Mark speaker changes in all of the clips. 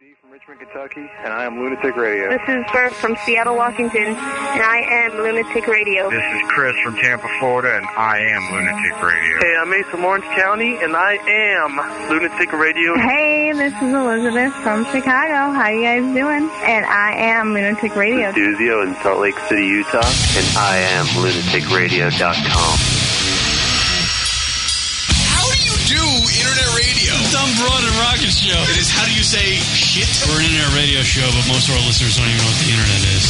Speaker 1: D from Richmond, Kentucky, and I am Lunatic Radio.
Speaker 2: This is Bert from Seattle, Washington, and I am Lunatic Radio.
Speaker 3: This is Chris from Tampa, Florida, and I am Lunatic Radio.
Speaker 4: Hey, I'm Ace from Orange County, and I am Lunatic Radio.
Speaker 5: Hey, this is Elizabeth from Chicago. How you guys doing? And I am Lunatic Radio.
Speaker 6: Duzio in Salt Lake City, Utah, and I am lunaticradio.com.
Speaker 7: How do you do internet radio?
Speaker 8: Dumb Broad and Rocket Show.
Speaker 7: It is how do you say shit?
Speaker 8: We're an internet radio show, but most of our listeners don't even know what the internet is.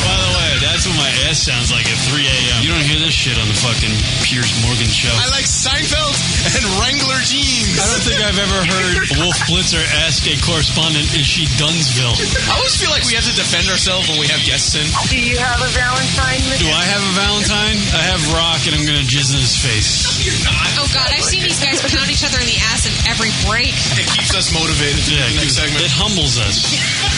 Speaker 8: By the way, that's what my ass sounds like at 3 a.m. You don't hear this shit on the fucking Piers Morgan show.
Speaker 7: I like Seinfeld and Wrangler jeans.
Speaker 8: I don't think I've ever heard Wolf Blitzer ask a correspondent, is she Dunsville?
Speaker 7: I always feel like we have to defend ourselves when we have guests in.
Speaker 2: Do you have a Valentine?
Speaker 8: Do I have a Valentine? I have rock and I'm going to jizz in his face.
Speaker 7: You're not.
Speaker 9: Oh God, I've seen these guys pound each other in the ass at every break.
Speaker 7: It keeps us motivated to do
Speaker 8: Yeah,
Speaker 7: the next segment.
Speaker 8: it humbles us.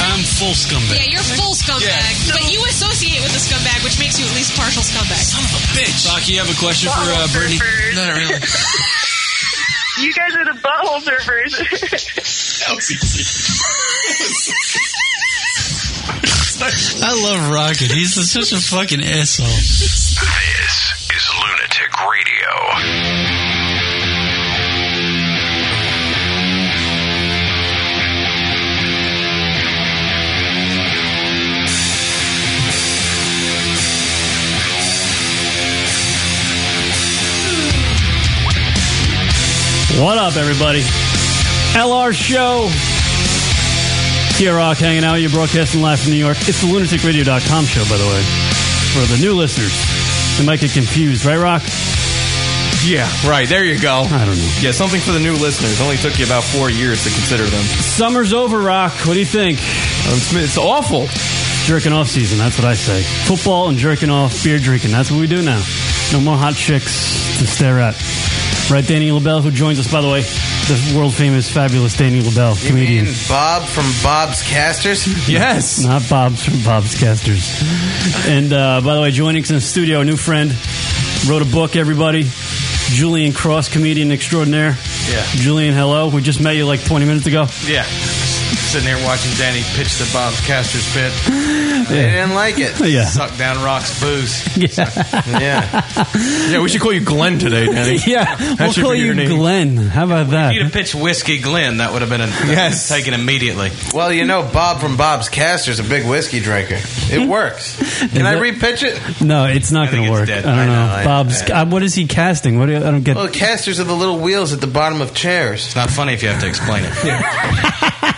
Speaker 8: I'm full
Speaker 9: Yeah,
Speaker 8: scumbag.
Speaker 9: you're full scumbag,
Speaker 7: Yeah.
Speaker 9: but you associate with the scumbag, which makes you at least partial scumbag.
Speaker 7: Son of a bitch.
Speaker 8: Doc, you have a question for uh, Brittany?
Speaker 2: surfers.
Speaker 8: Not really.
Speaker 2: You guys are the butthole surfers.
Speaker 8: I love Rocket. He's such a fucking asshole.
Speaker 3: This is Lunatic Radio.
Speaker 10: What up, everybody? LR Show. Here, Rock hanging out. with you broadcasting live from New York. It's the lunaticradio.com show, by the way, for the new listeners. They might get confused, right, Rock?
Speaker 11: Yeah, right. There you go.
Speaker 10: I don't know.
Speaker 11: Yeah, something for the new listeners. Only took you about four years to consider them.
Speaker 10: Summer's over, Rock. What do you think?
Speaker 11: Um, It's, it's awful.
Speaker 10: Jerking off season, that's what I say. Football and jerking off, beer drinking, that's what we do now. No more hot chicks to stare at. Right, Danny LaBelle, who joins us, by the way, the world famous, fabulous Danny LaBelle, comedian.
Speaker 12: Bob from Bob's Casters?
Speaker 11: Yes.
Speaker 10: Not Bob's from Bob's Casters. And uh, by the way, joining us in the studio, a new friend, wrote a book, everybody. Julian Cross, comedian extraordinaire.
Speaker 11: Yeah.
Speaker 10: Julian, hello. We just met you like 20 minutes ago.
Speaker 11: Yeah.
Speaker 12: Sitting there watching Danny pitch the Bob's Casters pit. They didn't like it.
Speaker 10: Yeah.
Speaker 12: Suck down Rock's booze. yeah.
Speaker 11: Yeah, we should call you Glenn today, Danny.
Speaker 10: Yeah. we'll
Speaker 11: should
Speaker 10: call
Speaker 11: be your
Speaker 10: you
Speaker 11: name.
Speaker 10: Glenn. How about
Speaker 12: You'd
Speaker 10: that?
Speaker 12: have pitched Whiskey Glenn. That would have been a,
Speaker 11: Yes.
Speaker 12: taken immediately. Well, you know, Bob from Bob's Casters a big whiskey drinker. It works. Can I
Speaker 10: that-
Speaker 12: repitch it?
Speaker 10: No, it's not
Speaker 12: I
Speaker 10: going
Speaker 12: think
Speaker 10: to
Speaker 12: it's
Speaker 10: work.
Speaker 12: dead.
Speaker 10: I
Speaker 12: I
Speaker 10: don't know.
Speaker 12: know, I-
Speaker 10: Bob's.
Speaker 12: I-
Speaker 10: uh, what is he casting? What do you, I don't get.
Speaker 12: Well, casters are the little wheels at the bottom of chairs. It's not funny if you have to explain it.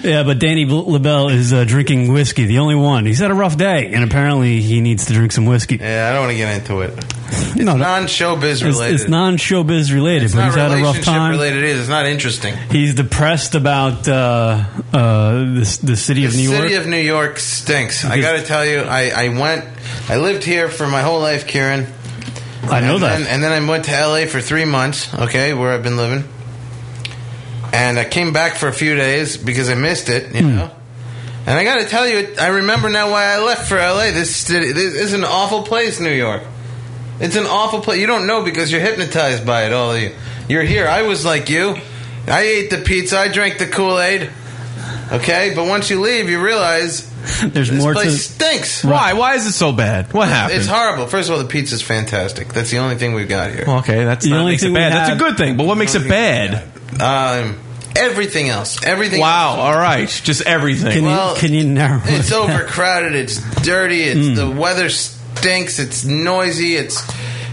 Speaker 10: Yeah, but Danny Bl- LaBelle is uh, drinking whiskey. The only one. He's had a rough day, and apparently he needs to drink some whiskey.
Speaker 12: Yeah, I don't want to get into it.
Speaker 10: no, no.
Speaker 12: Non-showbiz
Speaker 10: It's,
Speaker 12: related.
Speaker 10: it's non-showbiz related,
Speaker 12: It's
Speaker 10: but
Speaker 12: not
Speaker 10: he's had a rough
Speaker 12: relationship
Speaker 10: time.
Speaker 12: related. It is. It's not interesting.
Speaker 10: He's depressed about uh, uh, the, the city of
Speaker 12: the
Speaker 10: New
Speaker 12: city
Speaker 10: York.
Speaker 12: of New York stinks. I
Speaker 10: Because-
Speaker 12: got to tell you, I, I went, I lived here for my whole life, Kieran.
Speaker 10: I know
Speaker 12: and
Speaker 10: that.
Speaker 12: Then, and then I went to LA for three months, okay, where I've been living. And I came back for a few days because I missed it,
Speaker 10: Hmm.
Speaker 12: you know. And I got to tell you, I remember now why I left for LA. This city this is an awful place, New York. It's an awful place. You don't know because you're hypnotized by it. All of you, you're here. I was like you. I ate the pizza. I drank the Kool Aid. Okay, but once you leave, you realize
Speaker 10: There's
Speaker 12: this
Speaker 10: more
Speaker 12: place
Speaker 10: to.
Speaker 12: stinks.
Speaker 11: Why? Why is it so bad? What happened?
Speaker 12: It's horrible. First of all, the pizza's fantastic. That's the only thing we've got here.
Speaker 11: Okay, that's
Speaker 10: The
Speaker 11: not
Speaker 10: only
Speaker 11: makes
Speaker 10: thing
Speaker 11: it
Speaker 10: we
Speaker 11: bad. That's a
Speaker 10: have-
Speaker 11: good thing, but what makes it bad?
Speaker 12: Um, everything else, everything.
Speaker 11: Wow.
Speaker 12: else-
Speaker 11: All right, just everything.
Speaker 10: Can
Speaker 12: Well,
Speaker 10: you can you narrow? it
Speaker 12: It's
Speaker 10: down?
Speaker 12: overcrowded. It's dirty. It's
Speaker 10: Hmm.
Speaker 12: the weather stinks. It's noisy. It's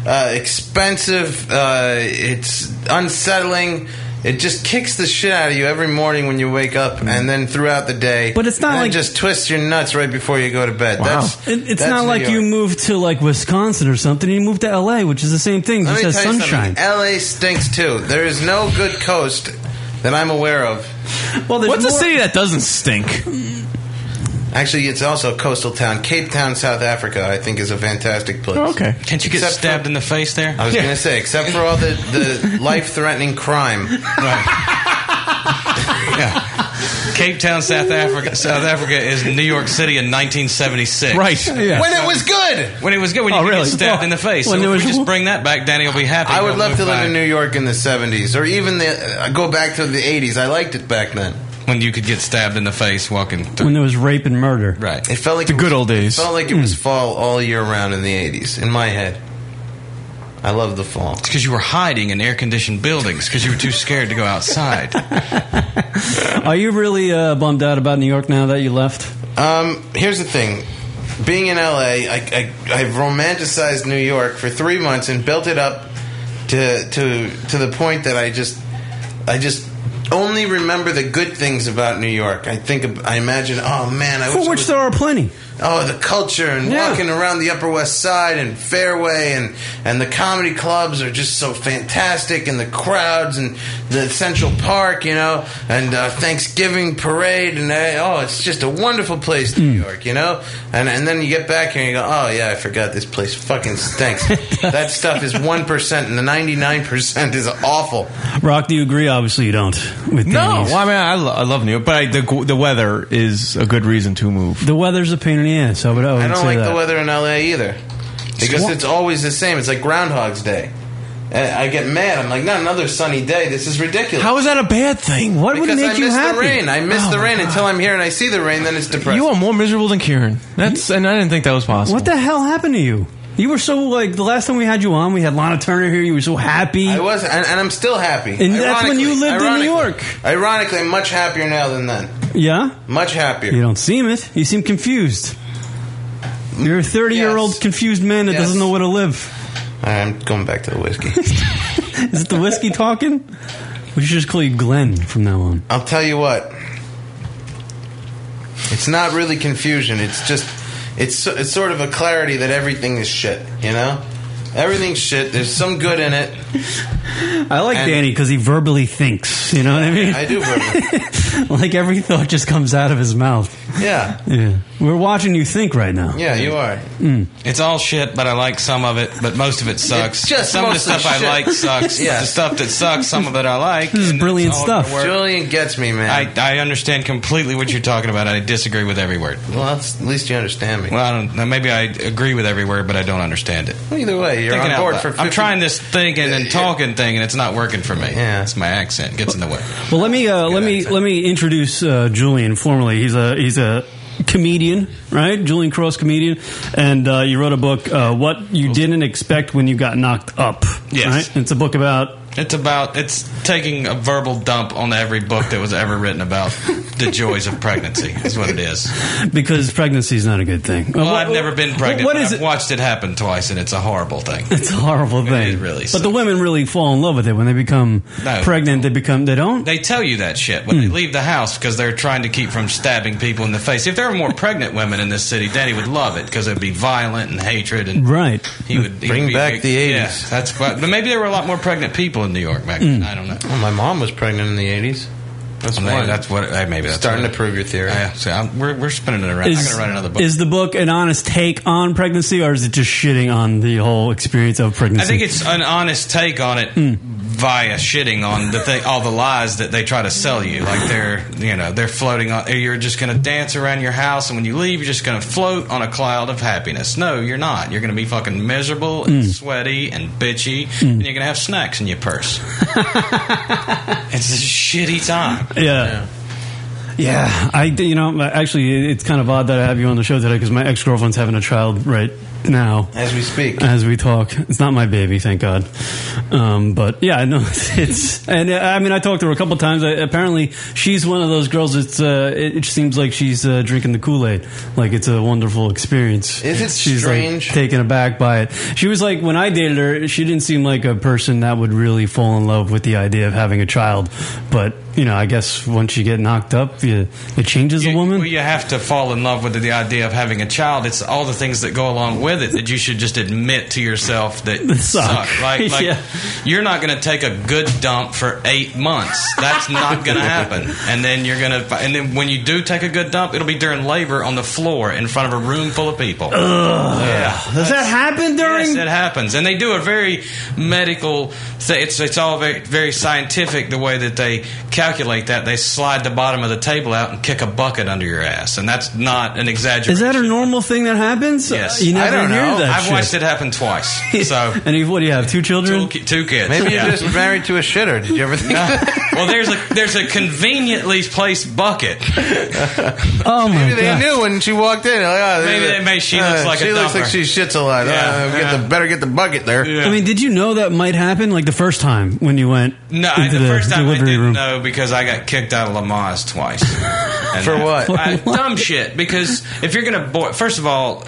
Speaker 12: uh, expensive. Uh, it's unsettling. It just kicks the shit out of you every morning when you wake up, and then throughout the day.
Speaker 10: But it's not
Speaker 12: and then
Speaker 10: like-
Speaker 12: just twists your nuts right before you go to bed.
Speaker 11: Wow.
Speaker 12: That's
Speaker 10: It- it's
Speaker 12: that's
Speaker 10: not
Speaker 12: New
Speaker 10: like you
Speaker 12: York.
Speaker 10: moved to like Wisconsin or something. You moved to L.A., which is the same thing. Just
Speaker 12: Let me
Speaker 10: has
Speaker 12: tell you
Speaker 10: sunshine.
Speaker 12: something. LA stinks too. There is no good coast that I'm aware of.
Speaker 10: Well, there's
Speaker 11: What's a
Speaker 10: more-
Speaker 11: city that doesn't stink?
Speaker 12: Actually, it's also a coastal town. Cape Town, South Africa, I think, is a fantastic place.
Speaker 11: Oh, Okay.
Speaker 4: Can't you get
Speaker 12: Except
Speaker 4: stabbed
Speaker 12: for-
Speaker 4: in the face there?
Speaker 12: I was going to say, except for all the, the life threatening crime. yeah.
Speaker 11: Cape Town, South Africa. South Africa is New York City in 1976.
Speaker 10: Right, yeah.
Speaker 12: When it was good.
Speaker 11: When it was good. When you
Speaker 12: Oh,
Speaker 11: could get
Speaker 12: really?
Speaker 11: stabbed in the face.
Speaker 12: When
Speaker 11: so
Speaker 12: there
Speaker 11: if
Speaker 12: was-
Speaker 11: we just bring that back, Danny will be happy.
Speaker 12: I would
Speaker 11: He'll
Speaker 12: love
Speaker 11: move
Speaker 12: to live
Speaker 11: back
Speaker 12: in New York in the 70s or even the uh, go back to the 80s. I liked it back then.
Speaker 11: When you could get stabbed in the face walking through.
Speaker 10: when there was rape and murder.
Speaker 11: Right.
Speaker 12: It felt like
Speaker 10: The
Speaker 12: it was-
Speaker 10: good old days.
Speaker 12: It felt like it was fall all year round in the 80s in my head. I love the fall.
Speaker 11: Because you were hiding in air conditioned buildings because you were too scared to go outside.
Speaker 10: Are you really uh, bummed out about New York now that you left?
Speaker 12: Um, here's the thing. Being in LA, I, I, I've romanticized New York for three months and built it up to to to the point that I just I just only remember the good things about New York. I think ab- I imagine, oh man, I wish
Speaker 10: For
Speaker 12: I
Speaker 10: which
Speaker 12: was-
Speaker 10: there are plenty.
Speaker 12: Oh, the culture and
Speaker 10: Yeah.
Speaker 12: walking around the Upper West Side and Fairway and and the comedy clubs are just so fantastic and the crowds and the Central Park, you know, and uh, Thanksgiving parade and uh, oh, it's just a wonderful place, New
Speaker 13: Mm.
Speaker 12: York, you know. And and then you get back here and you go, oh yeah, I forgot this place fucking stinks. that stuff is one percent and the ninety nine percent is awful.
Speaker 10: Rock, do you agree? Obviously, you don't. With
Speaker 13: No,
Speaker 10: Danny's.
Speaker 13: well, I mean, I, lo- I love New York, but I, the the weather is a good reason to move.
Speaker 10: The weather's a pain in the ass. I would, I would
Speaker 12: I don't
Speaker 10: say
Speaker 12: like
Speaker 10: that.
Speaker 12: the weather in LA either because
Speaker 10: What?
Speaker 12: it's always the same. It's like Groundhog's Day. And I get mad. I'm like, not another sunny day. This is ridiculous.
Speaker 13: How is that a bad thing? What
Speaker 12: because
Speaker 13: would make
Speaker 12: I
Speaker 13: you
Speaker 12: miss
Speaker 13: happy?
Speaker 12: the rain. I miss
Speaker 13: Oh,
Speaker 12: the
Speaker 13: my
Speaker 12: rain
Speaker 13: God.
Speaker 12: until I'm here and I see the rain. Then it's depressing.
Speaker 13: You are more miserable than Kieran. That's and I didn't think that was possible.
Speaker 10: What the hell happened to you? You were so like the last time we had you on, we had Lana Turner here. You were so happy.
Speaker 12: I was, and, and I'm still happy.
Speaker 10: And that's when you
Speaker 12: Ironically-
Speaker 10: lived in New
Speaker 12: ironically- Ironically, I'm much happier now than then.
Speaker 10: Yeah,
Speaker 12: Much happier.
Speaker 10: you don't seem it. You seem confused. You're a 30 year old confused man that
Speaker 12: Yes.
Speaker 10: doesn't know where to live.
Speaker 12: I'm going back to the whiskey.
Speaker 10: Is it the whiskey talking? We should just call you Glenn from now on.
Speaker 12: I'll tell you what. It's not really confusion. It's just it's so- it's sort of a clarity that everything is shit. You know, everything's shit. There's some good in it.
Speaker 10: I like
Speaker 12: And-
Speaker 10: Danny because he verbally thinks. You know what I mean?
Speaker 12: I do verbally.
Speaker 10: like every thought just comes out of his mouth.
Speaker 12: Yeah.
Speaker 10: Yeah. We're watching you think right now.
Speaker 12: Yeah, you are.
Speaker 10: Mm.
Speaker 11: It's all shit, but I like some of it, but most of it sucks.
Speaker 12: It's just
Speaker 11: some of the
Speaker 12: mostly
Speaker 11: stuff I
Speaker 12: shit.
Speaker 11: like sucks.
Speaker 12: Yeah.
Speaker 11: but The stuff that sucks, some of it I like. This is
Speaker 10: brilliant stuff.
Speaker 12: Julian gets me, man.
Speaker 11: I, I understand completely what you're talking about. I disagree with every word.
Speaker 12: well, that's, at least you understand me.
Speaker 11: Well, I don't. know, Maybe I agree with every word, but I don't understand it.
Speaker 12: Either way, you're
Speaker 11: Thinking
Speaker 12: on
Speaker 11: out
Speaker 12: board
Speaker 11: loud.
Speaker 12: for. 50,
Speaker 11: I'm trying this thinking and talking thing, and it's not working for me. Yeah, it's my accent gets in the way.
Speaker 10: Well, let me uh, let me let me introduce uh, Julian formally. He's a he's a comedian, right? Julian Cross comedian, and uh, you wrote a book, uh, "What You Didn't Expect When You Got Knocked Up."
Speaker 11: Yes.
Speaker 10: right? it's a book about
Speaker 11: It's about it's taking a verbal dump on every book that was ever written about the joys of pregnancy. Is what it is.
Speaker 10: because pregnancy is not a good thing.
Speaker 11: Well,
Speaker 10: What-
Speaker 11: I've never been pregnant.
Speaker 10: What
Speaker 11: but
Speaker 10: is
Speaker 11: I've watched it happen twice, and it's a horrible thing.
Speaker 10: It's a horrible thing.
Speaker 11: really
Speaker 10: but the women really fall in love with it when they become
Speaker 11: No.
Speaker 10: pregnant. They become they don't.
Speaker 11: They tell you that shit
Speaker 10: Hmm.
Speaker 11: when they leave the house because they're trying to keep from stabbing people in the face. If there were more pregnant women in this city, Danny would love it because it'd be violent and hatred, and
Speaker 10: Right.
Speaker 11: he would he
Speaker 12: Bring
Speaker 11: would be
Speaker 12: back
Speaker 11: big-
Speaker 12: the
Speaker 11: Yeah,
Speaker 12: 80s.
Speaker 11: that's but, but maybe there were a lot more pregnant people in New York back then.
Speaker 10: Hmm.
Speaker 12: Mm.
Speaker 11: I don't know.
Speaker 12: Well, my mom was pregnant in the 80s. That's
Speaker 11: Maybe
Speaker 12: one.
Speaker 11: that's what. Hey, maybe that's
Speaker 12: Starting
Speaker 11: what-
Speaker 12: to prove your theory.
Speaker 11: Yeah, so I'm, we're we're spinning it around. I'm gonna write another book.
Speaker 10: Is the book an honest take on pregnancy, or is it just shitting on the whole experience of pregnancy?
Speaker 11: I think it's an honest take on it via shitting on the thing, all the lies that they try to sell you. Like they're, you know, they're floating on. You're just going to dance around your house, and when you leave, you're just going to float on a cloud of happiness. No, you're not. You're going to be fucking miserable and
Speaker 10: Mm.
Speaker 11: sweaty and bitchy,
Speaker 10: Mm.
Speaker 11: and you're going to have snacks in your purse. it's a shitty time.
Speaker 10: Yeah. Yeah, I you know actually it's kind of odd that I have you on the show today because my ex girlfriend's having a child right now
Speaker 12: as we speak,
Speaker 10: as we talk. It's not my baby, thank God. Um, but yeah, I know it's, it's and uh, I mean I talked to her a couple times. I, apparently, she's one of those girls. It's uh, it, it seems like she's uh, drinking the Kool Aid, like it's a wonderful experience.
Speaker 12: Is it
Speaker 10: she's like,
Speaker 12: strange?
Speaker 10: taken aback by it. She was like, when I dated her, she didn't seem like a person that would really fall in love with the idea of having a child. But you know, I guess once you get knocked up, you, it changes a woman.
Speaker 11: Well, you have to fall in love with the idea of having a child. It's all the things that go along with with it that you should just admit to yourself that you
Speaker 14: suck.
Speaker 11: suck. Like, like
Speaker 14: Yeah.
Speaker 11: you're not going to take a good dump for eight months. That's not going to happen. And then you're going to, and then when you do take a good dump, it'll be during labor on the floor in front of a room full of people. Yeah.
Speaker 2: Does that happen during?
Speaker 11: Yes, it happens, and they do a very medical. Th- it's it's all very, very scientific the way that they calculate that. They slide the bottom of the table out and kick a bucket under your ass, and that's not an exaggeration.
Speaker 2: Is that a normal thing that happens?
Speaker 11: Yes,
Speaker 2: You never
Speaker 11: I don't
Speaker 2: hear
Speaker 11: know.
Speaker 2: that
Speaker 11: I've
Speaker 2: shit.
Speaker 11: watched it happen twice. So
Speaker 14: and you, what do you have? Two children?
Speaker 11: Two, kids.
Speaker 12: Maybe
Speaker 11: yeah.
Speaker 12: you're just married to a shitter. Did you ever think?
Speaker 11: well, there's a there's a conveniently placed bucket.
Speaker 14: Oh my
Speaker 12: Maybe they
Speaker 11: God.
Speaker 12: knew when she walked in. Like, oh,
Speaker 11: Maybe they made she looks like a
Speaker 12: she looks
Speaker 11: dumper.
Speaker 12: like she shits a lot.
Speaker 11: Yeah,
Speaker 12: Uh, get
Speaker 11: yeah.
Speaker 12: the- better get the bucket there.
Speaker 14: I mean, did you know that might happen? Like the first time when you went
Speaker 11: No, I,
Speaker 14: into
Speaker 11: the,
Speaker 14: the,
Speaker 11: first time I
Speaker 14: delivery
Speaker 11: didn't uh,
Speaker 14: room.
Speaker 11: know because I got kicked out of Lamaze twice. And
Speaker 12: For what?
Speaker 11: I- dumb shit. Because if you're gonna, bo- first of all,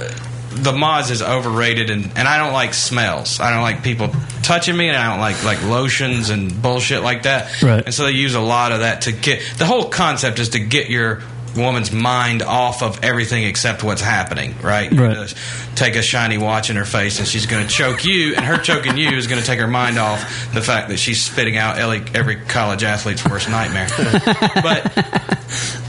Speaker 11: the Moz is overrated, and, and I don't like smells. I don't like people touching me, and I don't like like lotions and bullshit like that.
Speaker 14: Right.
Speaker 11: And so they use a lot of that to get the whole concept is to get your woman's mind off of everything except what's happening. Right.
Speaker 14: Right.
Speaker 11: To Take a shiny watch in her face, and she's going to choke you, and her choking you is going to take her mind off the fact that she's spitting out every, every college athlete's worst nightmare.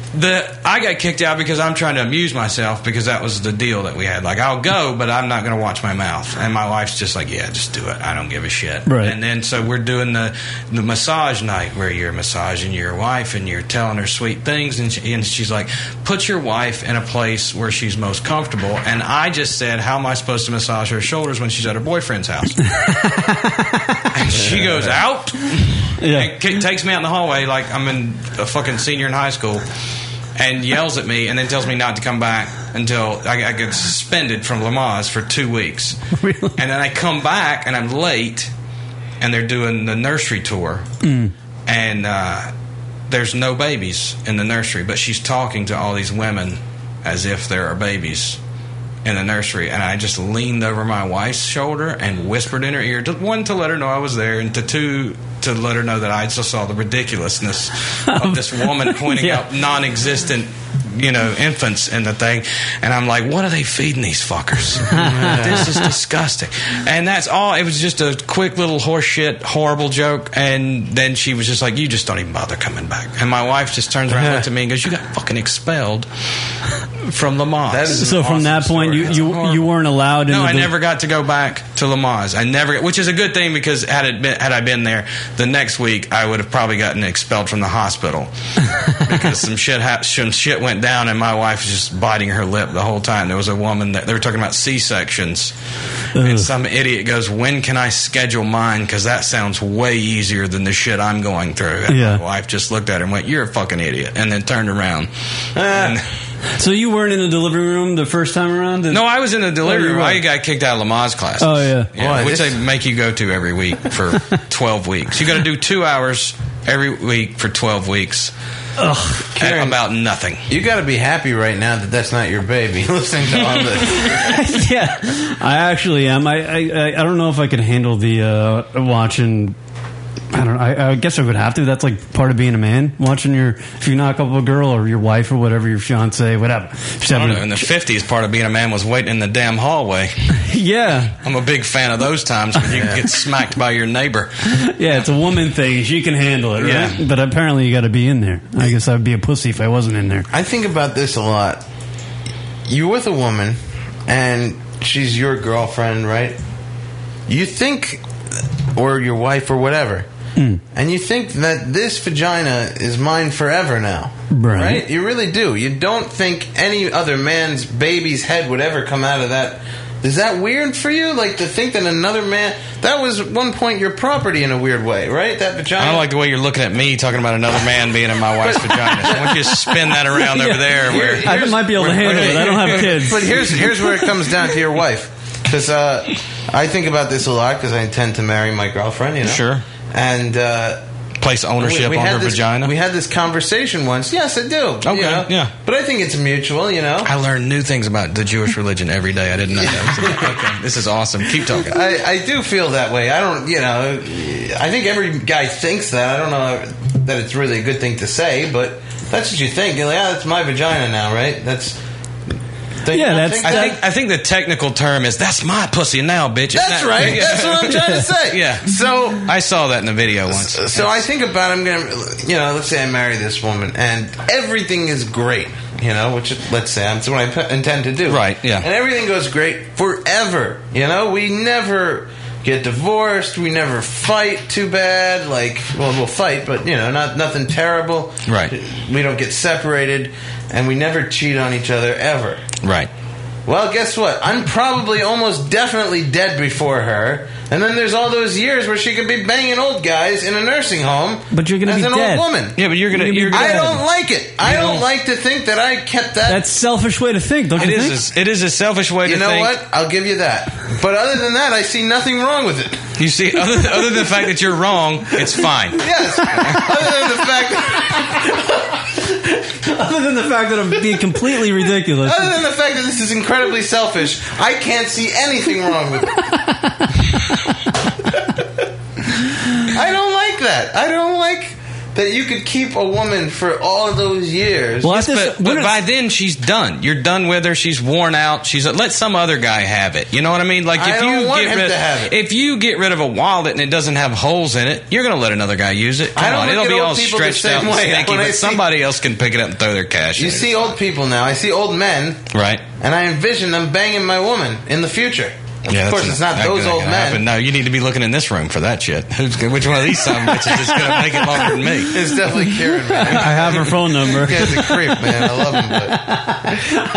Speaker 11: The I got kicked out because I'm trying to amuse myself because that was the deal that we had. Like I'll go, but I'm not going to watch my mouth. And my wife's just like, yeah, just do it. I don't give a shit.
Speaker 14: Right.
Speaker 11: And then so we're doing the the massage night where you're massaging your wife and you're telling her sweet things, and she, and she's like, put your wife in a place where she's most comfortable. And I just said, how am I supposed to massage her shoulders when she's at her boyfriend's house? and she goes out and k- takes me out in the hallway like I'm in a fucking senior in high school and yells at me and then tells me not to come back until I, I get suspended from Lamaze for two weeks. And then I come back and I'm late and they're doing the nursery tour
Speaker 14: Mm.
Speaker 11: and uh, there's no babies in the nursery, but she's talking to all these women as if there are babies in the nursery. And I just leaned over my wife's shoulder and whispered in her ear, to, one to let her know I was there, and to two to let her know that I just saw the ridiculousness of this woman pointing
Speaker 14: Yeah.
Speaker 11: out non-existent. You know, infants in the thing, and I'm like, what are they feeding these fuckers? this is disgusting. And that's all. It was just a quick little horseshit, horrible joke. And then she was just like, "You just don't even bother coming back." And my wife just turns around, and looks at me, and goes, "You got fucking expelled from Lamont."
Speaker 14: so from that point, you you, you weren't allowed.
Speaker 11: No,
Speaker 14: into
Speaker 11: I
Speaker 14: the-
Speaker 11: never got to go back to Lamaze. I never, which is a good thing because had it been, had I been there the next week, I would have probably gotten expelled from the hospital because some shit hap- some shit went down, and my wife was just biting her lip the whole time. There was a woman that they were talking about C sections, and some idiot goes, "When can I schedule mine? Because that sounds way easier than the shit I'm going through." And
Speaker 14: Yeah.
Speaker 11: my wife just looked at her and went, "You're a fucking idiot," and then turned around.
Speaker 14: Ah.
Speaker 11: And-
Speaker 14: So you weren't in the delivery room the first time around.
Speaker 11: no, I was in the
Speaker 14: Oh, you
Speaker 11: delivery room.
Speaker 14: were.
Speaker 11: I got kicked out of Lamaze class.
Speaker 14: Oh, yeah. Why?
Speaker 11: which
Speaker 14: This-
Speaker 11: they make you go to every week for twelve weeks. You got to do two hours every week for twelve weeks.
Speaker 14: Ugh.
Speaker 11: Karen, about nothing.
Speaker 12: You got to be happy right now that that's not your baby. Listening to all this.
Speaker 14: yeah, I actually am. I, I I- I don't know if I could handle the uh, watching. I don't. I, I guess I would have to. That's like part of being a man. Watching your if you knock up a girl or your wife or whatever your fiance, whatever. She's
Speaker 11: I
Speaker 14: having
Speaker 11: don't know. In the fifties, part of being a man was waiting in the damn hallway.
Speaker 14: Yeah,
Speaker 11: I'm a big fan of those times when you get smacked by your neighbor.
Speaker 14: yeah, it's a woman thing. She can handle it, right?
Speaker 11: Yeah.
Speaker 14: But apparently, you got to be in there. I guess I'd be a pussy if I wasn't in there.
Speaker 12: I think about this a lot. You're with a woman, and she's your girlfriend, right? You think, or your wife, or whatever,
Speaker 11: Hmm.
Speaker 12: and you think that this vagina is mine forever now.
Speaker 14: Right.
Speaker 12: You really do. You don't think any other man's baby's head would ever come out of that. Is that weird for you? Like to think that another man that was at one point your property in a weird way, right? That vagina.
Speaker 11: I don't like the way you're looking at me talking about another man being in my wife's vagina. So why don't you spin that around over
Speaker 12: Yeah.
Speaker 11: there? Where
Speaker 14: I might be able to handle it. I don't have kids.
Speaker 12: But here's here's where it comes down to your wife, because uh, I think about this a lot because I intend to marry my girlfriend. You know,
Speaker 11: Sure.
Speaker 12: and uh,
Speaker 11: place ownership on
Speaker 12: had
Speaker 11: her
Speaker 12: this-
Speaker 11: vagina.
Speaker 12: We had this conversation once. Yes, I do. Okay,
Speaker 11: yeah.
Speaker 12: But I think it's mutual. You know,
Speaker 11: I learn new things about the Jewish religion every day. I didn't know that. Okay, this is awesome. Keep talking.
Speaker 12: I, I do feel that way. I don't, you know, I think every guy thinks that. I don't know that it's really a good thing to say, but that's what you think. You're like, ah, that's my vagina now, right? That's They-
Speaker 10: Yeah, that's-
Speaker 11: I think I think the technical term is that's my pussy now, bitch. It's
Speaker 12: That's
Speaker 11: not-
Speaker 12: right. That's what I'm trying to say.
Speaker 11: Yeah.
Speaker 12: So
Speaker 11: I saw that in the video once.
Speaker 12: So I think about I'm gonna, you know, let's say I marry this woman and everything is great, you know, which let's say that's what I p- intend to do, right?
Speaker 11: yeah.
Speaker 12: and everything goes great forever. You know, we never get divorced, we never fight too bad. Like, well, we'll fight, but you know, not nothing terrible.
Speaker 11: Right.
Speaker 12: We don't get separated, and we never cheat on each other ever.
Speaker 11: Right.
Speaker 12: Well, guess what? I'm probably almost definitely dead before her. And then there's all those years where she could be banging old guys in a nursing home.
Speaker 15: But you're gonna
Speaker 12: as
Speaker 15: be
Speaker 12: an
Speaker 15: dead.
Speaker 12: old woman.
Speaker 15: Yeah, but you're gonna- You're gonna be
Speaker 12: I
Speaker 15: dead.
Speaker 12: don't like it. I
Speaker 15: You
Speaker 12: don't,
Speaker 15: don't-
Speaker 12: like to think that I kept that.
Speaker 15: That's selfish way to think, don't
Speaker 12: It
Speaker 15: you
Speaker 12: is
Speaker 15: think?
Speaker 11: It is a selfish way
Speaker 12: you
Speaker 11: to
Speaker 12: know
Speaker 11: think.
Speaker 12: what? I'll give you that. But other than that, I see nothing wrong with it.
Speaker 11: You see, other, other than the fact that you're wrong, it's fine.
Speaker 12: Yes. other than
Speaker 15: Other than
Speaker 12: the fact
Speaker 15: the fact that I'm being completely ridiculous.
Speaker 12: Other than the fact that this is incredibly selfish, I can't see anything wrong with it. I don't like that. I don't like that you could keep a woman for all those years.
Speaker 11: Yes, but, but by then she's done. You're done with her. She's worn out. She's let some other guy have it. You know what I mean? Like if
Speaker 12: I don't
Speaker 11: you
Speaker 12: want
Speaker 11: get
Speaker 12: him
Speaker 11: rid
Speaker 12: to have it.
Speaker 11: if you get rid of a wallet and it doesn't have holes in it, you're going to let another guy use it. Come
Speaker 12: I don't
Speaker 11: on,
Speaker 12: look
Speaker 11: it'll
Speaker 12: at
Speaker 11: be
Speaker 12: old
Speaker 11: all
Speaker 12: people the
Speaker 11: stretched
Speaker 12: same
Speaker 11: out and
Speaker 12: way.
Speaker 11: snaky,
Speaker 12: When I
Speaker 11: but
Speaker 12: see-
Speaker 11: somebody else can pick it up and throw their cash.
Speaker 12: you
Speaker 11: in
Speaker 12: see old people now. I see old men,
Speaker 11: it. right?
Speaker 12: and I envision them banging my woman in the future. of
Speaker 11: that's
Speaker 12: course, it's not those
Speaker 11: gonna
Speaker 12: old
Speaker 11: happen.
Speaker 12: men.
Speaker 11: No, you need to be looking in this room for that shit. Who's gonna- which one of these some bitches is going to make it longer than me?
Speaker 12: It's definitely Karen, man.
Speaker 10: I have her phone number.
Speaker 12: You guys are creep, man. I love him, but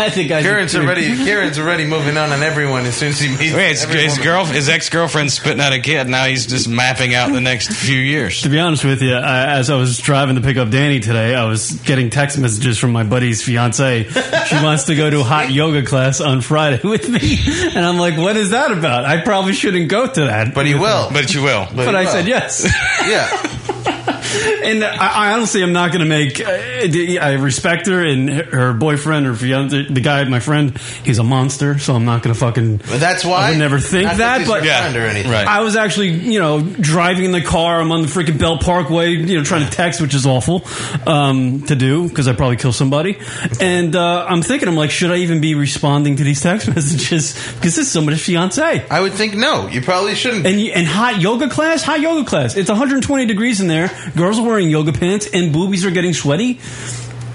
Speaker 15: I think I
Speaker 12: Karen's already Karen's already moving on on everyone as soon as he meets.
Speaker 11: Wait, his,
Speaker 12: every
Speaker 11: his
Speaker 12: woman.
Speaker 11: girl, his ex girlfriend's spitting out a kid. Now he's just mapping out the next few years.
Speaker 10: To be honest with you, I, as I was driving to pick up Danny today, I was getting text messages from my buddy's fiance. She wants to go to a hot yoga class on Friday with me, and I'm like, "What is that about?" I probably shouldn't go to that,
Speaker 12: but he will.
Speaker 11: But you will.
Speaker 10: But, I said yes.
Speaker 12: yeah.
Speaker 10: And I, I honestly am not going to make. uh, I respect her and her boyfriend or fiance, the guy, my friend. He's a monster, so I'm not going to fucking.
Speaker 12: But that's why
Speaker 10: I would never think
Speaker 12: Not
Speaker 10: that,
Speaker 12: he's
Speaker 10: but
Speaker 12: your friend or anything.
Speaker 10: I was actually, you know, driving in the car. I'm on the freaking Bell Parkway, you know, trying to text, which is awful um, to do because I probably kill somebody. And uh, I'm thinking, I'm like, should I even be responding to these text messages because this is somebody's fiance?
Speaker 12: I would think no. You probably shouldn't.
Speaker 10: And you, and hot yoga class, hot yoga class. It's 120 degrees in there. Girls are wearing yoga pants, and boobies are getting sweaty.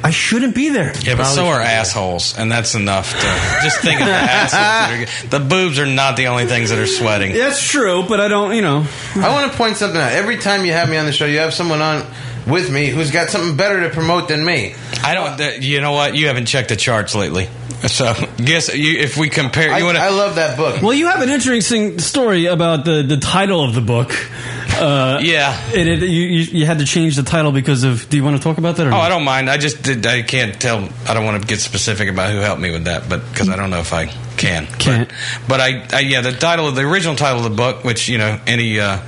Speaker 10: I shouldn't be there.
Speaker 11: Yeah, but so are assholes, and that's enough to just think of the assholes. That are, the boobs are not the only things that are sweating.
Speaker 10: That's true, but I don't. You know,
Speaker 12: I want to point something out. Every time you have me on the show, you have someone on with me who's got something better to promote than me.
Speaker 11: I don't. That, you know what? You haven't checked the charts lately, so guess you, if we compare,
Speaker 12: I,
Speaker 11: you want
Speaker 12: I love that book.
Speaker 10: Well, you have an interesting story about the, the title of the book. Uh,
Speaker 11: Yeah.
Speaker 10: and it, you, you you had to change the title because of. Do you want to talk about that? Or
Speaker 11: Oh,
Speaker 10: not?
Speaker 11: I don't mind. I just did. I can't tell. I don't want to get specific about who helped me with that, but because I don't know if I can.
Speaker 10: Can't.
Speaker 11: But, but I, I, yeah, the title of the original title of the book, which you know, any uh,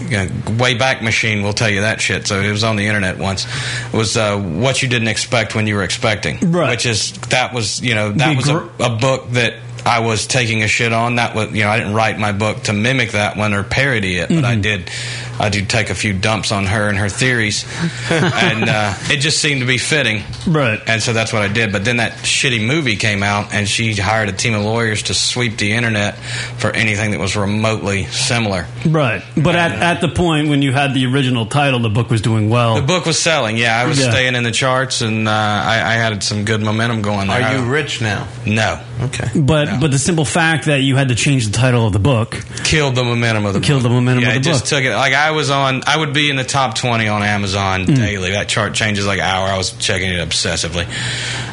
Speaker 11: you know, way back machine will tell you that shit. So it was on the internet once. Was uh, what you didn't expect when you were expecting,
Speaker 10: Right.
Speaker 11: Which is that was you know that
Speaker 10: The
Speaker 11: was
Speaker 10: gr-
Speaker 11: a, a book that. I was taking a shit on that was you know I didn't write my book to mimic that one or parody it, but
Speaker 10: Mm-hmm.
Speaker 11: I did I do take a few dumps on her and her theories, and uh, it just seemed to be fitting.
Speaker 10: Right.
Speaker 11: And so that's what I did. But then that shitty movie came out, and she hired a team of lawyers to sweep the internet for anything that was remotely similar.
Speaker 10: Right, but at, at the point when you had the original title, the book was doing well.
Speaker 11: The book was selling. Yeah, I was
Speaker 10: Yeah.
Speaker 11: staying in the charts, and uh, I, I had some good momentum going there.
Speaker 16: Uh-huh.
Speaker 12: Are you rich now?
Speaker 11: I- no.
Speaker 12: Okay.
Speaker 10: but but the simple fact that you had to change the title of the book
Speaker 11: Killed the momentum of the
Speaker 10: killed the momentum
Speaker 11: yeah,
Speaker 10: of
Speaker 11: it
Speaker 10: the
Speaker 11: just
Speaker 10: book.
Speaker 11: took it. Like I was on, I would be in the top twenty on Amazon
Speaker 10: Mm.
Speaker 11: daily. That chart changes like an hour. I was checking it obsessively,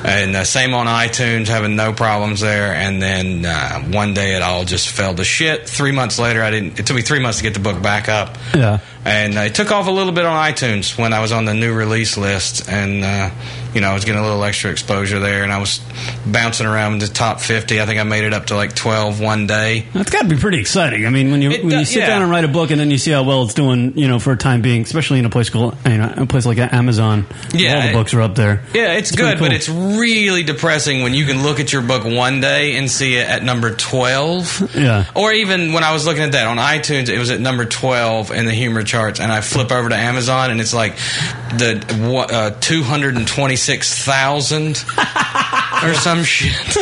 Speaker 11: and uh, same on iTunes, having no problems there. And then uh, one day it all just fell to shit. Three months later, I didn't. It took me three months to get the book back up,
Speaker 10: yeah,
Speaker 11: and uh, it took off a little bit on iTunes when I was on the new release list, and uh, you know I was getting a little extra exposure there, and I was bouncing around the top fifty. I think I made it up to like twelve one day.
Speaker 10: that's got to be pretty exciting. I mean, when you
Speaker 11: It
Speaker 10: when you
Speaker 11: does-
Speaker 10: sit
Speaker 11: yeah.
Speaker 10: down and write a book and then you see how well it's doing, you know, for a time being, especially in a place called, you know, a place like Amazon,
Speaker 11: Yeah,
Speaker 10: all the
Speaker 11: it-
Speaker 10: books are up there.
Speaker 11: Yeah, it's,
Speaker 10: pretty
Speaker 11: good, but
Speaker 10: cool.
Speaker 11: it's really depressing when you can look at your book one day and see it at number 12.
Speaker 10: Yeah.
Speaker 11: Or even when I was looking at that on iTunes, it was at number 12 in the humor charts, and I flip over to Amazon and it's like the wha- uh, 226,000 or some shit.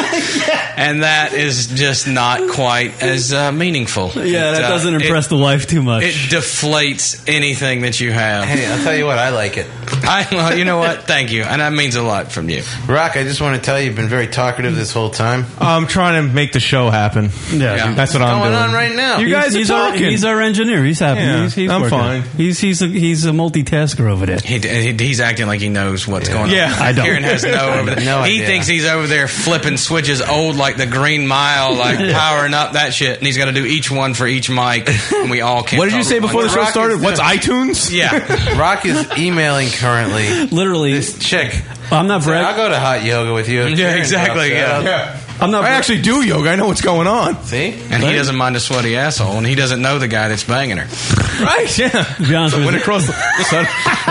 Speaker 11: And that is just not quite as uh, meaningful.
Speaker 10: Yeah, that
Speaker 11: It, uh,
Speaker 10: doesn't
Speaker 11: it-
Speaker 10: impress the wife too much.
Speaker 11: It deflates anything that you have.
Speaker 12: Hey, I'll tell you what, I like it.
Speaker 11: I, well, you know what? Thank you, and that means a lot from you.
Speaker 12: Rock, I just want to tell you, you've been very talkative this whole time.
Speaker 16: I'm trying to make the show happen. Yeah, that's what I'm
Speaker 12: going
Speaker 16: doing
Speaker 12: on right now?
Speaker 16: You guys
Speaker 10: he's
Speaker 16: are
Speaker 10: our,
Speaker 16: talking.
Speaker 10: he's our engineer. He's happy.
Speaker 16: Yeah,
Speaker 10: he's, he's
Speaker 16: I'm
Speaker 10: working.
Speaker 16: fine.
Speaker 10: He's he's a, he's a multitasker over there.
Speaker 11: He, he, he's acting like he knows what's going on.
Speaker 10: Yeah. I don't.
Speaker 11: Kieran has no. Over there.
Speaker 10: No
Speaker 11: he
Speaker 10: idea.
Speaker 11: thinks he's over there flipping switches, old like the Green Mile, like powering up that shit, and he's got to do each one for each mic, and we all can't.
Speaker 16: What did you
Speaker 11: talk
Speaker 16: say
Speaker 11: at
Speaker 16: before the
Speaker 11: once.
Speaker 16: show started? What's iTunes?
Speaker 11: Yeah.
Speaker 12: Rock is emailing currently.
Speaker 10: Literally,
Speaker 12: this chick.
Speaker 10: I'm not.
Speaker 12: Said, I'll go to hot yoga with you.
Speaker 11: Yeah, exactly, yeah.
Speaker 10: I'm not.
Speaker 16: I actually do yoga. I know what's going on.
Speaker 12: See,
Speaker 11: and he doesn't mind a sweaty asshole, and he doesn't know the guy that's banging her.
Speaker 16: Right? Yeah.
Speaker 10: To be honest
Speaker 16: So
Speaker 10: with
Speaker 16: when
Speaker 10: you.
Speaker 16: it crossed, the, so,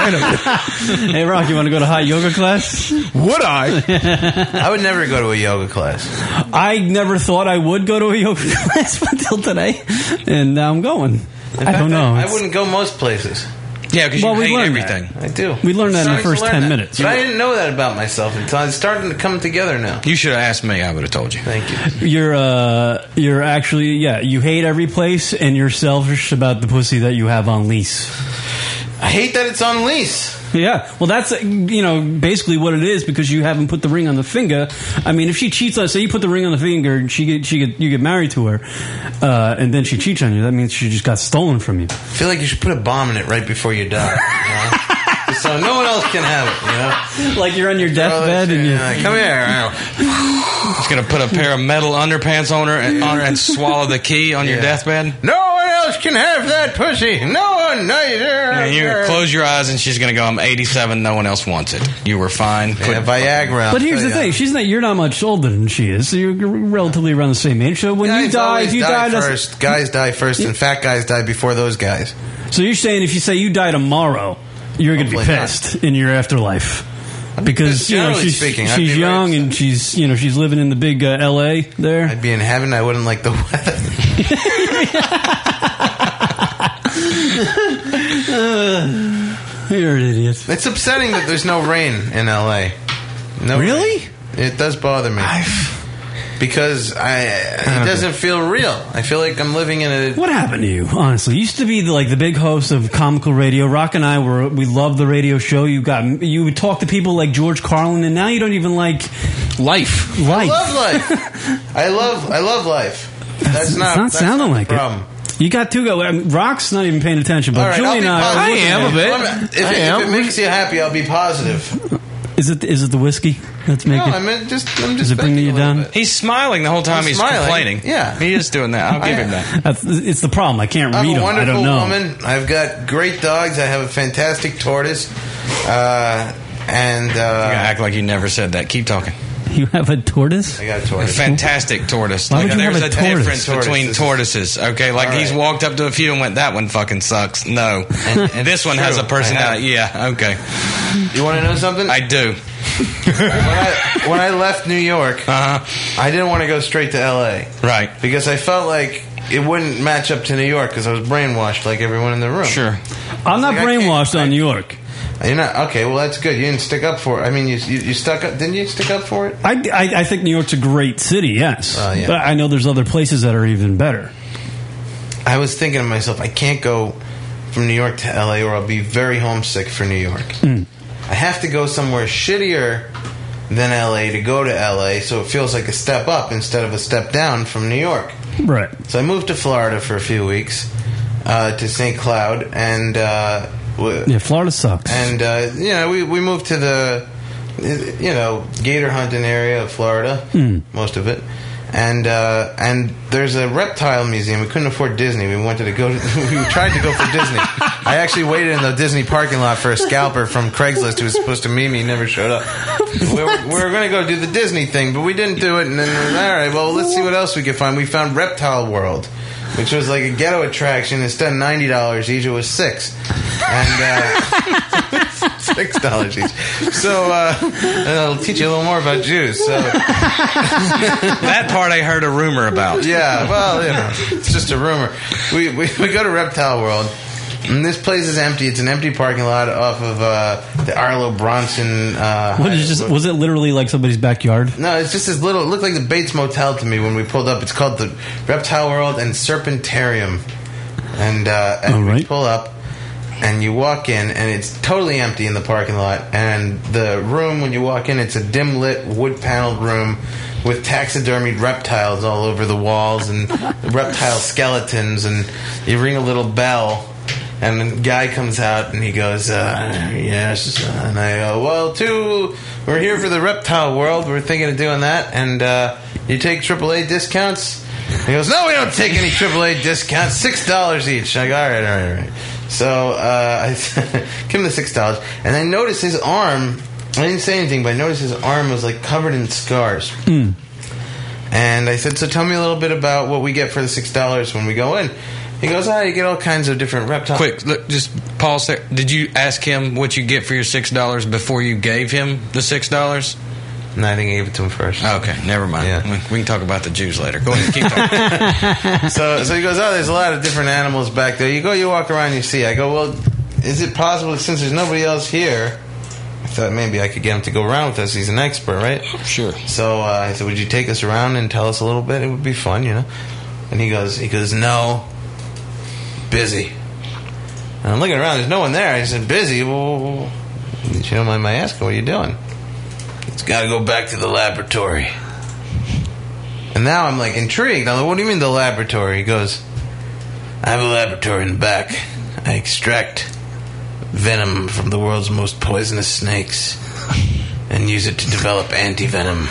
Speaker 16: wait a minute.
Speaker 10: hey, Rock, you want to go to hot yoga class?
Speaker 16: Would
Speaker 12: I? I would never go to a yoga class.
Speaker 10: I never thought I would go to a yoga class until today, and now I'm going. I don't know. Oh,
Speaker 12: I
Speaker 10: It's-
Speaker 12: wouldn't go most places.
Speaker 11: Yeah, 'cause
Speaker 10: Well, you we hate learned
Speaker 11: everything.
Speaker 12: I do.
Speaker 10: We learned that in the
Speaker 12: Starting to
Speaker 10: first
Speaker 12: learn
Speaker 10: 10
Speaker 12: that.
Speaker 10: minutes.
Speaker 12: But I didn't know that about myself until it's starting to come together now.
Speaker 11: You should have asked me. I would have told you.
Speaker 12: Thank you.
Speaker 10: You're uh, you're actually yeah. You hate every place, and you're selfish about the pussy that you have on lease.
Speaker 12: I hate that it's on lease.
Speaker 10: Yeah, well, that's uh, you know basically what it is because you haven't put the ring on the finger. I mean, if she cheats on, say you put the ring on the finger, and she get she get you get married to her, uh, and then she cheats on you. That means she just got stolen from you.
Speaker 12: I feel like you should put a bomb in it right before you die. you know? so no one else can have it. You know, Oh,
Speaker 10: like you're on your deathbed and you
Speaker 12: come here.
Speaker 11: He's gonna put a pair of metal underpants on her and, on her and swallow the key on your
Speaker 12: Yeah.
Speaker 11: deathbed.
Speaker 12: No one else can have that pussy. No one, neither.
Speaker 11: And you're gonna close your eyes, and she's gonna go, "I'm 87. No one else wants it. You were fine." Quit-
Speaker 12: Viagra.
Speaker 10: But here's the thing: she's not. You're not much older than she is. So you're relatively around the same age. So when you
Speaker 12: Guys
Speaker 10: die,
Speaker 12: always
Speaker 10: if you
Speaker 12: die,
Speaker 10: die, that's-
Speaker 12: first. Guys die first, and fat guys die before those guys.
Speaker 10: so you're saying if you say you die tomorrow, you're going to be
Speaker 12: Hopefully not.
Speaker 10: pissed in your afterlife because
Speaker 12: Just
Speaker 10: you know
Speaker 12: generally
Speaker 10: she's,
Speaker 12: speaking, I'd be
Speaker 10: she's
Speaker 12: very
Speaker 10: young and she's you know she's living in the big uh, L.A. there. I'd
Speaker 12: be in heaven. I wouldn't like the weather.
Speaker 10: You're an idiot.
Speaker 12: It's upsetting that there's no rain in LA. No
Speaker 10: really?
Speaker 12: It does bother me. because I, it doesn't feel real. I feel like I'm living in a
Speaker 10: What happened to you? Honestly, you used to be the, like the big host of comical radio. Rock and I were we loved the radio show. You got you would talk to people like George Carlin, and now you don't even like
Speaker 11: life.
Speaker 12: I
Speaker 10: Life.
Speaker 12: love life. I love I love life. That's,
Speaker 10: It's
Speaker 12: not,
Speaker 10: not,
Speaker 12: that's
Speaker 10: sounding
Speaker 12: not the
Speaker 10: like
Speaker 12: problem.
Speaker 10: it. You got two go. I mean, Rock's not even paying attention, but
Speaker 12: All right, I'll
Speaker 10: Julie
Speaker 12: be
Speaker 10: and uh, I.
Speaker 12: positive.
Speaker 10: are looking at it.
Speaker 12: I'm- If, it- if it makes you happy, I'll be positive.
Speaker 10: Is it is it the whiskey that's
Speaker 12: No,
Speaker 10: making?
Speaker 12: I mean just I'm
Speaker 10: is
Speaker 12: just
Speaker 10: it bringing you down?
Speaker 11: He's smiling the whole time.
Speaker 12: I'm
Speaker 11: he's
Speaker 12: smiling.
Speaker 11: complaining.
Speaker 12: Yeah.
Speaker 11: he is doing that. I'll give him that.
Speaker 10: That's, Uh, it's the problem. I can't
Speaker 12: I'm
Speaker 10: read
Speaker 12: a
Speaker 10: them. I
Speaker 12: wonderful
Speaker 10: don't know.
Speaker 12: woman. I've got great dogs. I have a fantastic tortoise. Uh, and uh,
Speaker 11: You're gonna act like you never said that. Keep talking.
Speaker 10: You have a tortoise.
Speaker 12: I got a
Speaker 11: A
Speaker 12: tortoise.
Speaker 11: fantastic tortoise.
Speaker 10: Why would you
Speaker 11: there's
Speaker 10: have a tortoise?
Speaker 11: difference
Speaker 10: Tortoise
Speaker 11: between
Speaker 10: is-
Speaker 11: tortoises. Okay, like he's walked up to a few and went, "That one fucking sucks." No,
Speaker 12: and
Speaker 11: this one
Speaker 12: true,
Speaker 11: has a
Speaker 12: I
Speaker 11: personality. Yeah, okay.
Speaker 12: You want to know something?
Speaker 11: I do.
Speaker 12: when I left New York, I didn't want to go straight to LA.
Speaker 11: Uh-huh. Right.
Speaker 12: Because I felt like it wouldn't match up to New York because I was brainwashed like everyone in the room.
Speaker 11: Sure.
Speaker 10: I'm not
Speaker 12: Like, I can't-
Speaker 10: brainwashed on New York.
Speaker 12: You're not okay. Well, that's good. You didn't stick up for it. I mean, you you, you stuck up. Didn't you stick up for it?
Speaker 10: I, I, I think New York's a great city. Yes,
Speaker 12: Oh, yeah.
Speaker 10: but I know there's other places that are even better.
Speaker 12: I was thinking to myself, I can't go from New York to LA, or I'll be very homesick for New York. I have to go somewhere shittier than LA to go to LA, so it feels like a step up instead of a step down from New York.
Speaker 10: Right.
Speaker 12: So I moved to Florida for a few weeks uh, to St. Cloud, and uh, w-
Speaker 10: Yeah, Florida sucks.
Speaker 12: and uh, you know we we moved to the you know gator hunting area of Florida,
Speaker 10: Hmm.
Speaker 12: most of it. And uh, and there's a reptile museum. We couldn't afford Disney. We wanted to go. To, we tried to go for Disney. I actually waited in the Disney parking lot for a scalper from Craigslist who was supposed to meet me. He never showed up. We were, we were going to go do the Disney thing, but we didn't do it. And then all right, well let's see what else we could find. We found Reptile World, which was like a ghetto attraction. Instead of ninety dollars each, it was six. And uh, six dollars each. So uh, it'll teach you a little more about Jews. So
Speaker 11: that part I heard a rumor about.
Speaker 12: Yeah, well, you know, it's just a rumor. We we, we go to Reptile World. And this place is empty. It's an empty parking lot off of uh, the Arlo Bronson. Uh,
Speaker 2: What is just, was it literally like somebody's backyard?
Speaker 12: No, it's just this little. It looked like the Bates Motel to me when we pulled up. It's called the Reptile World and Serpentarium. And, uh, and we pull up, and you walk in, and it's totally empty in the parking lot. And the room when you walk in, it's a dim lit wood paneled room with taxidermied reptiles all over the walls and reptile skeletons. And you ring a little bell. And the guy comes out and he goes, uh, "Yes." And I go, "Well, too, we're here for the reptile world. We're thinking of doing that." And uh, you take AAA discounts. He goes, "No, we don't take any AAA discounts. Six dollars each." I go, "All right, all right, all right." So uh, I give him the six dollars, and I notice his arm. I didn't say anything, but I noticed his arm was like covered in scars. And I said, "So tell me a little bit about what we get for the six dollars when we go in." He goes, "Ah, you get all kinds of different reptiles."
Speaker 11: Quick, look, just pause there. Did you ask him what you get for your six dollars before you gave him the six dollars? Oh,
Speaker 12: No, I think I gave it to him first.
Speaker 11: Okay, never mind. We, we can talk about the Jews later. Go ahead, keep talking.
Speaker 12: so, so he goes, oh, there's a lot of different animals back there. You go, you walk around, you see. I go, well, is it possible since there's nobody else here? I thought maybe I could get him to go around with us. He's an expert, right?
Speaker 11: Sure.
Speaker 12: So uh, I said, would you take us around and tell us a little bit? It would be fun, you know. And he goes, he goes, no, busy. And I'm looking around. There's no one there. I said, busy. Well, if you don't mind my asking, what are you doing? It's got to go back to the laboratory. And now I'm like intrigued. I'm like, what do you mean the laboratory? He goes, I have a laboratory in the back. I extract venom from the world's most poisonous snakes and use it to develop anti venom.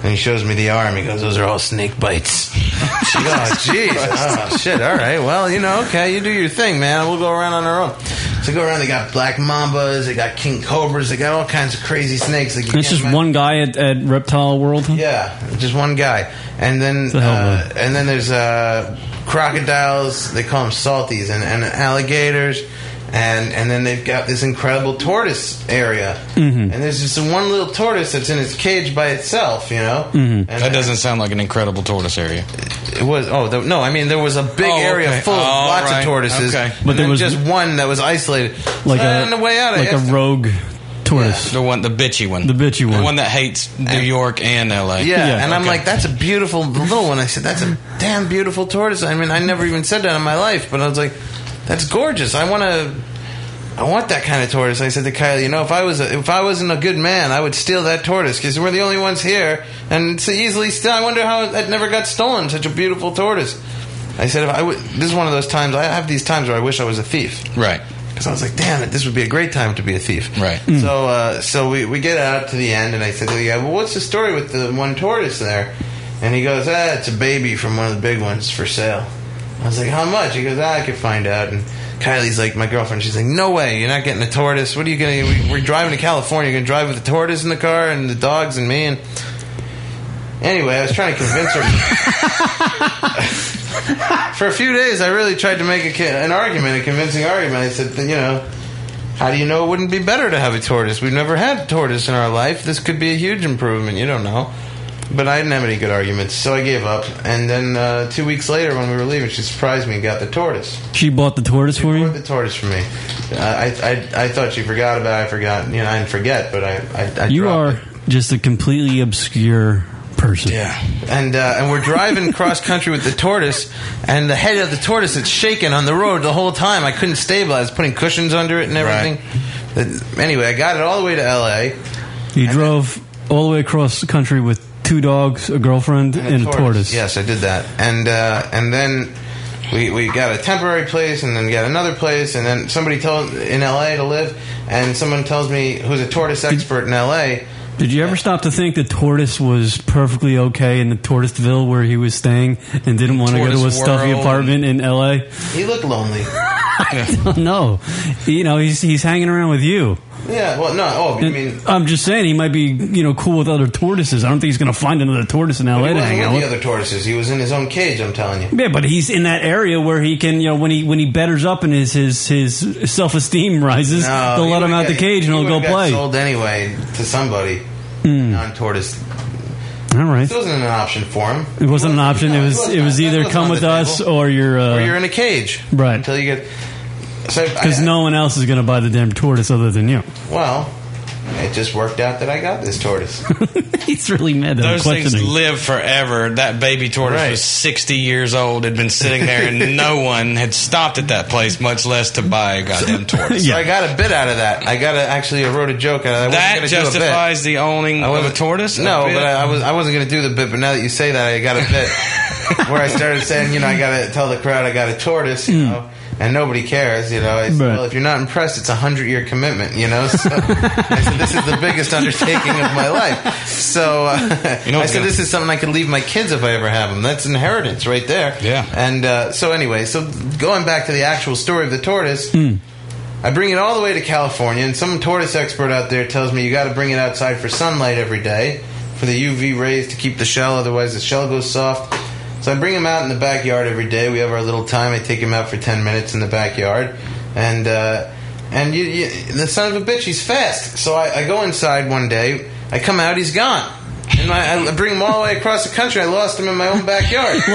Speaker 12: And he shows me the arm. He goes, Those are all snake bites. She goes, Oh, jeez. Oh, shit. All right. Well, you know, okay. You do your thing, man. We'll go around on our own. So go around. They got black mambas. They got king cobras. They got all kinds of crazy snakes. Like, you
Speaker 2: It's
Speaker 12: can't
Speaker 2: just one guy at, at Reptile World.
Speaker 12: Yeah, just one guy, and then
Speaker 2: a hell of
Speaker 12: uh, and then there's uh, crocodiles. They call them salties, and, and alligators, and and then they've got this incredible tortoise area,
Speaker 11: Mhm.
Speaker 12: and there's just one little tortoise that's in its cage by itself. You know,
Speaker 11: that doesn't sound like an incredible tortoise area.
Speaker 12: It was. Oh th- no, I mean there was a big
Speaker 11: Oh,
Speaker 12: area
Speaker 11: okay.
Speaker 12: full of
Speaker 11: All
Speaker 12: lots
Speaker 11: right.
Speaker 12: of tortoises,
Speaker 11: Okay.
Speaker 12: but there was just one that was isolated.
Speaker 11: Like
Speaker 12: so
Speaker 11: a-
Speaker 12: Uh, on the way out, I
Speaker 11: like a
Speaker 12: asked him-
Speaker 2: rogue tortoise.
Speaker 11: The one, the bitchy one, the
Speaker 2: bitchy one,
Speaker 11: the one that hates New York and L.A.
Speaker 12: Yeah, and I'm
Speaker 11: Okay.
Speaker 12: like, that's a beautiful little one. I said, that's a damn beautiful tortoise. I mean, I never even said that in my life, but I was like, that's gorgeous. I want to, I want that kind of tortoise. I said to Kylie, you know, if I was a, if I wasn't a good man, I would steal that tortoise because we're the only ones here, and it's easily still. I wonder how that never got stolen. Such a beautiful tortoise. I said, if I would, this is one of those times. I have these times where I wish I was a thief.
Speaker 11: right.
Speaker 12: Because I was like, damn it, this would be a great time to be a thief. Right. So uh, so we, we get out to the end, and I said to the guy, well, what's the story with the one tortoise there? And he goes, ah, it's a baby from one of the big ones for sale. I was like, how much? He goes, ah, I could find out. And Kylie's like, my girlfriend, she's like, no way, you're not getting a tortoise. What are you going to, we're driving to California, you're going to drive with a tortoise in the car and the dogs and me. And anyway, I was trying to convince her. for a few days, I really tried to make a, ca- an argument, a convincing argument. I said, you know, how do you know it wouldn't be better to have a tortoise? We've never had a tortoise in our life. This could be a huge improvement. You don't know. But I didn't have any good arguments, so I gave up. And then uh, two weeks later, when we were leaving, she surprised me and got the tortoise.
Speaker 2: She bought the tortoise for you.
Speaker 12: The tortoise for me. Uh, I, I I thought she forgot about. it. I forgot. You know, I didn't forget, but I I, I
Speaker 2: You
Speaker 12: dropped
Speaker 2: are
Speaker 12: it.
Speaker 2: just a completely obscure person.
Speaker 12: Yeah. and uh, and we're driving cross country with the tortoise, and the head of the tortoise it's shaking on the road the whole time. I couldn't stabilize, putting cushions under it and everything. But Anyway, I got it all the way to L.A.
Speaker 2: You drove all the way across the country with two dogs, a girlfriend, and, a tortoise.
Speaker 12: Yes, I did that, and uh, and then we we got a temporary place, and then got another place, and then somebody told in L.A. to live, and someone tells me who's a tortoise expert in L.A.
Speaker 2: Did you ever stop to think the tortoise was perfectly okay in the tortoiseville where he was staying and didn't want to go to a
Speaker 12: Tortoise
Speaker 2: stuffy
Speaker 12: world.
Speaker 2: apartment in LA?
Speaker 12: He looked lonely.
Speaker 2: no, you know he's he's hanging around with you.
Speaker 12: Yeah, well, no, oh, you mean
Speaker 2: I'm just saying he might be you know cool with other tortoises. I don't think he's going to find another tortoise in
Speaker 12: he
Speaker 2: LA to
Speaker 12: wasn't
Speaker 2: hang
Speaker 12: with
Speaker 2: out
Speaker 12: the
Speaker 2: with.
Speaker 12: other tortoises. He was in his own cage. I'm telling you.
Speaker 2: Yeah, but he's in that area where he can, you know, when he when he betters up and his his, his self esteem rises,
Speaker 12: No,
Speaker 2: they'll
Speaker 12: he
Speaker 2: let him out
Speaker 12: would've
Speaker 2: the
Speaker 12: got-
Speaker 2: cage and
Speaker 12: he
Speaker 2: he'll go
Speaker 12: would've got
Speaker 2: play. Hmm.
Speaker 12: Sold anyway to somebody. Non tortoise.
Speaker 2: All right,
Speaker 12: This wasn't an option for him.
Speaker 2: it wasn't an option. It was it was either
Speaker 12: wasn't
Speaker 2: come
Speaker 12: on
Speaker 2: with
Speaker 12: the
Speaker 2: us or you're uh,
Speaker 12: or you're in a cage,
Speaker 2: Right.
Speaker 12: Until you get.
Speaker 14: Because no one else is going to buy the damn tortoise other than you.
Speaker 12: Well, it just worked out that I got this tortoise.
Speaker 14: He's really mad that I'm
Speaker 11: Those things
Speaker 14: questioning.
Speaker 11: live forever. That baby tortoise was 60 years old, had been sitting there, and no one had stopped at that place, much less to buy a goddamn tortoise.
Speaker 12: So I got a bit out of that. I got a, actually I wrote a joke out of that. I
Speaker 11: That
Speaker 12: wasn't gonna do a bit.
Speaker 11: justifies the owning
Speaker 12: I
Speaker 11: of a
Speaker 12: wasn't-
Speaker 11: tortoise?
Speaker 12: No,
Speaker 11: A bit?
Speaker 12: but I, I was I wasn't going to do the bit. But now that you say that, I got a bit where I started saying, you know, I got to tell the crowd I got a tortoise, you
Speaker 11: Hmm.
Speaker 12: know, and nobody cares, you know. I said,
Speaker 14: Right.
Speaker 12: well, if you're not impressed, it's a hundred year commitment, you know. So I said, this is the biggest undertaking of my life. So uh,
Speaker 11: You know
Speaker 12: I
Speaker 11: what's
Speaker 12: said,
Speaker 11: gonna-
Speaker 12: this is something I could leave my kids if I ever have them. That's inheritance right there. Yeah. And uh, so anyway, so going back to the actual story of the tortoise.
Speaker 11: Hmm.
Speaker 12: I bring it all the way to California, and some tortoise expert out there tells me you got to bring it outside for sunlight every day for the UV rays to keep the shell, otherwise, the shell goes soft. So I bring him out in the backyard every day. We have our little time. I take him out for 10 minutes in the backyard, and uh, and you, you, the son of a bitch, he's fast. So I, I go inside one day. I come out, he's gone. And I, I bring him all the way across the country. I lost him in my own backyard.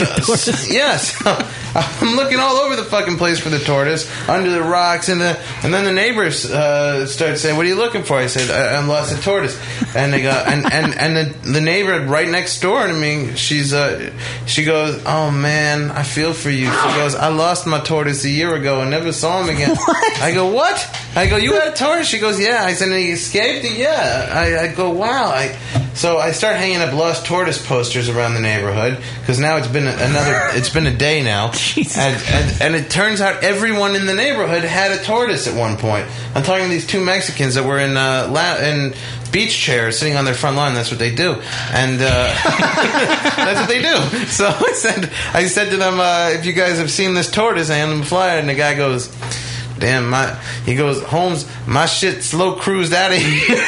Speaker 12: Yes, I'm looking all over the fucking place for the tortoise, under the rocks, and the and then the neighbors uh, start saying, "What are you looking for?" I said, I, "I'm lost a tortoise," and they go, and and and the, the neighbor right next door to me, she's uh, she goes, "Oh man, I feel for you." She goes, "I lost my tortoise a year ago and never saw him again." I go, "What?" I go, "You had a tortoise?" She goes, "Yeah." I said, "And he escaped it?" Yeah. I, I go, "Wow." I so I start hanging up lost tortoise posters around the neighborhood because now it's been another. It's been a day now, and, and and it turns out everyone in the neighborhood had a tortoise at one point. I'm talking to these two Mexicans that were in uh, la- in beach chairs sitting on their front lawn. That's what they do, and uh, that's what they do. So I said, I said to them, uh, if you guys have seen this tortoise, I hand them a flyer, and the guy goes. Damn, my he goes, Holmes, my shit slow cruised out of here.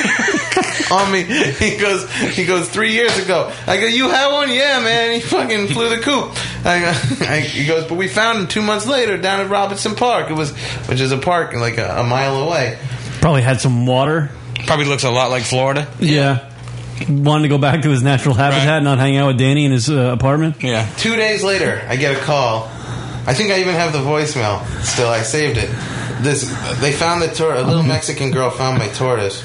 Speaker 12: on me. He goes, he goes three years ago. I go, you had one? Yeah, man. He fucking flew the coop. I, go- I, he goes, but we found him two months later down at Robinson Park. It was, which is a park like a, a mile away.
Speaker 14: Probably had some water.
Speaker 11: Probably looks a lot like Florida.
Speaker 14: Yeah. Wanted to go back to his natural habitat, not hang out with Danny in his uh, apartment.
Speaker 11: Yeah.
Speaker 12: Two days later, I get a call. I think I even have the voicemail still. I saved it. This they found the tortoise. A little
Speaker 14: Mm-hmm.
Speaker 12: Mexican girl found my tortoise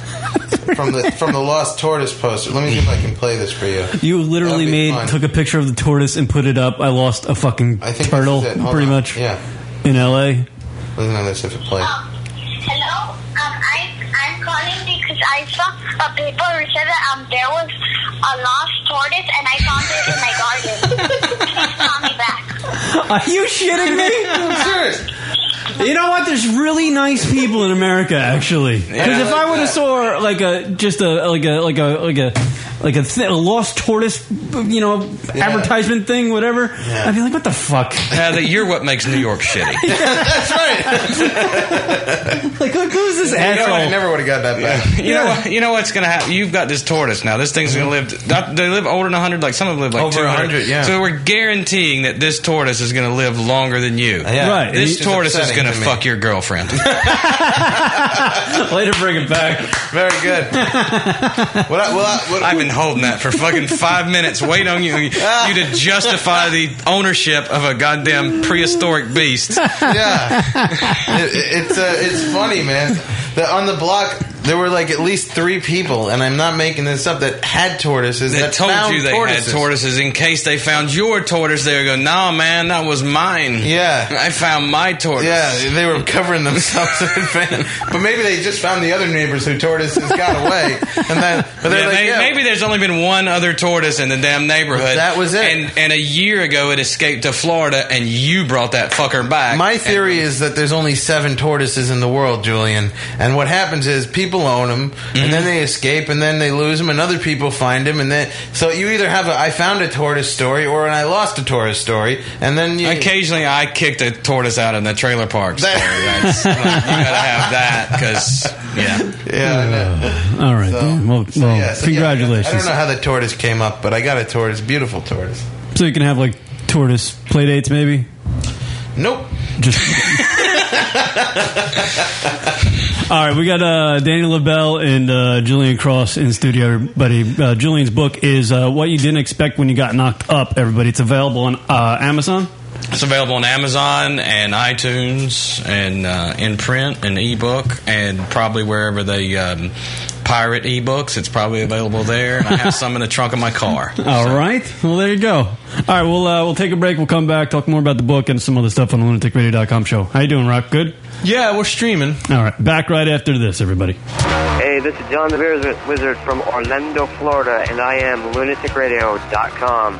Speaker 12: from the from the lost tortoise poster. Let me see if I can play this for you.
Speaker 14: You literally made took a picture of the tortoise and put it up. I lost a fucking
Speaker 12: I think
Speaker 14: turtle,
Speaker 12: this is it. Hold
Speaker 14: pretty
Speaker 12: on.
Speaker 14: much.
Speaker 12: Yeah.
Speaker 14: In L.A.
Speaker 12: Listen to this if it plays.
Speaker 17: Oh, Hello, um, I, I'm calling because I saw a paper which said that um, there was a lost tortoise and I found it in my garden. Please call me back.
Speaker 14: Are you shitting me? You know what? There's really nice people in America, actually. Because
Speaker 10: Yeah, I
Speaker 14: if
Speaker 10: like
Speaker 14: I would have saw like a just a like a like a like a like a, thi- a lost tortoise, you know, advertisement thing, whatever, I'd be like, what the fuck?
Speaker 11: Now that you're what makes New York shitty.
Speaker 12: That's
Speaker 14: right. like, look who's this asshole?
Speaker 12: I never would have got that back.
Speaker 11: You know, what, you know what's going to happen. You've got this tortoise now. This thing's going to live. not- They live older than 100. Like some of them live like
Speaker 12: Over
Speaker 11: 200.
Speaker 12: 100, yeah.
Speaker 11: So we're guaranteeing that this tortoise is going to live longer than you.
Speaker 12: Yeah. Right.
Speaker 11: This
Speaker 12: It's
Speaker 11: tortoise is
Speaker 12: upsetting
Speaker 11: going to
Speaker 12: to me.
Speaker 11: fuck your girlfriend.
Speaker 14: Later, bring it back.
Speaker 12: Very good. what I, well, I,
Speaker 11: have been holding that for fucking five minutes. Wait on you, you to justify the ownership of a goddamn prehistoric beast.
Speaker 12: yeah, it, it's uh, it's funny, man. The, on the block, there were like at least three people, and I'm not making this up. That had tortoises.
Speaker 11: That told
Speaker 12: found
Speaker 11: you they
Speaker 12: tortoises.
Speaker 11: had tortoises in case they found your tortoise. They would go, "Nah, man, that was mine.
Speaker 12: Yeah,
Speaker 11: I found my tortoise.
Speaker 12: Yeah, they were covering themselves in advance, but maybe they just found the other neighbors who tortoises got away, and then but they're
Speaker 11: Yeah,
Speaker 12: like,
Speaker 11: may-
Speaker 12: yeah,
Speaker 11: Maybe there's only been one other tortoise in the damn neighborhood.
Speaker 12: That was it.
Speaker 11: And, and a year ago, it escaped to Florida, and you brought that fucker back.
Speaker 12: My theory is that there's only seven tortoises in the world, Julian. And what happens is people own them, and then they escape, and then they lose them, and other people find them, and then so you either have a I found a tortoise story or an I lost a tortoise story, and then you
Speaker 11: Occasionally, I kicked a tortoise out in the trailer park. Story. That's, you gotta have that because yeah,
Speaker 12: yeah. I know.
Speaker 14: All right. then. well, well
Speaker 12: Yeah, so, yeah,
Speaker 14: congratulations.
Speaker 12: I don't know how the tortoise came up, but I got a tortoise, beautiful tortoise.
Speaker 14: so you can have like tortoise play dates, maybe.
Speaker 12: Nope.
Speaker 14: All right, we got uh, Danny LaBelle and uh, Julian Cross in studio, everybody. Uh, Julian's book is uh, What You Didn't Expect When You Got Knocked Up, everybody. It's available on uh, Amazon.
Speaker 18: It's available on Amazon and iTunes and uh, in print and ebook and probably wherever they um, pirate ebooks. It's probably available there. And I have some in the trunk of my car.
Speaker 19: All right. Well, there you go. All right. We'll uh, we'll take a break. We'll come back, talk more about the book and some other stuff on the lunaticradio.com show. How you doing, Rock? Good.
Speaker 12: Yeah, we're streaming.
Speaker 19: All right. Back right after this, everybody.
Speaker 6: Hey, this is John the Bears Wizard from Orlando, Florida, and I am lunaticradio.com.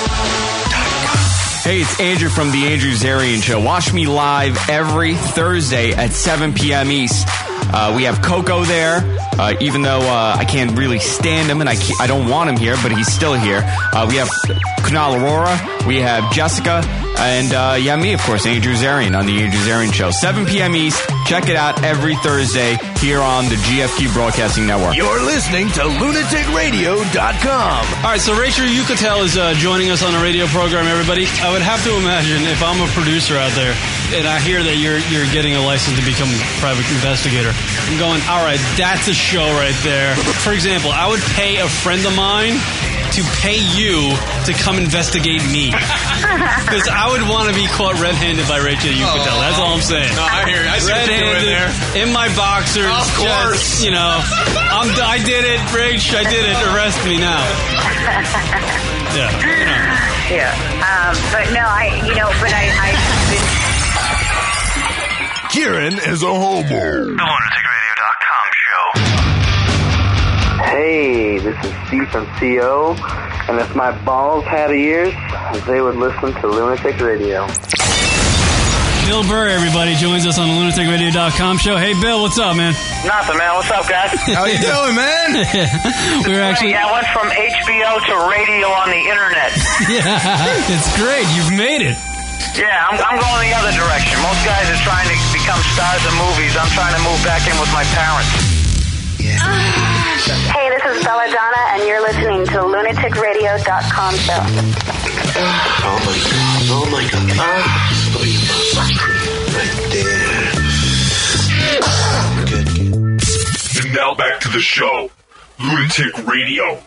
Speaker 11: Hey, it's Andrew from The Andrew Zarian Show. Watch me live every Thursday at 7 p.m. East. Uh, we have Coco there, uh, even though uh, I can't really stand him and I, can't- I don't want him here, but he's still here. Uh, we have Kunal Aurora, we have Jessica, and uh, yeah, me, of course, Andrew Zarian on The Andrew Zarian Show. 7 p.m. East. Check it out every Thursday here on the GFQ Broadcasting Network.
Speaker 20: You're listening to lunaticradio.com.
Speaker 21: All right, so Rachel Yucatel is uh, joining us on a radio program. Everybody, I would have to imagine if I'm a producer out there and I hear that you're you're getting a license to become a private investigator, I'm going, all right, that's a show right there. For example, I would pay a friend of mine to pay you to come investigate me because I would want to be caught red-handed by Rachel Yucatel. That's all I'm saying.
Speaker 12: No, I hear you. I see what you're doing
Speaker 21: Red-handed,
Speaker 12: there.
Speaker 21: in my boxers.
Speaker 12: Of
Speaker 21: just,
Speaker 12: course.
Speaker 21: you know, I'm, I did it, Rach. I did it. Arrest me now. Yeah. You know.
Speaker 2: Yeah. Um, but no, I, you know, but I, I
Speaker 20: Kieran is a homo.
Speaker 3: lunaticradio.com show.
Speaker 6: Hey, this is C from CO, and if my balls had ears, they would listen to Lunatic Radio.
Speaker 19: Bill Burr, everybody, joins us on the lunaticradio.com show. Hey, Bill, what's up, man?
Speaker 3: Nothing, man. What's up, guys?
Speaker 19: How you doing, man? we were actually.
Speaker 3: Yeah, I went from HBO to radio on the internet.
Speaker 19: Yeah, it's great. You've made it.
Speaker 3: Yeah, I'm, I'm going the other direction. Most guys are trying to become stars in movies. I'm trying to move back in with my parents.
Speaker 5: Hey, this is Belladonna, and you're listening to lunaticradio.com show.
Speaker 22: Oh my god, oh my god. Ah, look at you. right there.
Speaker 23: And now back to the show. LunaticRadio.com.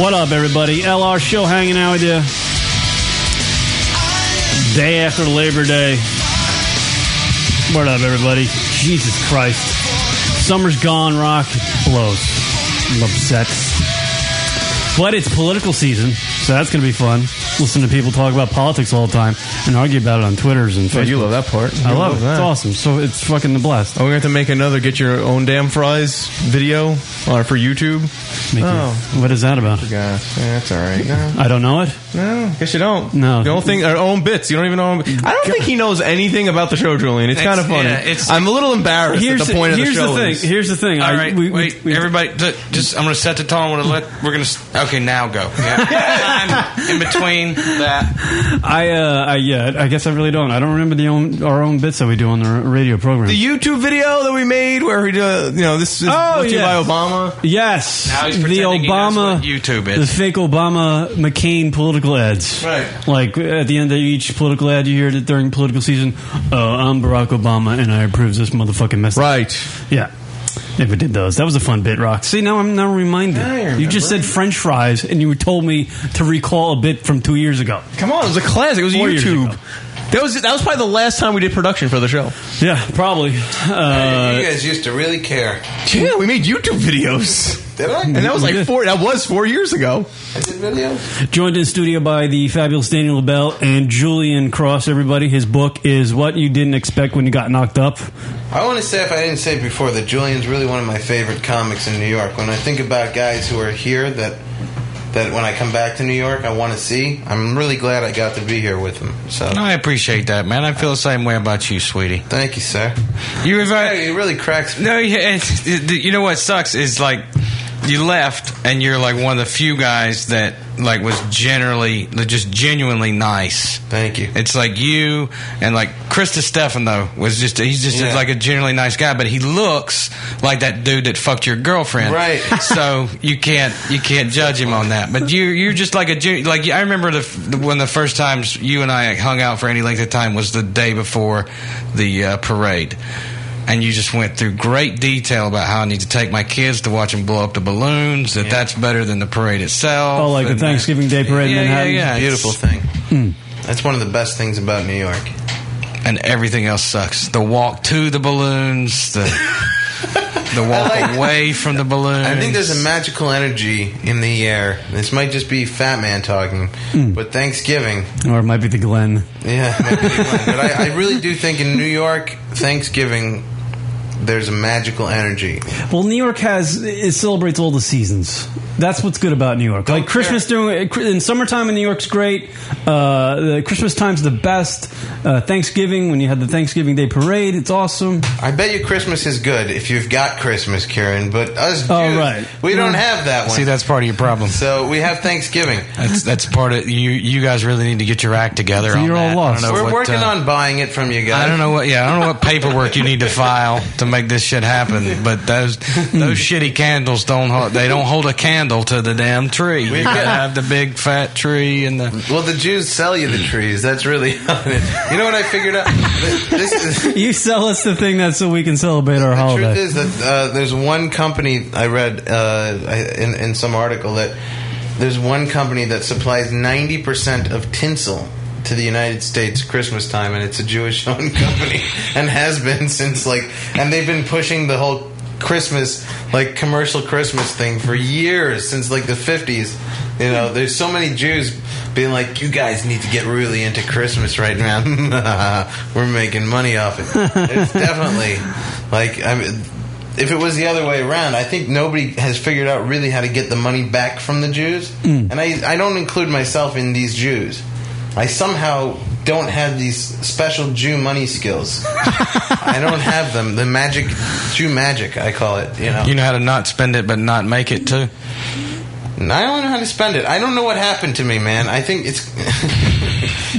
Speaker 10: What up, everybody? LR Show hanging out with you. Day after Labor Day. What up, everybody? Jesus Christ. Summer's gone, rock. It blows. I'm upset. But it's political season, so that's going to be fun. Listen to people talk about politics all the time and argue about it on Twitters and
Speaker 12: Man,
Speaker 10: Facebook.
Speaker 12: Oh, you love that part.
Speaker 10: I
Speaker 12: You
Speaker 10: love it.
Speaker 12: that.
Speaker 10: It's awesome. So it's fucking the blast.
Speaker 12: Oh, we're going to have to make another get your own damn fries video uh, for YouTube.
Speaker 10: Make
Speaker 12: Oh.
Speaker 10: your- what is that about?
Speaker 12: Gosh, yeah, that's all right. No.
Speaker 10: I don't know it.
Speaker 12: No, guess you don't.
Speaker 10: No.
Speaker 12: The whole thing, our own bits. You don't even know. I don't think he knows anything about the show, Julian. It's,
Speaker 18: It's-
Speaker 12: kind of funny.
Speaker 18: yeah, it's-
Speaker 12: I'm a little embarrassed at the point of the show. is.
Speaker 18: All right, wait, everybody, th- just I'm going to set the tone. We're going to. We're going to. Okay, now go. Yeah. I'm in between that.
Speaker 10: I, uh, I yeah, I guess I really don't. I don't remember the own, our own bits that we do on the r- radio program.
Speaker 12: The YouTube video that we made where he, uh, you know, this is brought to you by Obama.
Speaker 10: Yes,
Speaker 12: Now he's
Speaker 10: Oh, the
Speaker 12: pretending he knows
Speaker 10: Obama
Speaker 12: what YouTube
Speaker 10: the
Speaker 12: is.
Speaker 10: fake Obama McCain political ads.
Speaker 12: Right.
Speaker 10: like at the end of each political ad, you hear that during political season. Oh, I'm Barack Obama, and I approve this motherfucking message.
Speaker 12: Right.
Speaker 10: Yeah. Yeah, we did those. That was a fun bit, Rock. See, now I'm now reminded. You just said French fries, and you told me to recall a bit from two years ago.
Speaker 12: Come on, it was a classic. It was
Speaker 10: Four years
Speaker 12: YouTube.
Speaker 10: ago. That was that was probably the last time we did production for the show.
Speaker 2: Yeah, probably.
Speaker 10: Uh,
Speaker 12: you guys used to really care.
Speaker 10: yeah, we made YouTube videos.
Speaker 12: Did I?
Speaker 10: And that was like four. That was four years ago.
Speaker 12: I did videos.
Speaker 2: Joined in studio by the fabulous Daniel LaBelle and Julian Cross, everybody. His book is What You Didn't Expect When You Got Knocked Up.
Speaker 12: I want to say, if I didn't say it before, that Julian's really one of my favorite comics in New York. When I think about guys who are here that that when I come back to New York, I want to see. I'm really glad I got to be here with him. So
Speaker 11: I appreciate that, man. I feel the same way about you, sweetie.
Speaker 12: Thank you, sir.
Speaker 11: You invite,
Speaker 12: it really cracks.
Speaker 11: No, yeah, it's, it, you know what sucks is like you left and you're like one of the few guys that like was generally like, just genuinely nice.
Speaker 12: Thank you.
Speaker 11: It's like you and like Chris Stefano was just he's just
Speaker 12: Yeah.
Speaker 11: like a generally nice guy, but he looks like that dude that fucked your girlfriend.
Speaker 12: Right.
Speaker 11: so you can't you can't judge him on that. But you you're just like a gen- like I remember the, f- the when the first times you and I hung out for any length of time was the day before the uh, parade. And you just went through great detail about how I need to take my kids to watch them blow up the balloons. That that's better than the parade itself.
Speaker 2: Oh, like the
Speaker 11: and-
Speaker 2: Thanksgiving Day Parade in
Speaker 11: Yeah, yeah,
Speaker 2: Manhattan.
Speaker 11: yeah.
Speaker 12: Beautiful
Speaker 11: It's- Hmm.
Speaker 12: thing. That's one of the best things about New York.
Speaker 11: and everything else sucks. The walk to the balloons, the the walk
Speaker 12: I like-
Speaker 11: away from the balloons.
Speaker 12: I think there's a magical energy in the air. This might just be Fat Man talking,
Speaker 11: Hmm.
Speaker 12: but Thanksgiving,
Speaker 2: Or it might be the Glen.
Speaker 12: yeah, might be the one. but I, I really do think in New York, Thanksgiving, there's a magical energy.
Speaker 2: Well, New York has it celebrates all the seasons. That's what's good about New York.
Speaker 11: Oh,
Speaker 2: Like Christmas during in summertime in New York's great. Uh, the Christmas time's the best. Uh, Thanksgiving when you had the Thanksgiving Day parade, it's awesome.
Speaker 12: I bet you Christmas is good if you've got Christmas, Karen. But us,
Speaker 2: Oh,
Speaker 12: Jews,
Speaker 2: right.
Speaker 12: we don't have that one.
Speaker 11: See, that's part of your problem.
Speaker 12: so we have Thanksgiving.
Speaker 11: That's that's part of you. You guys really need to get your act together. on
Speaker 2: You're all
Speaker 11: that.
Speaker 2: lost.
Speaker 11: I don't know
Speaker 12: We're
Speaker 11: what,
Speaker 12: working
Speaker 11: uh,
Speaker 12: on buying it from you guys.
Speaker 11: I don't know what. Yeah, I don't know what paperwork you need to file to make this shit happen. But those those shitty candles don't. hold They don't hold a candle to the damn tree. You gotta have the big fat tree and the.
Speaker 12: Well, the Jews sell you the trees. That's really on it. You know what I figured out? This- This is.
Speaker 2: You sell us the thing that's so we can celebrate our
Speaker 12: truth
Speaker 2: holiday.
Speaker 12: is that uh, there's one company I read uh, I- in, in some article that there's one company that supplies 90% of tinsel to the United States Christmas time, and it's a Jewish owned company and has been since like, and they've been pushing the whole Christmas, like commercial Christmas thing for years, since like the 50s. You know, there's so many Jews being like, you guys need to get really into Christmas right now. We're making money off it. It's definitely like, I mean, if it was the other way around, I think nobody has figured out really how to get the money back from the Jews. And I, I don't include myself in these Jews. I somehow don't have these special Jew money skills. I don't have them. The magic, Jew magic, I call it. You know,
Speaker 11: You know how to not spend it, but not make it too.
Speaker 12: And I don't know how to spend it. I don't know what happened to me, man. I think it's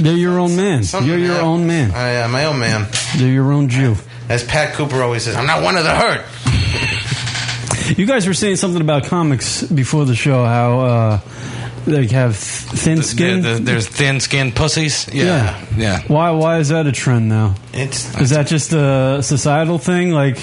Speaker 2: They're your own man.
Speaker 12: something
Speaker 2: You're your
Speaker 12: happened.
Speaker 2: own man.
Speaker 12: I am my own man.
Speaker 2: They're your own Jew.
Speaker 12: As Pat Cooper always says, I'm not one of the herd.
Speaker 2: You guys were saying something about comics before the show. How uh, they have thin skin.
Speaker 11: The- the- there's thin skinned pussies. Yeah. yeah.
Speaker 2: Why? Why is that a trend now?
Speaker 12: It's
Speaker 2: Is that just a societal thing? Like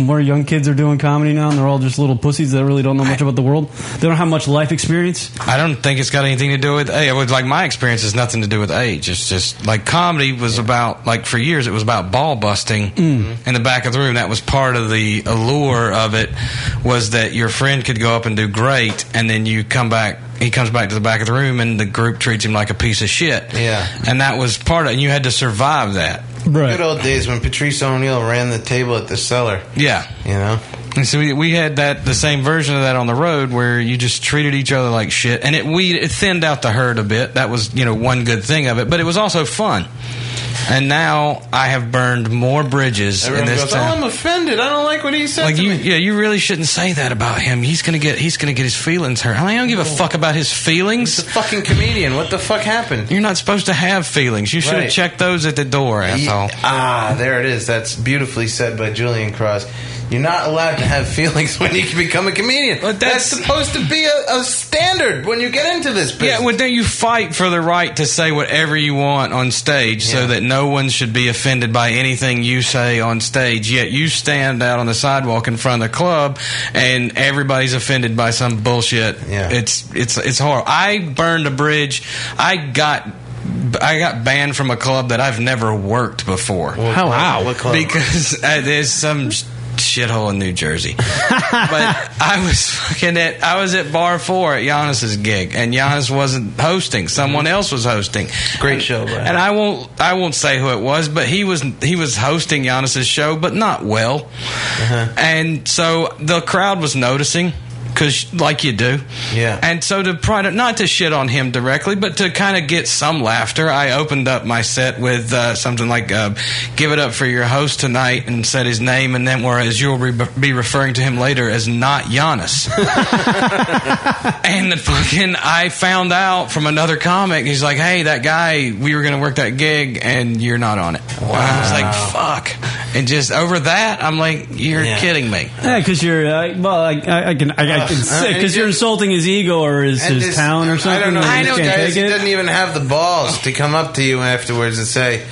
Speaker 2: more young kids are doing comedy now, and they're all just little pussies that really don't know much about the world. They don't have much life experience.
Speaker 11: I don't think it's got anything to do with age. With like my experience has nothing to do with age. It's just like comedy was about like for years it was about ball busting in the back of the room. That was part of the allure of it was that your friend could go up and do great, and then you come back. He comes back to the back of the room, and the group treats him like a piece of shit.
Speaker 12: Yeah.
Speaker 11: and that was part of. And you had to survive that.
Speaker 2: Right.
Speaker 12: Good old days when Patrice O'Neill ran the table at the cellar.
Speaker 11: Yeah.
Speaker 12: You know,
Speaker 11: And so we, we had that the same version of that on the road where you just treated each other like shit, and it we it thinned out the herd a bit. That was you know one good thing of it, but it was also fun. And now I have burned more bridges
Speaker 12: everyone
Speaker 11: in this
Speaker 12: goes, "Oh,
Speaker 11: town.
Speaker 12: I'm offended. I don't like what he said
Speaker 11: like
Speaker 12: to
Speaker 11: you,
Speaker 12: me."
Speaker 11: yeah, you really shouldn't say that about him. He's gonna get he's gonna get his feelings hurt. I, mean, I don't give a fuck about his
Speaker 12: He's
Speaker 11: feelings.
Speaker 12: a fucking comedian. What the fuck happened?
Speaker 11: You're not supposed to have feelings. You should have
Speaker 12: Right.
Speaker 11: checked those at the door, asshole.
Speaker 12: Ye- Ah, there it is. That's beautifully said by Julian Cross. You're not allowed to have feelings when you become a comedian.
Speaker 11: But that's-
Speaker 12: that's, supposed to be a, a standard when you get into this business.
Speaker 11: Yeah, well, don't you fight for the right to say whatever you want on stage so that no one should be offended by anything you say on stage? Yet you stand out on the sidewalk in front of the club and everybody's offended by some bullshit.
Speaker 12: Yeah.
Speaker 11: It's it's it's horrible. I burned a bridge. I got I got banned from a club that I've never worked before.
Speaker 12: How? Wow. What club?
Speaker 11: Because uh, there's some sh- shithole in New Jersey. but I was fucking at I was at bar four at Giannis's gig, and Giannis wasn't hosting. Someone else was hosting.
Speaker 12: Great show, bro.
Speaker 11: And I won't I won't say who it was, but he was he was hosting Giannis's show, but not well.
Speaker 12: Uh-huh.
Speaker 11: And so the crowd was noticing. Cause like you do,
Speaker 12: Yeah.
Speaker 11: And so to try to not to shit on him directly, but to kind of get some laughter, I opened up my set with uh, something like uh, "Give it up for your host tonight" and said his name, and then whereas you'll re- be referring to him later as not Giannis. and the fucking I found out from another comic. He's like, "Hey, that guy, we were gonna work that gig, and you're not on it." Wow. I was like, "Fuck!" And just over that, I'm like, "You're
Speaker 14: Yeah.
Speaker 11: kidding me."
Speaker 2: Yeah, because you're uh, well. I, I, I can I, I can
Speaker 12: Uh,
Speaker 2: because you're insulting his ego or his,
Speaker 12: And
Speaker 2: his
Speaker 12: this-
Speaker 2: town or something.
Speaker 12: I don't know.
Speaker 2: and he
Speaker 12: I know,
Speaker 2: just can't
Speaker 12: guys.
Speaker 2: take
Speaker 12: He
Speaker 2: it.
Speaker 12: doesn't e- even have the balls to come up to you afterwards and say,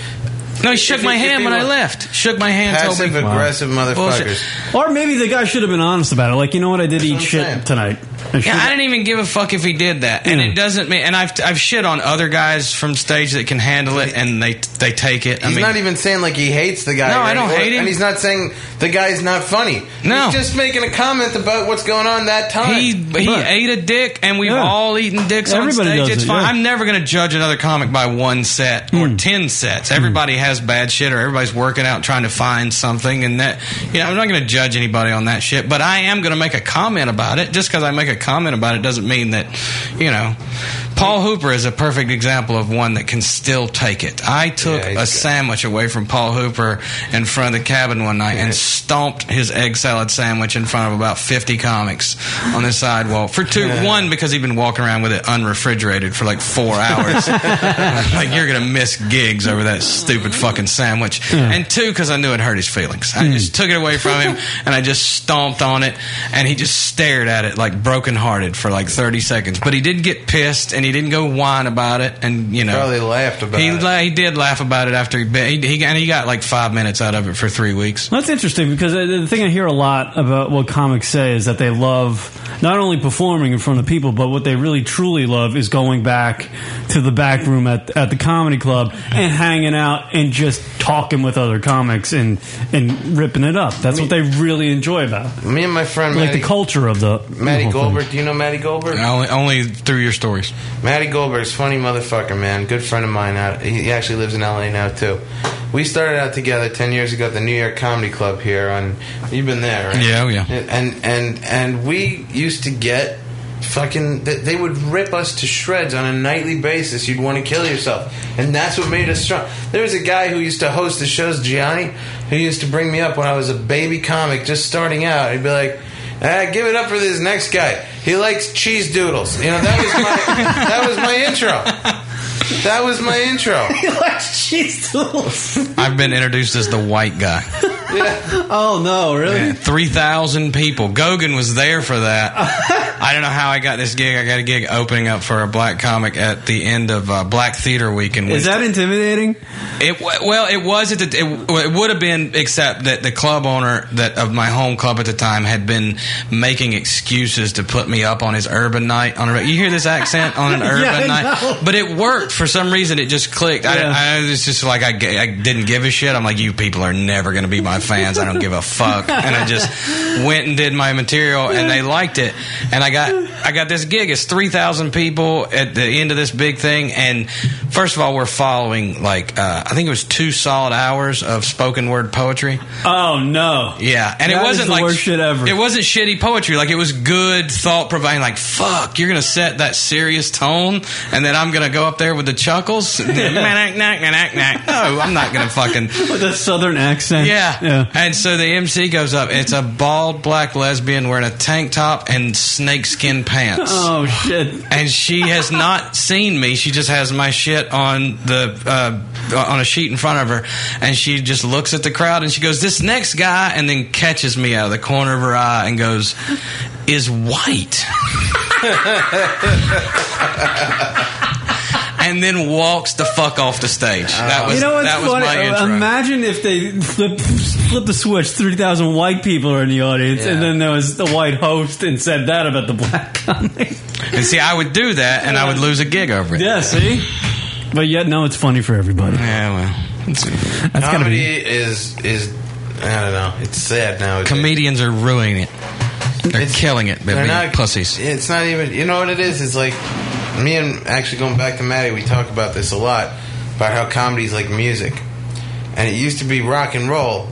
Speaker 11: No, he shook
Speaker 12: If he-
Speaker 11: my
Speaker 12: if
Speaker 11: hand
Speaker 12: he
Speaker 11: when I
Speaker 12: wa-
Speaker 11: left. Shook my hand. told me-
Speaker 12: Passive aggressive motherfuckers.
Speaker 2: Or maybe the guy should have been honest about it. Like, you know what? I did eat shit tonight. I
Speaker 11: Yeah,
Speaker 2: should've-
Speaker 11: I didn't even give a fuck if he did that, and it doesn't mean. And I've I've shit on other guys from stage that can handle it, and they they take it. I
Speaker 12: He's
Speaker 11: mean,
Speaker 12: not even saying like he hates the guy.
Speaker 11: No,
Speaker 12: or-
Speaker 11: I don't
Speaker 12: or-
Speaker 11: hate him.
Speaker 12: And he's not saying the guy's not funny.
Speaker 11: No.
Speaker 12: He's just making a comment about what's going on that time.
Speaker 11: he he ate a dick, and we've
Speaker 12: Yeah.
Speaker 11: all eaten dicks
Speaker 12: Everybody
Speaker 11: on
Speaker 12: does
Speaker 11: stage. It's
Speaker 12: it,
Speaker 11: fine.
Speaker 12: yeah. Hmm.
Speaker 11: I'm never going to judge another comic by one set or ten sets. Everybody has bad shit, or everybody's working out trying to find something, and that you know I'm not going to judge anybody on that shit. But I am going to make a comment about it. Just because I make a comment about it doesn't mean that you know. Paul Hooper is a perfect example of one that can still take it. I took a sandwich away from Paul Hooper in front of the cabin one night and stomped his egg salad sandwich in front of about 50 comics on the sidewalk for two.
Speaker 1: Yeah.
Speaker 11: One, because he'd been walking around with it unrefrigerated for like four hours. like, you're going to miss gigs over that stupid fucking sandwich. And two, because I knew it hurt his feelings. I just took it away from him and I just stomped on it and he just stared at it like brokenhearted for like 30 seconds. But he did get pissed and he didn't go whine about it and, you know.
Speaker 12: Probably laughed about
Speaker 11: he,
Speaker 12: it.
Speaker 11: la- He did laugh about it after he, bit, he, he and he got like five minutes out of it for three weeks.
Speaker 2: That's interesting because uh, the thing I hear a lot about what comics say is that they love not only performing in front of people, but what they really truly love is going back to the back room at, at the comedy club and hanging out and just talking with other comics and, and ripping it up. That's what they really enjoy about.
Speaker 12: Me and my friend
Speaker 2: like
Speaker 12: Matty-
Speaker 2: the culture of the
Speaker 12: Matty
Speaker 2: the whole thing.
Speaker 12: Goldberg. Do you know Matty Goldberg?
Speaker 11: Only, only through your stories.
Speaker 12: Matty Goldberg's funny motherfucker, man. Good friend of mine. Out. He actually lives in LA now too. We started out together ten years ago at the New York Comedy Club here. On you've been there, right?
Speaker 11: Yeah, oh, yeah.
Speaker 12: And and and we used to get fucking. th- They would rip us to shreds on a nightly basis. You'd want to kill yourself, and that's what made us strong. There was a guy who used to host the shows, Gianni, who used to bring me up when I was a baby comic just starting out. He'd be like. Ah, give it up for this next guy. He likes cheese doodles. You know that was my that was my intro. That was my intro.
Speaker 2: He likes cheese doodles.
Speaker 11: I've been introduced as the white guy.
Speaker 2: Oh no, really?
Speaker 11: Three thousand people. Gogan was there for that. I don't know how I got this gig. I got a gig opening up for a black comic at the end of uh, Black Theater Weekend.
Speaker 2: Is that intimidating?
Speaker 11: It w- well, it was at the, it, w- it would have been, except that the club owner that of my home club at the time had been making excuses to put me up on his urban night. On a, re- you hear this accent on an
Speaker 1: Yeah,
Speaker 11: urban
Speaker 1: I
Speaker 11: night,
Speaker 1: know.
Speaker 11: but it worked for some reason. It just clicked. I, I it's just like I, g- I didn't give a shit. I'm like, you people are never going to be my fans. I don't give a fuck. And I just went and did my material, and they liked it. And I got I got this gig. It's three thousand people at the end of this big thing. And first of all, we're following like uh, I think it was two solid hours of spoken word poetry.
Speaker 2: Oh no.
Speaker 11: Yeah, and it
Speaker 2: That is
Speaker 11: wasn't
Speaker 2: the
Speaker 11: like
Speaker 2: worst shit ever.
Speaker 11: It wasn't shitty poetry. Like it was good, thought providing. Like fuck, you're gonna set that serious tone, and then I'm gonna go up there with the chuckles. Knack, knack, knack, knack, knack. no, I'm not gonna fucking.
Speaker 2: With a southern accent.
Speaker 11: Yeah. And so the MC goes up. It's a bald black lesbian wearing a tank top and snakeskin pants.
Speaker 2: Oh shit.
Speaker 11: And she has not seen me. She just has my shit on the uh, on a sheet in front of her, and she just looks at the crowd and she goes, "This next guy," and then catches me out of the corner of her eye and goes, "Is white." and then walks the fuck off the stage. That was
Speaker 2: you know what's
Speaker 11: that was
Speaker 2: funny? Oh, Uh,
Speaker 11: my intro.
Speaker 2: Imagine if they flip flip the switch, three thousand white people are in the audience, and then there was the white host and said that about the black comic.
Speaker 11: And see, I would do that, and I would lose a gig over it.
Speaker 2: Yeah, see, But yet, no, it's funny for everybody.
Speaker 12: Yeah, well,
Speaker 2: that's gotta
Speaker 12: comedy
Speaker 2: be.
Speaker 12: is is I don't know. It's sad now.
Speaker 11: Comedians are ruining it. They're killing it. They're,
Speaker 12: They're
Speaker 11: being
Speaker 12: not-
Speaker 11: pussies.
Speaker 12: It's not even. You know what it is? It's like me and actually going back to Maddie. We talk about this a lot about how comedy's like music, and it used to be rock and roll,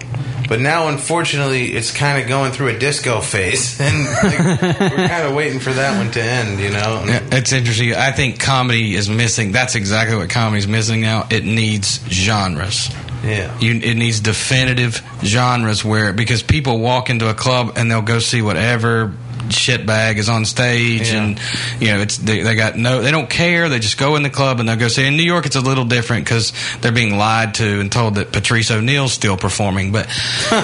Speaker 12: but now unfortunately it's kind of going through a disco phase, and like, we're kind of waiting for that one to end. You know?
Speaker 11: Yeah, it's interesting. I think comedy is missing. That's exactly what comedy's missing now. It needs genres.
Speaker 12: Yeah.
Speaker 11: You, it needs definitive genres where because people walk into a club and they'll go see whatever shitbag is on stage
Speaker 12: Yeah.
Speaker 11: and you know it's they, they got no they don't care they just go in the club and they'll go see in new york it's a little different because they're being lied to and told that patrice o'neal's still performing but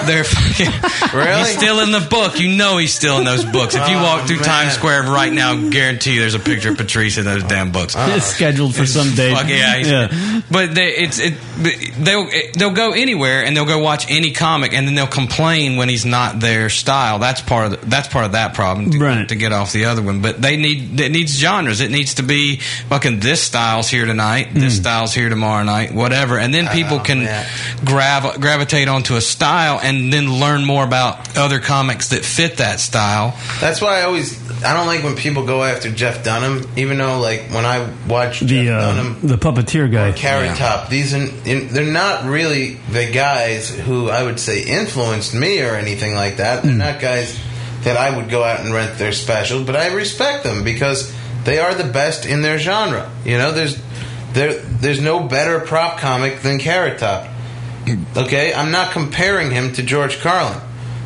Speaker 11: they're fucking
Speaker 12: Really?
Speaker 11: he's still in the book you know he's still in those books if you
Speaker 12: Oh,
Speaker 11: walk through
Speaker 12: man.
Speaker 11: times square right now guarantee you there's a picture of patrice in those damn books
Speaker 2: It's scheduled for some date.
Speaker 11: Fuck uh, yeah, he's-
Speaker 2: yeah.
Speaker 11: But they, it's it, they'll they'll go anywhere and they'll go watch any comic and then they'll complain when he's not their style. That's part of the, that's part of that problem to,
Speaker 2: Right.
Speaker 11: to get off the other one. But they need it needs genres. It needs to be fucking this style's here tonight,
Speaker 2: Hmm.
Speaker 11: this style's here tomorrow night, whatever. And then people can grav- gravitate onto a style and then learn more about other comics that fit that style.
Speaker 12: That's why I always I don't like when people go after Jeff Dunham, even though like when I watch Jeff
Speaker 2: The uh,
Speaker 12: Dunham,
Speaker 2: the puppeteer guy.
Speaker 12: Carrot Top, these are, in- they're not really the guys who I would say influenced me or anything like that. They're not guys that I would go out and rent their specials, but I respect them because they are the best in their genre. You know, there's there there's no better prop comic than Carrot Top. Okay, I'm not comparing him to George Carlin.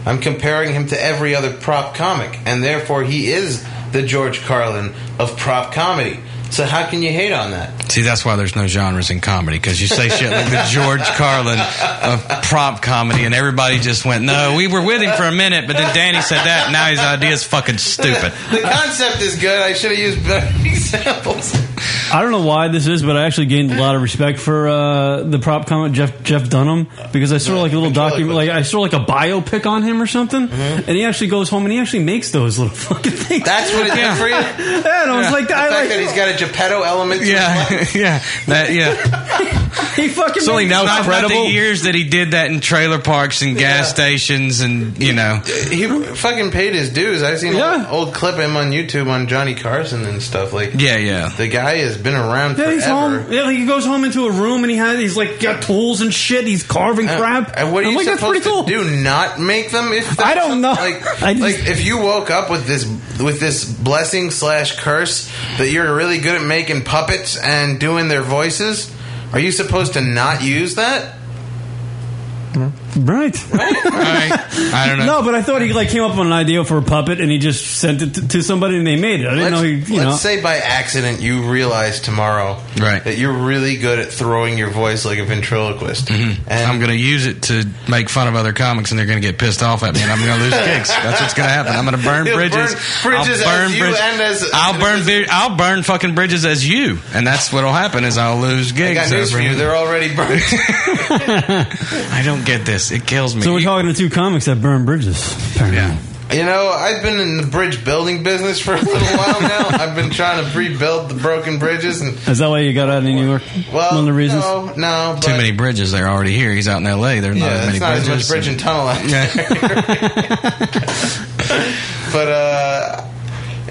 Speaker 12: I'm comparing him to every other prop comic, and therefore he is the George Carlin of prop comedy. So how can you hate on that?
Speaker 11: See, that's why there's no genres in comedy because you say shit like the George Carlin of prop comedy, and everybody just went, "No, we were with him for a minute, but then Danny said that, and now his idea is fucking stupid."
Speaker 12: The concept is good. I should have used better examples.
Speaker 2: I don't know why this is, but I actually gained a lot of respect for uh, the prop comic Jeff Jeff Dunham because I saw like a little document, like I saw like a biopic on him or something, and he actually goes home and he actually makes those little fucking things.
Speaker 12: Mm-hmm. That's what it did for you.
Speaker 2: Yeah, and I was like,
Speaker 12: the
Speaker 2: I
Speaker 12: fact
Speaker 2: like-
Speaker 12: that he's got a Geppetto element. To
Speaker 11: Yeah,
Speaker 12: his
Speaker 11: yeah, that, yeah.
Speaker 2: he fucking
Speaker 11: It's only
Speaker 2: made-
Speaker 11: now not, Not the years that he did that in trailer parks and gas stations, and you know,
Speaker 12: he fucking paid his dues. I've seen an old clip of him on YouTube on Johnny Carson and stuff. Like,
Speaker 11: yeah, yeah.
Speaker 12: the guy has been around
Speaker 2: Yeah, he's
Speaker 12: forever.
Speaker 2: home. Yeah, like he goes home into a room and he has he's like got tools and shit. He's carving crap.
Speaker 12: And what are
Speaker 2: I'm
Speaker 12: you
Speaker 2: like, that's pretty
Speaker 12: supposed
Speaker 2: cool.
Speaker 12: to do? Not make them? If that's
Speaker 2: I don't know.
Speaker 12: Like,
Speaker 2: I just-
Speaker 12: like if you woke up with this with this blessing slash curse that you're really good at making puppets and doing their voices, are you supposed to not use that?
Speaker 2: Right.
Speaker 11: I don't know.
Speaker 2: No, but I thought he like came up with an idea for a puppet and he just sent it to, to somebody and they made it. I didn't know he, you
Speaker 12: let's
Speaker 2: know.
Speaker 12: say by accident you realize tomorrow
Speaker 11: Right.
Speaker 12: that you're really good at throwing your voice like a ventriloquist. And
Speaker 11: Mm-hmm. I'm going to use it to make fun of other comics, and they're going to get pissed off at me, and I'm going to lose gigs. That's what's going to happen. I'm going to burn
Speaker 12: You'll burn
Speaker 11: bridges.
Speaker 12: bridges
Speaker 11: I'll burn
Speaker 12: as you
Speaker 11: bridges.
Speaker 12: and as-
Speaker 11: I'll burn. bri- I'll burn fucking bridges as you, and that's what'll happen. Is I'll lose
Speaker 12: I
Speaker 11: gigs.
Speaker 12: got news for
Speaker 11: over-
Speaker 12: you. They're already burnt.
Speaker 11: I don't get this. It kills me.
Speaker 2: So we're talking to two comics that burn bridges. apparently.
Speaker 12: You know, I've been in the bridge building business for a little while now. I've been trying to rebuild the broken bridges, and
Speaker 2: Is that why you got out of New York?
Speaker 12: well,
Speaker 2: One of the reasons.
Speaker 12: no, no, but
Speaker 11: Too many bridges. They're already here. He's out in L.A. There's not
Speaker 12: yeah,
Speaker 11: as many
Speaker 12: it's not
Speaker 11: bridges.
Speaker 12: as much bridge and tunnel out there. but uh,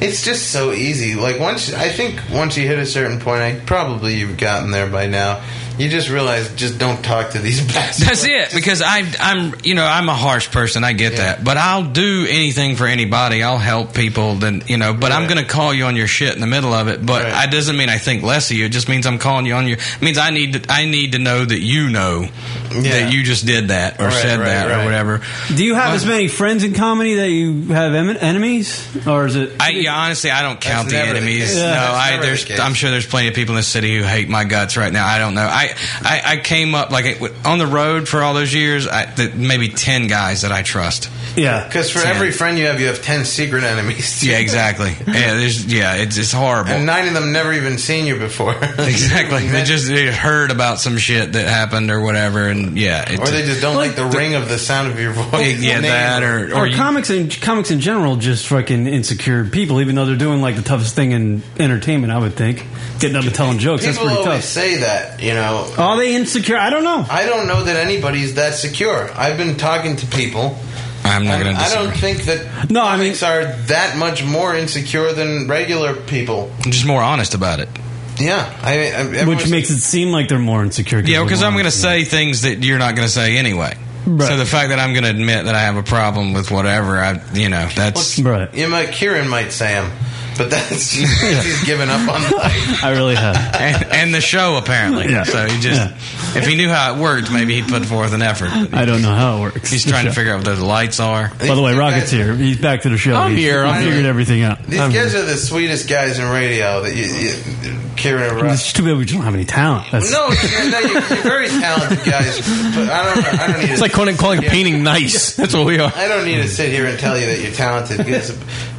Speaker 12: it's just so easy. Like once, I think once you hit a certain point, I probably you've gotten there by now. You just realize, just don't talk to these bastards.
Speaker 11: That's it. Because I, I'm, you know, I'm a harsh person. I get that, but I'll do anything for anybody. I'll help people. Then you know, but I'm going to call you on your shit in the middle of it. But it doesn't mean I think less of you. It just means I'm calling you on your. It means I need to, I need to know that you know that you just did that or
Speaker 12: Right,
Speaker 11: said
Speaker 12: right,
Speaker 11: that
Speaker 12: right.
Speaker 11: or whatever.
Speaker 2: Do you have as many friends in comedy that you have em- enemies, or is it?
Speaker 11: I, yeah, honestly, I don't count the
Speaker 12: never the
Speaker 11: enemies.
Speaker 12: case.
Speaker 11: no,
Speaker 12: That's
Speaker 11: I,
Speaker 12: never the
Speaker 11: there's,
Speaker 12: case.
Speaker 11: I'm sure there's plenty of people in this city who hate my guts right now. I don't know. I, I, I, I came up like it, on the road for all those years. I, th- maybe ten guys that I trust.
Speaker 12: Yeah, because for
Speaker 11: Ten.
Speaker 12: every friend you have, you have ten secret enemies.
Speaker 11: Yeah, exactly. Yeah, there's, yeah, it's it's horrible.
Speaker 12: And nine of them never even seen you before.
Speaker 11: exactly. They just they heard about some shit that happened or whatever, and yeah, it,
Speaker 12: or they just don't like, the, ring of the sound of your voice.
Speaker 11: yeah,
Speaker 12: Name.
Speaker 11: that or
Speaker 10: or
Speaker 11: you-
Speaker 10: comics in comics in general just fucking insecure people, even though they're doing like the toughest thing in entertainment. I would think getting up and telling jokes that's
Speaker 12: People
Speaker 10: pretty
Speaker 12: always
Speaker 10: tough.
Speaker 12: say that, you know.
Speaker 10: Are they insecure? I don't know.
Speaker 12: I don't know that anybody's that secure. I've been talking to people.
Speaker 11: I'm not going to.
Speaker 12: I don't think that no, comics are that much more insecure than regular people.
Speaker 11: I'm just more honest about it.
Speaker 12: Yeah, I, I everyone's-
Speaker 10: Which makes it seem like they're more insecure.
Speaker 11: Yeah, because
Speaker 10: they're
Speaker 11: I'm
Speaker 10: more
Speaker 11: going to say things that you're not going to say anyway.
Speaker 10: Right.
Speaker 11: So the fact that I'm going to admit that I have a problem with whatever, I you know, that's
Speaker 10: right.
Speaker 12: You might, Kieran might say him, but that's he's given up on.
Speaker 10: I really have.
Speaker 11: And, and the show apparently.
Speaker 10: Yeah.
Speaker 11: So he just, if he knew how it worked, maybe he'd put forth an effort.
Speaker 10: I don't know how it works.
Speaker 11: He's trying to figure out where the lights are.
Speaker 10: By the way, Rocket's here. He's back to the show.
Speaker 11: I'm
Speaker 10: He's-
Speaker 11: here,
Speaker 10: he
Speaker 11: I'm
Speaker 10: figured
Speaker 11: here.
Speaker 10: everything out.
Speaker 12: These
Speaker 10: I'm
Speaker 12: guys
Speaker 10: here.
Speaker 12: are the sweetest guys in radio. That you, you, Kieran and Russ.
Speaker 10: It's too bad we don't have any talent. That's,
Speaker 12: No, you- no, you're, you're very talented guys, but I don't. I don't need.
Speaker 10: It's
Speaker 12: to-
Speaker 10: like calling- calling painting nice. That's what we are.
Speaker 12: I don't need to sit here and tell you that you're talented. Because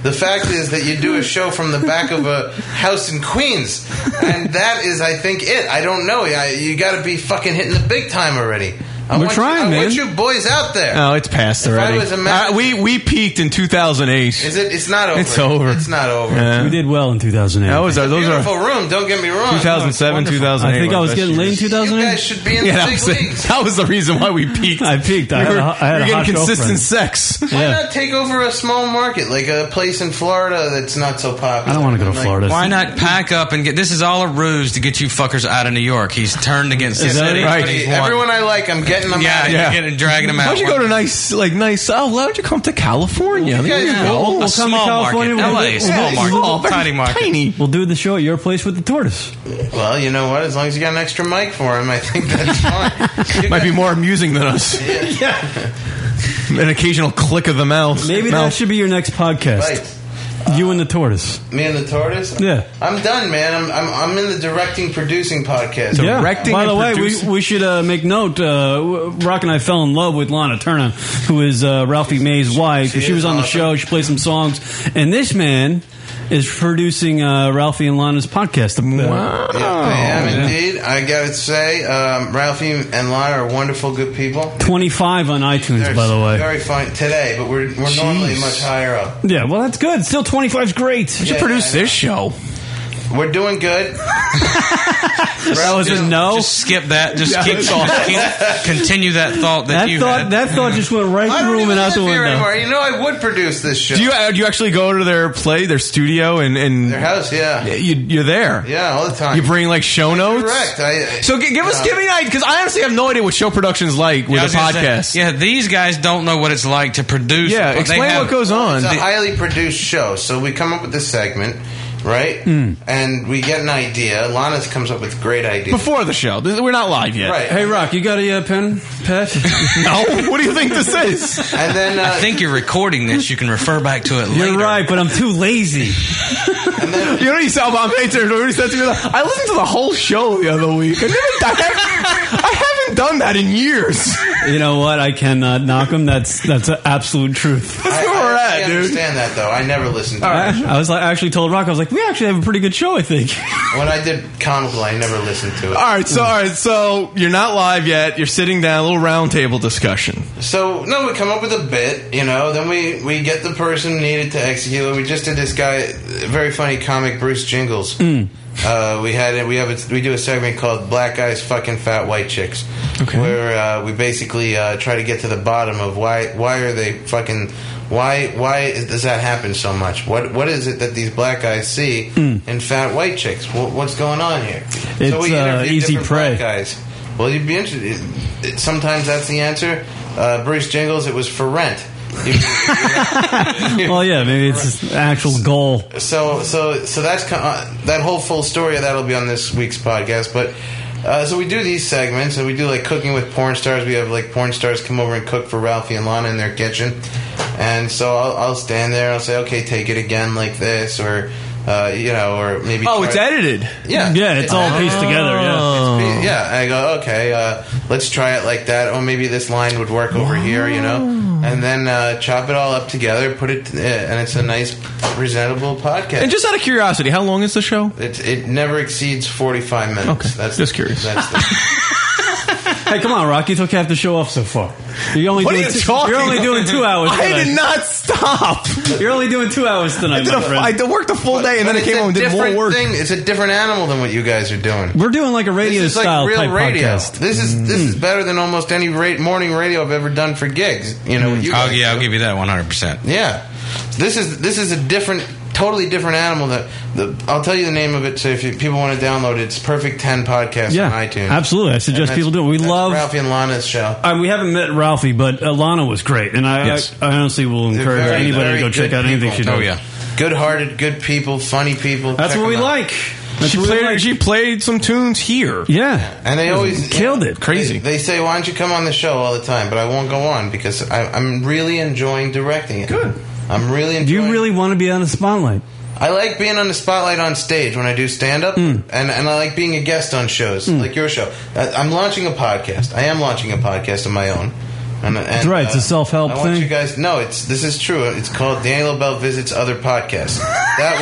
Speaker 12: the fact is that you do a show from the back of a house in Queens, and that is, I think, it. I don't know. I, you got to be fucking hitting the big time already. I
Speaker 3: We're
Speaker 12: want
Speaker 3: trying,
Speaker 12: you, I
Speaker 3: man. Oh.
Speaker 12: want you boys out there.
Speaker 3: No, it's past
Speaker 12: If I
Speaker 3: already.
Speaker 12: was a man-
Speaker 3: Uh, we we peaked in 2008.
Speaker 12: Is it? It's not over.
Speaker 3: It's over.
Speaker 12: It's not over.
Speaker 10: we did well in 2008.
Speaker 3: That was our- those are
Speaker 12: Beautiful room. Don't get me wrong.
Speaker 3: 2007, 2008.
Speaker 10: I think I was
Speaker 3: Best
Speaker 10: getting late in
Speaker 3: years.
Speaker 10: 2008.
Speaker 12: You guys should be in the big
Speaker 3: that, was the-
Speaker 12: leagues.
Speaker 3: that was the reason why we peaked.
Speaker 10: I peaked. I
Speaker 3: we
Speaker 10: had
Speaker 3: were,
Speaker 10: a- I had
Speaker 3: we
Speaker 10: a
Speaker 3: were
Speaker 10: hot
Speaker 3: getting consistent
Speaker 10: girlfriend.
Speaker 3: sex.
Speaker 12: Why not take over a small market like a place in Florida that's not so popular? I don't want to go to Florida.
Speaker 11: Why not pack up and get? This is all a ruse to get you fuckers out of New York. He's turned against the city. He's won.
Speaker 12: Everyone I like, I'm getting them.
Speaker 11: Yeah,
Speaker 12: out.
Speaker 11: you're getting dragging them out.
Speaker 3: Why don't you go to nice, like nice? Oh, why don't you come to California?
Speaker 12: You
Speaker 3: There
Speaker 12: guys-
Speaker 3: you
Speaker 12: we'll-
Speaker 3: go.
Speaker 12: we'll
Speaker 11: come to small California, market. we'll- LA, we'll- small market.
Speaker 3: very
Speaker 11: Tiny market.
Speaker 10: We'll do the show at your place with the tortoise.
Speaker 12: Well, you know what? As long as you got an extra mic for him, I think that's fine. You
Speaker 3: Might be
Speaker 12: guys-
Speaker 3: more amusing than us. An occasional click of the mouth.
Speaker 10: Maybe that
Speaker 3: mouth.
Speaker 10: should be your next podcast. You and the tortoise.
Speaker 12: Me and the tortoise.
Speaker 10: Yeah.
Speaker 12: I'm done, man. I'm I'm, I'm in the directing producing podcast.
Speaker 10: By the way, we, we should uh, make note. Uh, w- Rock and I fell in love with Lana Turner, who is uh, Ralphie May's wife. She,
Speaker 12: is
Speaker 10: was on the
Speaker 12: awesome.
Speaker 10: show. She played some songs, and this man is producing uh, Ralphie and Lana's podcast. Wow.
Speaker 12: I am indeed. I gotta say, um, Ralphie and Lana are wonderful, good people.
Speaker 10: Twenty-five on iTunes,
Speaker 12: They're
Speaker 10: by the way.
Speaker 12: very fine today, but we're we're normally
Speaker 10: Jeez.
Speaker 12: much higher up.
Speaker 10: yeah, well, that's good. Still, twenty-five is great.
Speaker 12: should Yeah, produce yeah, I this
Speaker 10: show.
Speaker 12: We're doing good.
Speaker 10: That was a no.
Speaker 11: Just skip that. Just
Speaker 10: Yeah,
Speaker 11: keep,
Speaker 10: that's all.
Speaker 11: keep- continue that thought that,
Speaker 10: That
Speaker 11: you
Speaker 10: thought,
Speaker 11: had.
Speaker 10: that thought just went right
Speaker 12: I
Speaker 10: through
Speaker 12: don't
Speaker 10: him
Speaker 12: even
Speaker 10: and out
Speaker 12: live
Speaker 10: the
Speaker 12: here
Speaker 10: window.
Speaker 12: anymore. You know, I would produce this show.
Speaker 3: Do you uh, do you actually go to their play, their studio, and and
Speaker 12: Their house, yeah.
Speaker 3: You, you're there.
Speaker 12: Yeah, all the time.
Speaker 3: You bring like show notes.
Speaker 12: Correct. I,
Speaker 3: So gi- give us,
Speaker 12: Yeah.
Speaker 3: give me an idea, because I honestly have no idea what show production's like
Speaker 11: Yeah,
Speaker 3: with
Speaker 11: I
Speaker 3: a
Speaker 11: was gonna say,
Speaker 3: podcast.
Speaker 11: yeah, these guys don't know what it's like to produce.
Speaker 3: Yeah,
Speaker 11: a- they
Speaker 3: explain
Speaker 11: have-
Speaker 3: what goes on.
Speaker 12: It's a
Speaker 3: They-
Speaker 12: highly produced show, so we come up with this segment, right?
Speaker 3: Hmm.
Speaker 12: And we get an idea. Lana comes up with great ideas.
Speaker 3: Before the show, This- we're not live yet.
Speaker 12: Right.
Speaker 10: Hey, Rock, you got a uh, pen, Pat?
Speaker 3: No, what do you think this is?
Speaker 12: And then,
Speaker 11: I
Speaker 12: uh,
Speaker 11: think you're recording this. You can refer back to it later.
Speaker 10: You're right, but I'm too lazy.
Speaker 3: You know, you saw Bob Bates and already said to me, like, I listened to the whole show the other week. I, never, I, haven't, I haven't done that in years.
Speaker 10: You know what? I cannot knock him. That's that's an absolute truth.
Speaker 12: uh, I,
Speaker 3: where we're
Speaker 12: I
Speaker 3: at,
Speaker 12: actually
Speaker 3: dude.
Speaker 12: understand that though. I never listened to
Speaker 10: I, I was like, I actually told Rock, I was like, we actually have a pretty good show, I think.
Speaker 12: it. When I did Comical, I never listened to it.
Speaker 3: All right, so all right, so you're not live yet. You're sitting down, a little round table discussion.
Speaker 12: So no, we come up with a bit, you know. Then we we get the person needed to execute it. We just did this guy, a very funny comic Bruce Jingles. Uh, we had it. We have a, we do a segment called "Black Guys Fucking Fat White Chicks," where uh, we basically uh, try to get to the bottom of why why are they fucking why why is, does that happen so much? What what is it that these black guys see in fat white chicks? What, what's going on here?
Speaker 10: It's, uh,
Speaker 12: interview
Speaker 10: easy
Speaker 12: different
Speaker 10: prey.
Speaker 12: black guys. Well, you'd be interested. it- it- Sometimes that's the answer. Uh, Bruce Jingles, it was for rent.
Speaker 10: well, yeah, maybe it's an actual goal.
Speaker 12: so, so, so that's co- uh, that whole full story. of That'll be on this week's podcast. But uh, so we do these segments, and we do like cooking with porn stars. We have like porn stars come over and cook for Ralphie and Lana in their kitchen, and so I'll, I'll stand there. and I'll say, "Okay, take it again like this," or. uh, you know, or maybe.
Speaker 24: Oh, it's edited.
Speaker 12: Yeah, Oh.
Speaker 10: Yeah, it's all pieced together, yeah.
Speaker 12: It's pieced- yeah. And I go, okay, uh, let's try it like that. Oh, maybe this line would work over here, you know, and then uh, chop it all up together, put it, uh, and it's a nice, presentable podcast.
Speaker 24: And just out of curiosity, how long is the show?
Speaker 12: It, it never exceeds 45 minutes. Okay. That's just
Speaker 24: curious.
Speaker 12: That's the,
Speaker 10: Hey, come on, Rock. You took half the show off so far. You're only
Speaker 24: What are
Speaker 10: doing
Speaker 24: you
Speaker 10: two,
Speaker 24: talking
Speaker 10: You're only doing two hours.
Speaker 24: I
Speaker 10: tonight.
Speaker 24: did not stop.
Speaker 10: You're only doing two hours
Speaker 24: I
Speaker 10: tonight.
Speaker 24: did
Speaker 10: my
Speaker 24: a-
Speaker 10: friend.
Speaker 24: I did- worked a full day and then I
Speaker 12: it's
Speaker 24: came
Speaker 12: a
Speaker 24: home and did more
Speaker 12: different
Speaker 24: work.
Speaker 12: Thing. It's a different animal than what you guys are doing.
Speaker 10: We're doing like a radio
Speaker 12: this is
Speaker 10: style
Speaker 12: like real
Speaker 10: type
Speaker 12: radio.
Speaker 10: podcast.
Speaker 12: This is this
Speaker 24: Mm.
Speaker 12: is better than almost any ra- morning radio I've ever done for gigs. You
Speaker 24: Mm.
Speaker 12: know, what you
Speaker 11: Oh
Speaker 12: guys
Speaker 11: yeah,
Speaker 12: do.
Speaker 11: I'll give you that one hundred percent.
Speaker 12: Yeah, this is this is a different, totally different animal. That the I'll tell you the name of it. So if you, people want to download it, it's Perfect Ten Podcast
Speaker 10: Yeah,
Speaker 12: on iTunes.
Speaker 10: absolutely. I suggest
Speaker 12: And that's-
Speaker 10: people do it. We
Speaker 12: that's
Speaker 10: love-
Speaker 12: Ralphie and Lana's show.
Speaker 10: Uh, we haven't met Ralphie, but Alana was great, and I,
Speaker 12: Yes.
Speaker 10: I, I honestly will
Speaker 12: They're
Speaker 10: encourage
Speaker 12: very-
Speaker 10: anybody to
Speaker 12: very
Speaker 10: go check
Speaker 12: good
Speaker 10: out anything she
Speaker 12: people. Oh,
Speaker 10: does.
Speaker 12: good-hearted, good people, funny people.
Speaker 10: That's
Speaker 12: Check
Speaker 10: what we
Speaker 12: them out.
Speaker 10: like. That's
Speaker 24: she
Speaker 10: what we
Speaker 24: played.
Speaker 10: like.
Speaker 24: She played some tunes here.
Speaker 10: Yeah,
Speaker 12: And they always
Speaker 10: killed it.
Speaker 24: Crazy.
Speaker 12: They say, "Why don't you come on the show all the time?" But I won't go on because I, I'm really enjoying directing it. Good. I'm really enjoying.
Speaker 10: You really want to be on the spotlight?
Speaker 12: I like being on the spotlight on stage when I do stand up,
Speaker 10: Hmm.
Speaker 12: and, and I like being a guest on shows like your show. I, I'm launching a podcast. I am launching a podcast of my own. And, uh,
Speaker 10: That's right. It's a self-help
Speaker 12: I want
Speaker 10: thing.
Speaker 12: you guys. No, it's this is true. It's called Daniel Bell visits other podcasts. That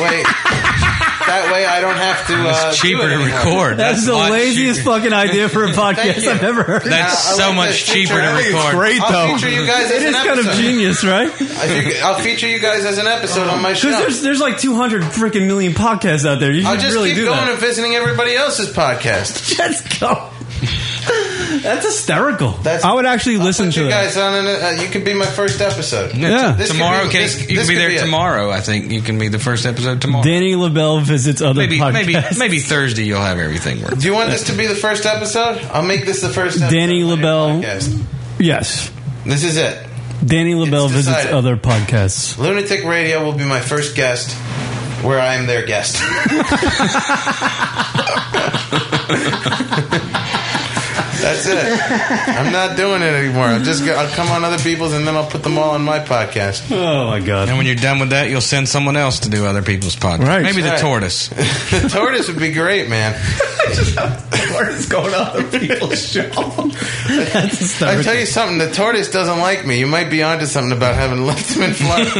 Speaker 12: way, that way I don't have to. Uh,
Speaker 11: It's cheaper
Speaker 12: do it
Speaker 11: to
Speaker 12: anymore.
Speaker 11: record.
Speaker 10: That's, the laziest fucking idea for a podcast
Speaker 12: you.
Speaker 10: I've ever heard.
Speaker 11: That's so much cheaper to record.
Speaker 12: I'll feature you guys
Speaker 10: It
Speaker 12: as
Speaker 10: is
Speaker 12: an
Speaker 10: kind of
Speaker 12: episode.
Speaker 10: genius, right?
Speaker 12: If you- I'll feature you guys as an episode on my show.
Speaker 10: Because Oh. there's there's like 200 freaking million podcasts out there. You
Speaker 12: I'll
Speaker 10: should
Speaker 12: just
Speaker 10: really
Speaker 12: keep
Speaker 10: do
Speaker 12: going
Speaker 10: that.
Speaker 12: and visiting everybody else's podcast.
Speaker 10: Just go. That's hysterical. I would actually listen to
Speaker 12: You
Speaker 10: it.
Speaker 12: guys on an, uh, you could be my first episode.
Speaker 11: Yeah.
Speaker 12: This could
Speaker 11: tomorrow,
Speaker 12: be-
Speaker 11: can,
Speaker 12: this-
Speaker 11: you can
Speaker 12: this
Speaker 11: be
Speaker 12: could
Speaker 11: there
Speaker 12: it.
Speaker 11: tomorrow. I think you can be the first episode tomorrow.
Speaker 10: Danny LaBelle visits other
Speaker 11: maybe,
Speaker 10: podcasts.
Speaker 11: maybe, maybe Thursday you'll have everything worked.
Speaker 12: Do you want this to be the first episode? I'll make this the first episode.
Speaker 10: Danny LaBelle.
Speaker 12: Podcast.
Speaker 10: Yes.
Speaker 12: This is it.
Speaker 10: Danny LaBelle visits
Speaker 12: decided.
Speaker 10: other podcasts.
Speaker 12: Lunatic Radio will be my first guest, where I am their guest. That's it. I'm not doing it anymore. I'll just go, I'll come on other people's and then I'll put them all on my podcast.
Speaker 10: Oh my god!
Speaker 11: And when you're done with that, you'll send someone else to do other people's podcasts.
Speaker 12: Right.
Speaker 11: Maybe the
Speaker 12: Right.
Speaker 11: tortoise.
Speaker 12: the tortoise would be great, man.
Speaker 24: Tortoise going on other people's show.
Speaker 12: I tell you something. The tortoise doesn't like me. You might be onto something about having left him in Florida.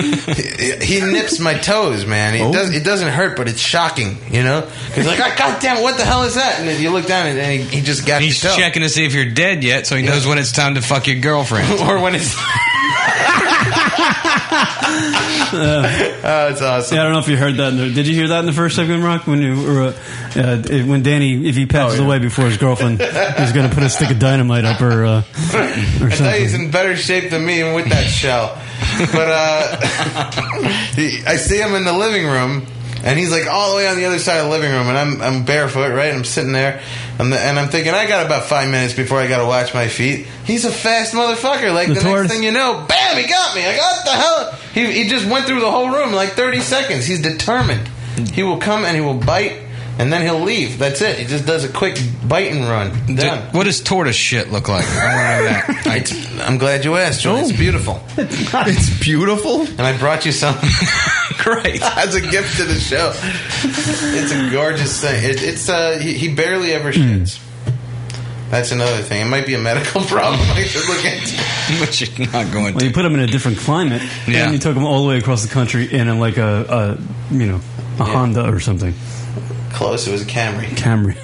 Speaker 12: he, he nips my toes, man. He does. It doesn't hurt, but it's shocking. You know, he's like, "Ah, "God damn, what the hell is that?" And then you look down, and, and he, he just got
Speaker 11: He's
Speaker 12: your toe.
Speaker 11: checking to see if you're dead yet, so he knows when it's time to fuck your girlfriend.
Speaker 12: or when it's. oh, it's awesome.
Speaker 10: Yeah, I don't know if you heard that. In the, did you hear that in the first segment, Rock? When you were, uh, uh, if- when Danny, if he passes away before his girlfriend, he's going to put a stick of dynamite up her. Uh,
Speaker 12: I thought he's in better shape than me, even with that shell. But uh, he- I see him in the living room, and he's like all the way on the other side of the living room, and I'm I'm barefoot, right? I'm sitting there, and, the, and I'm thinking I got about five minutes before I got to watch my feet. He's a fast motherfucker. Like
Speaker 10: The
Speaker 12: the,
Speaker 10: tortoise.
Speaker 12: next thing you know, bam, he got me. Like what the hell? He he just went through the whole room in like 30 seconds. He's determined. He will come and he will bite. And then he'll leave. That's it. He just does a quick bite and run. Done.
Speaker 11: What does tortoise shit look like? I want to know that.
Speaker 12: It's, I'm glad you asked, Joel.
Speaker 14: Oh.
Speaker 12: It's beautiful.
Speaker 24: it's beautiful.
Speaker 12: And I brought you some
Speaker 11: Great.
Speaker 12: as a gift to the show. It's a gorgeous thing. It, it's uh, he, he barely ever
Speaker 14: Hmm.
Speaker 12: shits. That's another thing. It might be a medical problem. I should look into.
Speaker 11: but you're not going
Speaker 10: well,
Speaker 11: to.
Speaker 10: you put him in a different climate,
Speaker 11: Yeah.
Speaker 10: and you took him all the way across the country in a, like a, a you know a Honda or something
Speaker 12: Close. It was a Camry.
Speaker 10: Camry.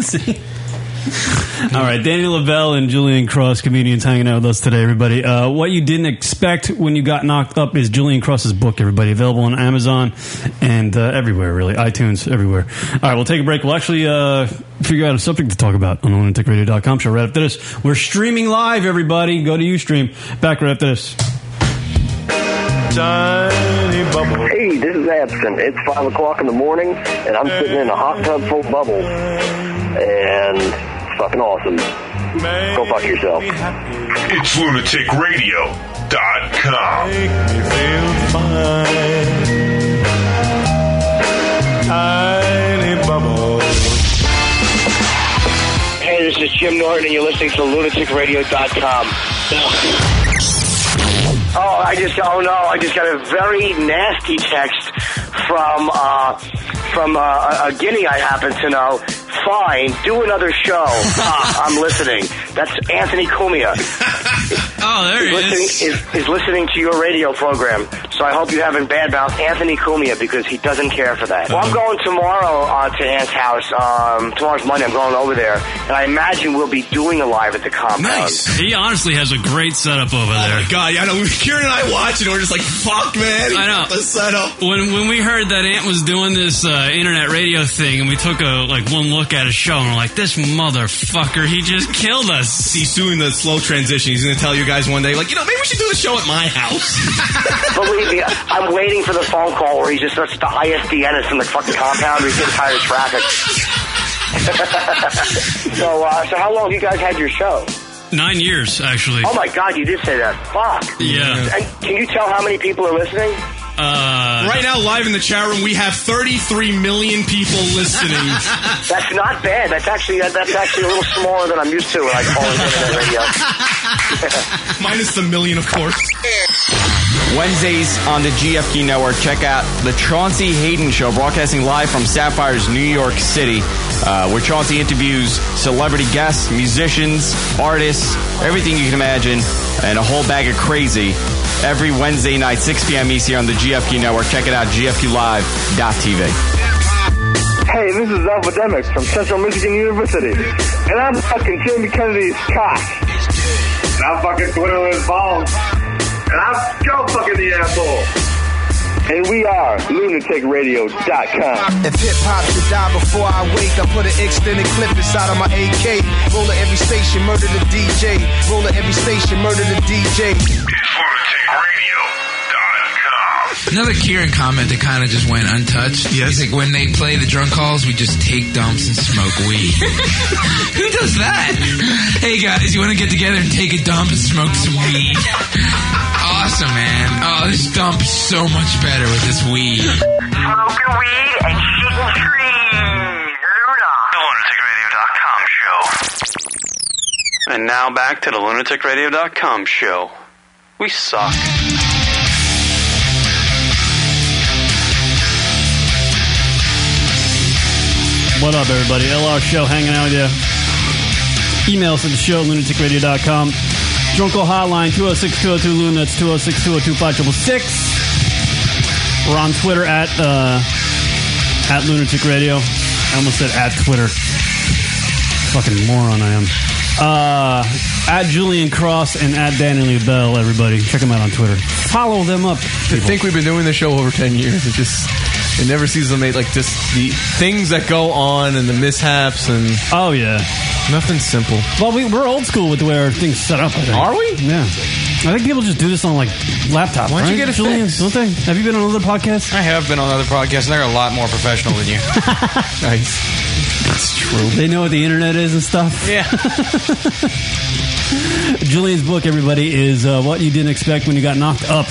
Speaker 10: See? All right, Danny Lavelle and Julian Cross, comedians, hanging out with us today, everybody. Uh, what you didn't expect when you got knocked up is Julian Cross's book, everybody. Available on Amazon and uh, everywhere, really. iTunes, everywhere. All right, we'll take a break. We'll actually uh, figure out a subject to talk about on the lunaticradio.com show right after this. We're streaming live, everybody. Go to Ustream. Back right after this.
Speaker 6: Hey, this is Absent. It's 5 o'clock in the morning, and I'm sitting in a hot tub full of bubbles. And it's fucking awesome. Go fuck yourself.
Speaker 3: It's lunaticradio.com.
Speaker 2: Hey, this is Jim Norton, and you're listening to LunaticRadio.com.
Speaker 6: Oh, I just oh no, I just got a very nasty text from uh, from uh, a- a guinea I happen to know. Fine, do another show. Ah, I'm listening. That's Anthony Cumia.
Speaker 25: oh, there
Speaker 6: he listening, is. Is listening to your radio program. So I hope you haven't bad mouth Anthony Cumia because he doesn't care for that. Well, I'm going tomorrow uh, to Ant's house. Um, tomorrow's Monday. I'm going over there, and I imagine we'll be doing a live at the compound.
Speaker 25: He honestly has a great setup over there.
Speaker 26: Oh God, yeah, I know. Kieran and I watch it, and we're just like, fuck, man.
Speaker 25: I know.
Speaker 26: The setup.
Speaker 25: When when we heard that Ant was doing this uh, internet radio thing, and we took a like one look at his show, and we're like, this motherfucker, he just killed us.
Speaker 26: He's doing the slow transition. He's going to tell you guys one day, like, you know, maybe we should do a show at my house.
Speaker 6: Believe me, I'm waiting for the phone call where he just starts to ISDN us in the fucking compound. We get tired of traffic. so, uh, so how long have you guys had your show?
Speaker 25: Nine years actually.
Speaker 6: Oh my god, you did say that. Fuck.
Speaker 25: Yeah.
Speaker 6: And can you tell how many people are listening?
Speaker 25: Uh,
Speaker 26: right now, live in the chat room, we have 33 million people listening.
Speaker 6: That's not bad. That's actually that, that's actually a little smaller than I'm used to when I call it internet radio.
Speaker 26: Minus the million, of course.
Speaker 27: Wednesdays on the GFQ Network. Check out the Chauncey Hayden Show, broadcasting live from Sapphire's New York City, uh, where Chauncey interviews celebrity guests, musicians, artists, everything you can imagine, and a whole bag of crazy. Every Wednesday night, 6 p.m. East here on the GFQ Network. Check it out, GFQLive.tv.
Speaker 28: Hey, this is Alpha Demix from Central Michigan University, and I'm fucking Jamie Kennedy's cock. And I'm fucking twiddling his balls. And I'm still fucking the asshole. And we are lunaticradio.com.
Speaker 29: If hip hop should die before I wake, I put an extended clip inside of my AK. Roll at every station, murder the DJ. Roll at every station, murder the DJ.
Speaker 3: Another Kieran comment that kind of just went untouched. Yes. He's like, when they play the drunk calls, we just take dumps and smoke weed. Who does that? Hey guys, you want to get together and take a dump and smoke some weed? awesome, man. Oh, this dump's so much better with this weed.
Speaker 2: Smoking weed and shooting trees. Luna. The lunaticradio.com
Speaker 30: And now back to the lunaticradio.com show. We suck.
Speaker 10: What up, everybody? LR Show hanging out with you. Email us at the show, lunaticradio.com. Drunk call hotline, 206 202 Luna. That's 206 202 5666. We're on Twitter at, uh, at Lunatic Radio. I almost said at Twitter. Fucking moron I am. Uh, at Julian Cross and at Danny Lee Bell, everybody. Check them out on Twitter. Follow them up.
Speaker 31: I think we've been doing this show over ten years. It just it never sees them made like just the things that go on and the mishaps and
Speaker 10: oh yeah,
Speaker 31: nothing simple.
Speaker 10: Well, we, we're old school with the way our thing's set up. I think.
Speaker 31: Are we?
Speaker 10: Yeah. I think people just do this on like laptops.
Speaker 31: Why don't you
Speaker 10: right?
Speaker 31: get it
Speaker 10: Julian, don't they? Have you been on another podcast?
Speaker 11: I have been on other podcasts, and they're a lot more professional than you.
Speaker 31: nice.
Speaker 10: That's true. They know what the internet is and stuff.
Speaker 11: Yeah.
Speaker 10: Julian's book, everybody, is uh, what you didn't expect when you got knocked up.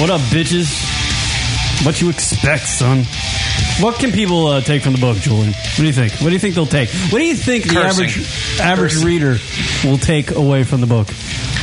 Speaker 10: What up, bitches? What you expect, son? What can people uh, take from the book, Julian? What do you think? What do you think they'll take? What do you think the
Speaker 11: Cursing.
Speaker 10: average average
Speaker 11: Cursing.
Speaker 10: reader will take away from the book?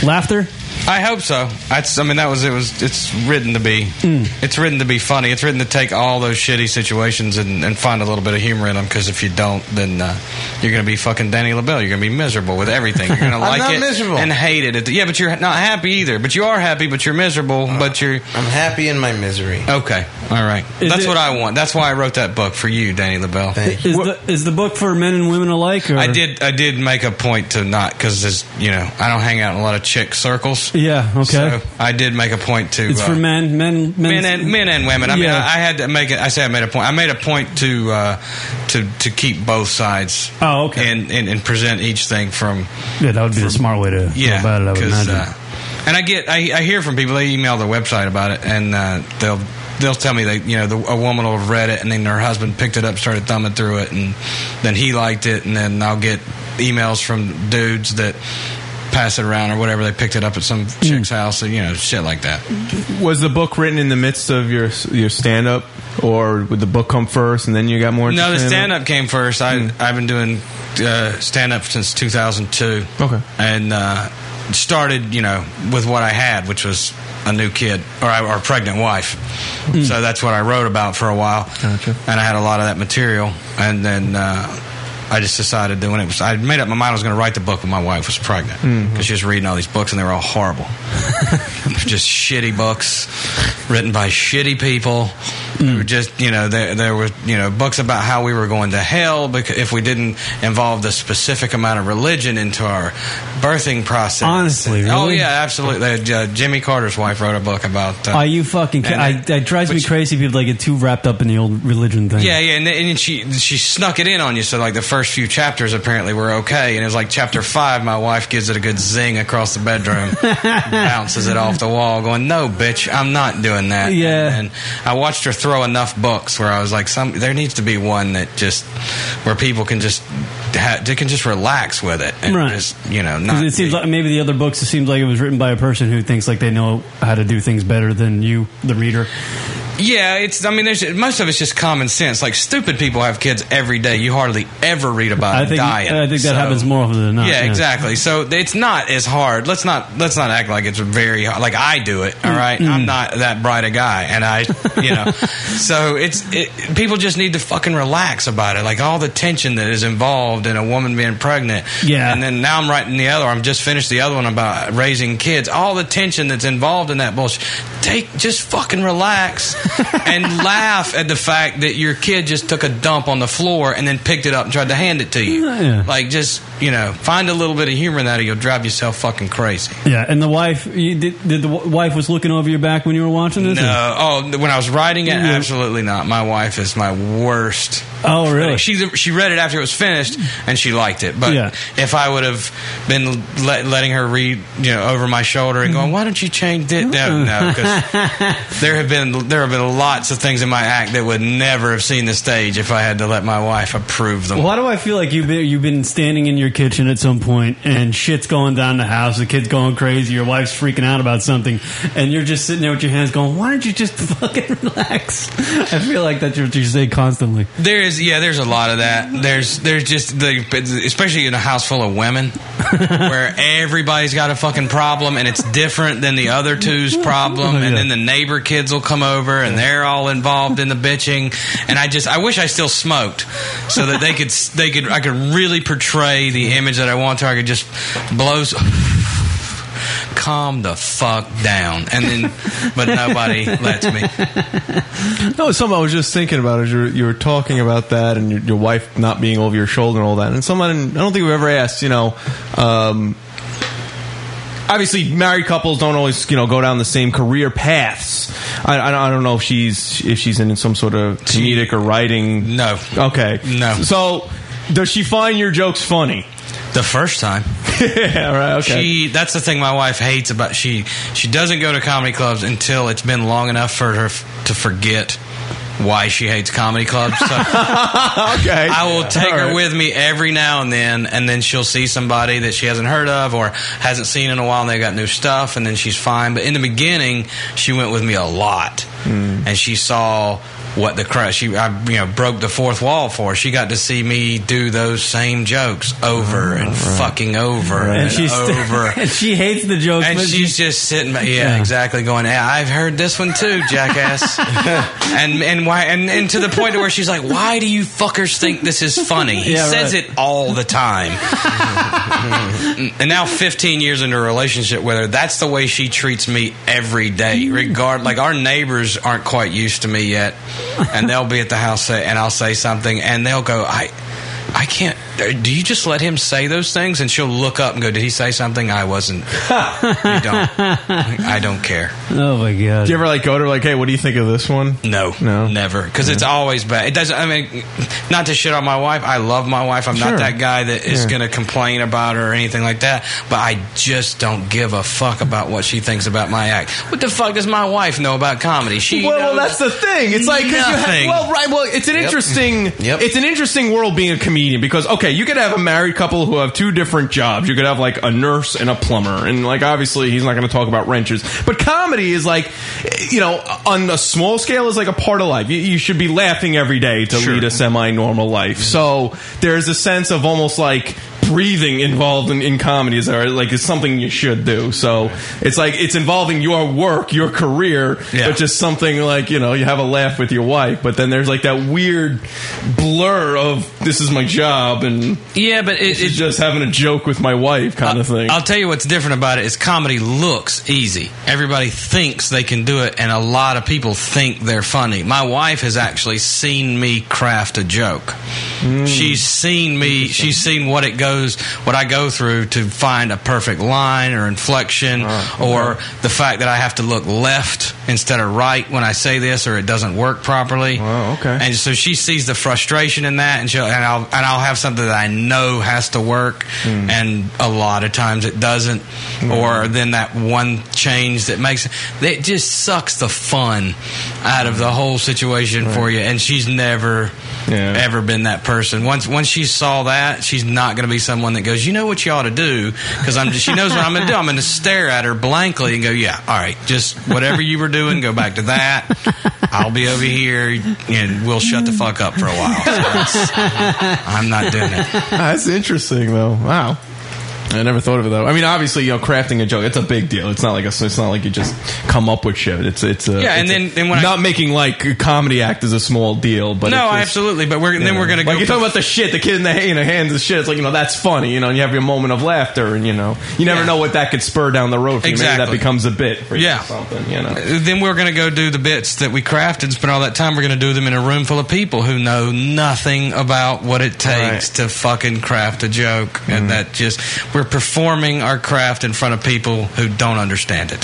Speaker 10: Laughter.
Speaker 11: I hope so. That's, I mean, that was it. Was it's written to be?
Speaker 10: Mm.
Speaker 11: It's written to be funny. It's written to take all those shitty situations and, and find a little bit of humor in them. Because if you don't, then uh, you're going to be fucking Danny LaBelle. You're going to be miserable with everything. You're going to
Speaker 12: I'm
Speaker 11: like
Speaker 12: not
Speaker 11: it
Speaker 12: miserable.
Speaker 11: and hate it. At the- yeah, but you're not happy either. But you are happy. But you're miserable. but you're. I'm
Speaker 12: happy in my misery.
Speaker 11: Okay. All right.
Speaker 10: Is
Speaker 11: That's
Speaker 10: it-
Speaker 11: what I want. That's why I wrote that book for you, Danny LaBelle.
Speaker 10: Is the, is the book for men and women alike? Or?
Speaker 11: I did. I did make a point to not because you know I don't hang out in a lot of chick circles.
Speaker 10: Yeah. Okay.
Speaker 11: So I did make a point to.
Speaker 10: it's
Speaker 11: uh,
Speaker 10: for men, men,
Speaker 11: men and men and women. I mean,
Speaker 10: Yeah.
Speaker 11: I, I had to make it. I say I made a point. I made a point to uh, to to keep both sides.
Speaker 10: Oh, okay.
Speaker 11: And and, and present each thing from
Speaker 10: yeah, that would be the smart way to
Speaker 11: yeah.
Speaker 10: go about it. I would
Speaker 11: 'cause,
Speaker 10: imagine.
Speaker 11: uh, and I get I, I hear from people. They email the website about it, and uh, they'll they'll tell me that you know the, a woman will have read it, and then her husband picked it up, started thumbing through it, and then he liked it, and then I'll get emails from dudes that pass it around or whatever. They picked it up at some
Speaker 10: Mm.
Speaker 11: chick's house, and, you know, shit like that.
Speaker 31: Was the book written in the midst of your your stand up, or would the book come first and then you got more? Hmm. into
Speaker 11: No, the stand
Speaker 31: stand-up?
Speaker 11: up came first. I I've been doing uh, stand up since 2002.
Speaker 31: Okay.
Speaker 11: and uh, started, you know, with what I had, which was a new kid or, I- or a pregnant wife.
Speaker 31: Hmm.
Speaker 11: So that's what I wrote about for a while. And I had a lot of that material. And then uh, I just decided that when it was, I made up my mind I was going to write the book when my wife was pregnant.
Speaker 31: Hmm.
Speaker 9: Mhm.
Speaker 11: Because she was reading all these books and they were all horrible. just shitty books written by shitty people. They were just, you know, there, there were, you know, books about how we were going to hell because if we didn't involve the specific amount of religion into our birthing process. Honestly, Oh,
Speaker 2: really?
Speaker 11: yeah, absolutely. Uh, Jimmy Carter's wife wrote a book about. Uh,
Speaker 2: Are you fucking kidding? I,
Speaker 11: and
Speaker 2: that drives me crazy. People that get too wrapped up in the old religion thing.
Speaker 11: Yeah, yeah, and, then- and then she she snuck it in on you. So like the first few chapters apparently were okay, and it was like chapter five. My wife gives it a good zing across the bedroom, bounces it off the wall, going, "No, bitch, I'm not doing that." Yeah, and, I watched her throw enough books where I was like, "Some there needs to be one that just where people can just ha- they can just relax with it and
Speaker 2: Right.
Speaker 11: just you know
Speaker 2: 'Cause
Speaker 11: not."
Speaker 2: it seems like maybe the other books. It seems like it was written by a person who thinks like they know how to do things better than you, the reader.
Speaker 11: Yeah, it's. I mean, there's most of it's just common sense. Like stupid people have kids every day. You hardly ever read about
Speaker 2: I
Speaker 11: them
Speaker 2: think
Speaker 11: dying.
Speaker 2: I think that
Speaker 11: So-
Speaker 2: happens more often than not.
Speaker 11: yeah, exactly. So it's not as hard. Let's not let's not act like it's very hard. Like I do it. All
Speaker 2: Mm,
Speaker 11: right? I'm not that bright a guy, and I, you know, so it's it, people just need to fucking relax about it. Like all the tension that is involved in a woman being pregnant.
Speaker 2: Yeah.
Speaker 11: And then now I'm writing the other. I'm just finished the other one about raising kids. All the tension that's involved in that bullshit. Take just fucking relax and laugh at the fact that your kid just took a dump on the floor and then picked it up and tried to hand it to you.
Speaker 2: Yeah.
Speaker 11: Like, just, you know, find a little bit of humor in that or you'll drive yourself fucking crazy.
Speaker 2: Yeah, and the wife. You, did, did the w- wife was looking over your back when you were watching this?
Speaker 11: No. Oh, when I was writing it, absolutely not. My wife is my worst.
Speaker 2: Oh, really?
Speaker 11: She she read it after it was finished and she liked it. But
Speaker 2: Yeah.
Speaker 11: if I would have been let, letting her read, you know, over my shoulder and
Speaker 2: Mm-hmm.
Speaker 11: going, "Why don't you change it?" No, no, 'cause there have been there have been lots of things in my act that would never have seen the stage if I had to let my wife approve them.
Speaker 2: Why do I feel like you've been you've been standing in your kitchen at some point and shit's going down the house, the kid's going crazy, your wife's freaking out about something, and you're just sitting there with your hands going, "Why don't you just fucking relax?" I feel like that's what you say constantly.
Speaker 11: There is, yeah. There's a lot of that. There's, there's just the, especially in a house full of women, where everybody's got a fucking problem, and it's different than the other two's problem, and then the neighbor kids will come over, and they're all involved in the bitching. And I just, I wish I still smoked, so that they could, they could, I could really portray the image that I want to. I could just blow. s- Calm the fuck down, and then, but nobody lets me.
Speaker 10: No, it's something I was just thinking about as you were, you were talking about that and your, your wife not being over your shoulder and all that. And someone, I don't think we've ever asked, you know, um, obviously married couples don't always, you know, go down the same career paths. I, I, don't- I don't know if she's, if she's in some sort of comedic or writing.
Speaker 11: No.
Speaker 10: Okay.
Speaker 11: No.
Speaker 10: So does she find your jokes funny?
Speaker 11: The first time.
Speaker 10: yeah, right, okay.
Speaker 11: She that's the thing my wife hates about she she doesn't go to comedy clubs until it's been long enough for her f- to forget why she hates comedy clubs. So
Speaker 10: okay.
Speaker 11: I will take
Speaker 10: All
Speaker 11: her
Speaker 10: right.
Speaker 11: with me every now and then, and then she'll see somebody that she hasn't heard of or hasn't seen in a while, and they got new stuff, and then she's fine. But in the beginning, she went with me a lot,
Speaker 10: Hmm.
Speaker 11: and she saw what the crowd. She, I, you know, broke the fourth wall for. her. She got to see me do those same jokes over and fucking over and,
Speaker 2: And she's
Speaker 11: over.
Speaker 2: and she hates the jokes,
Speaker 11: And
Speaker 2: but
Speaker 11: she's just sitting back. Yeah,
Speaker 2: Yeah.
Speaker 11: exactly. Going, yeah, I've heard this one too, jackass. and and why? And, and to the point where she's like, why do you fuckers think this is funny? He
Speaker 9: Yeah,
Speaker 11: says
Speaker 9: right.
Speaker 11: it all the time. and now, 15 years into a relationship with her, that's the way she treats me every day. Regard like our neighbors aren't quite used to me yet, and they'll be at the house say- and I'll say something, and they'll go, I. I can't. uh, Do you just let him say those things? And she'll look up and go, "Did he say something I wasn't?" You don't. I don't care.
Speaker 2: Oh my god!
Speaker 10: Do you ever like go to her like, hey, what do you think of this one?
Speaker 11: No,
Speaker 10: no,
Speaker 11: never. Because it's always bad. It doesn't. I mean, not to shit on my wife. I love my wife. I'm
Speaker 10: Sure.
Speaker 11: not that guy that is
Speaker 10: Yeah.
Speaker 11: going to complain about her or anything like that. But I just don't give a fuck about what she thinks about my act. What the fuck does my wife know about comedy? She
Speaker 10: well, well,
Speaker 11: knows
Speaker 10: that's the thing. It's like 'cause
Speaker 11: nothing.
Speaker 10: You ha- well, right. Well, it's an
Speaker 11: Yep.
Speaker 10: interesting. It's an interesting world being a comedian because okay, you could have a married couple who have two different jobs. You could have like a nurse and a plumber, and like obviously he's not going to talk about wrenches. But comedy is like, you know, on a small scale is like a part of life. You, you should be laughing every day to lead a semi-normal life. So there's a sense of almost like breathing involved in, in comedies are like is something you should do. So it's like it's involving your work, your career, but just something like you know you have a laugh with your wife, but then there's like that weird blur of this is my job and
Speaker 11: yeah, but it,
Speaker 10: it's just having a joke with my wife kind of thing.
Speaker 11: I'll tell you what's different about it is comedy looks easy. Everybody thinks they can do it, and a lot of people think they're funny. My wife has actually seen me craft a joke. She's seen me. She's seen what it goes, what I go through to find a perfect line or inflection, or the fact that I have to look left instead of right when I say this, or it doesn't work properly. Oh, okay. And so she sees the frustration in that, and she'll and I'll and I'll have something that I know has to work, and a lot of times it doesn't, or then that one change that makes it just sucks the fun out of the whole situation for you. And she's never ever been that person. Once once she saw that, she's not going to be someone that goes, you know what you ought to do, because I'm she knows what I'm going to do. I'm going to stare at her blankly and go, yeah, all right, just whatever you were doing, go back to that. I'll be over here, and we'll shut the fuck up for a while. So it's- I'm not doing it.
Speaker 10: Ah, That's interesting, though. Wow. I never thought of it though. I mean, obviously, you know, crafting a joke—it's a big deal. It's not like a, it's not like you just come up with shit. It's it's a,
Speaker 11: Yeah, and
Speaker 10: it's a-
Speaker 11: then- then when I-
Speaker 10: not making like a comedy act is a small deal, but
Speaker 11: no,
Speaker 10: it's just-
Speaker 11: absolutely. But we're, then
Speaker 10: Yeah.
Speaker 11: we're going to go.
Speaker 10: Like you talk about the shit, the kid in the you know, hands of shit. It's like you know that's funny, you know, and you have your moment of laughter, and you know you never know what that could spur down the road. For you. Maybe that
Speaker 11: Exactly.
Speaker 10: becomes a bit for you
Speaker 11: Yeah.
Speaker 10: or something. You know,
Speaker 11: Then we're going to go do the bits that we crafted and spend all that time. We're going to do them in a room full of people who know nothing about what it takes to fucking craft a joke. And that just, we're performing our craft in front of people who don't understand it.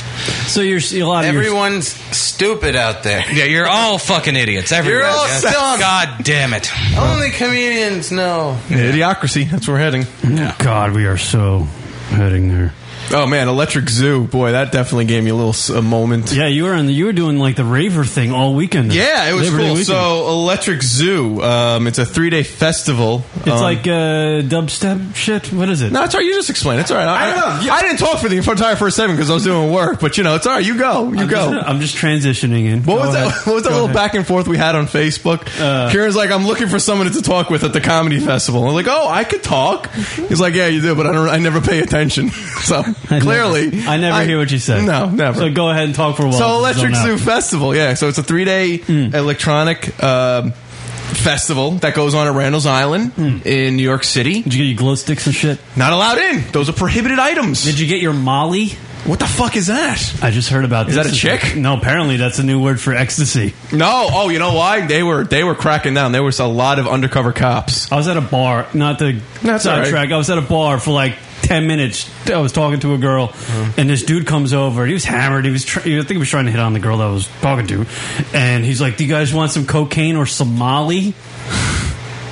Speaker 2: So you're a lot of your-
Speaker 12: Everyone's stupid out there.
Speaker 11: Yeah, you're all fucking idiots. Everywhere.
Speaker 12: You're all
Speaker 11: yeah.
Speaker 12: stoned.
Speaker 11: God damn it.
Speaker 12: Only comedians know.
Speaker 10: Idiocracy. That's where we're heading.
Speaker 14: God, we are so heading there.
Speaker 10: Oh man, Electric Zoo, boy, that definitely gave me a little s- a moment.
Speaker 14: Yeah, you were on. The, you were doing like the raver thing all weekend.
Speaker 10: Yeah, it was
Speaker 14: Liberty
Speaker 10: cool.
Speaker 14: Weekend.
Speaker 10: So, Electric Zoo, um, it's a three day festival. Um,
Speaker 14: it's like uh, dubstep shit. What is it?
Speaker 10: No, it's all right. You just explain. It's all right. I,
Speaker 14: I don't
Speaker 10: I, I didn't talk for the entire first segment because I was doing work, but you know, it's all right. You go. You
Speaker 14: I'm
Speaker 10: go.
Speaker 14: Just, I'm just transitioning in.
Speaker 10: What was that? What was that little back and forth we had on Facebook?
Speaker 14: Uh.
Speaker 10: Kieran's like, I'm looking for someone to talk with at the comedy festival. I'm like, oh, I could talk. He's like, yeah, you do, but I don't. I never pay attention. So clearly,
Speaker 14: I never hear what you say.
Speaker 10: No, never.
Speaker 14: So go ahead and talk for a while.
Speaker 10: So
Speaker 14: Zone
Speaker 10: Electric
Speaker 14: out. Hmm.
Speaker 10: Zoo Festival, yeah. So it's a three day electronic um, festival that goes on at Randall's Island
Speaker 14: Hmm.
Speaker 10: in New York City. Did
Speaker 14: you get your glow sticks and shit?
Speaker 10: Not allowed in. Those are prohibited items. Did
Speaker 14: you get your Molly?
Speaker 10: What the fuck is that?
Speaker 14: I just heard about
Speaker 10: Is
Speaker 14: this.
Speaker 10: that a chick?
Speaker 14: No, apparently that's a new word for ecstasy.
Speaker 10: No. Oh, you know why? They were they were cracking down. There was a lot of undercover cops.
Speaker 14: I was at a bar, not to
Speaker 10: That's all right.
Speaker 14: sidetrack. I was at a bar for like ten minutes. I was talking to a girl, and this dude comes over. He was hammered. He was, tr- I think he was trying to hit on the girl that I was talking to, and he's like, "Do you guys want some cocaine or Somali?"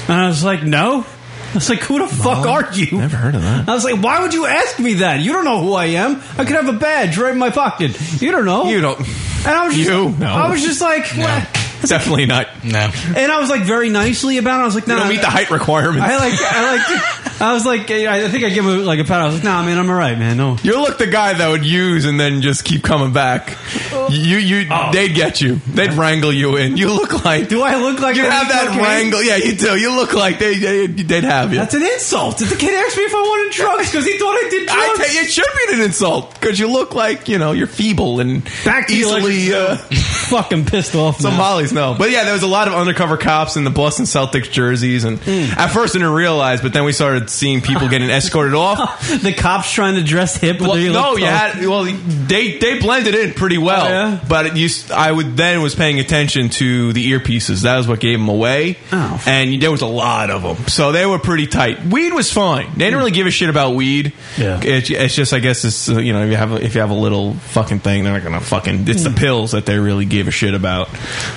Speaker 14: And I was like, "No." I was like, "Who the fuck are you?" Never
Speaker 10: heard of that.
Speaker 14: I was like, "Why would you ask me that? You don't know who I am. I could have a badge right in my pocket. You don't know. You
Speaker 10: don't."
Speaker 14: And I was just,
Speaker 10: You know.
Speaker 14: I was just like, "What?"
Speaker 10: Definitely not. No.
Speaker 14: And I was like very nicely about it. I was like, no,
Speaker 10: You don't meet the height requirements.
Speaker 14: I like, I like, I was like, I think I give him like a pat. I was like, nah, man, I'm all right, man. No,
Speaker 10: You're like the guy that would use and then just keep coming back.
Speaker 14: Oh.
Speaker 10: You, you, they'd get you. They'd wrangle you in. You look like.
Speaker 14: Do I look like
Speaker 10: you
Speaker 14: I
Speaker 10: have
Speaker 14: need
Speaker 10: that
Speaker 14: cocaine?
Speaker 10: wrangle? Yeah, you do. You look like they, they they'd have you.
Speaker 14: that's an insult. Did the kid ask me if I wanted drugs because he thought I did drugs?
Speaker 10: I tell you, it should be an insult because you look like you know you're feeble and
Speaker 14: Back to the
Speaker 10: easily uh,
Speaker 14: fucking pissed off.
Speaker 10: Some Molly's no, but yeah, there was a lot of undercover cops in the Boston Celtics jerseys, and
Speaker 14: Hmm.
Speaker 10: at first I didn't realize, but then we started seeing people getting escorted off.
Speaker 14: the cops trying to dress hip.
Speaker 10: Well,
Speaker 14: but they
Speaker 10: no,
Speaker 14: look Oh,
Speaker 10: you
Speaker 14: tough.
Speaker 10: had well they they blended in pretty well, but it, you s- I would then was paying attention to the earpieces. That was what gave them away, oh. and there was a lot of them, so they were pretty tight. Weed was fine. They didn't really give a shit about weed.
Speaker 14: Hmm. Yeah.
Speaker 10: It, it's just I guess it's uh, you know if you have a, if you have a little fucking thing, they're not gonna fucking. It's the pills that they really give a shit about.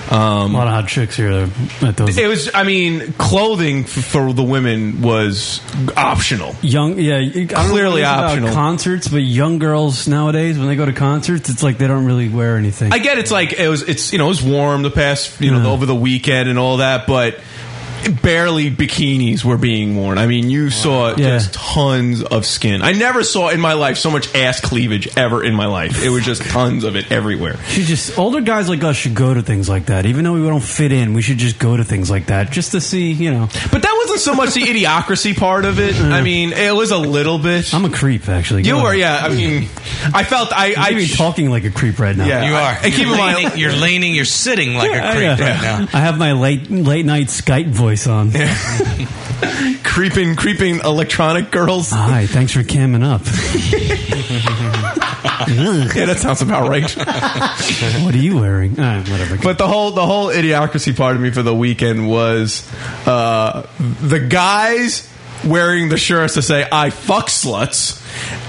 Speaker 10: Um,
Speaker 14: Hmm. a lot of hot chicks here. At those
Speaker 10: it was. I mean, clothing f- for the women was optional.
Speaker 14: young, yeah, I don't know
Speaker 10: Clearly
Speaker 14: what it is about
Speaker 10: optional.
Speaker 14: concerts, but young girls nowadays when they go to concerts, it's like they don't really wear anything.
Speaker 2: Mm.
Speaker 10: I get it's like it was. It's you know it was warm the past you know over the weekend and all that, but barely bikinis were being worn. I mean, you saw just tons of skin. I never saw in my life so much ass cleavage ever in my life. It was just tons of it everywhere.
Speaker 2: Should just older guys like us should go to things like that, even though we don't fit in. We should just go to things like that just to see, you know.
Speaker 10: But that wasn't so much the idiocracy part of it. I mean, it was a little bit.
Speaker 2: Mm. I'm a creep, actually.
Speaker 10: You
Speaker 2: Go
Speaker 10: were,
Speaker 2: ahead.
Speaker 10: yeah. I mean, I felt I.
Speaker 2: I'm
Speaker 10: I
Speaker 2: even talking like a creep right now.
Speaker 10: Yeah, you are.
Speaker 11: And keep in
Speaker 10: mind-
Speaker 11: you're leaning, you're sitting like
Speaker 2: Yeah,
Speaker 11: a creep
Speaker 2: yeah.
Speaker 11: right now.
Speaker 2: I have my late late night Skype voice on.
Speaker 10: creeping, creeping electronic girls.
Speaker 2: Hi, thanks for camming up.
Speaker 10: yeah, that sounds about right.
Speaker 2: what are you wearing? Ah, whatever.
Speaker 10: But the whole the whole idiocracy part of me for the weekend was uh, the guys wearing the shirts to say "I fuck sluts,"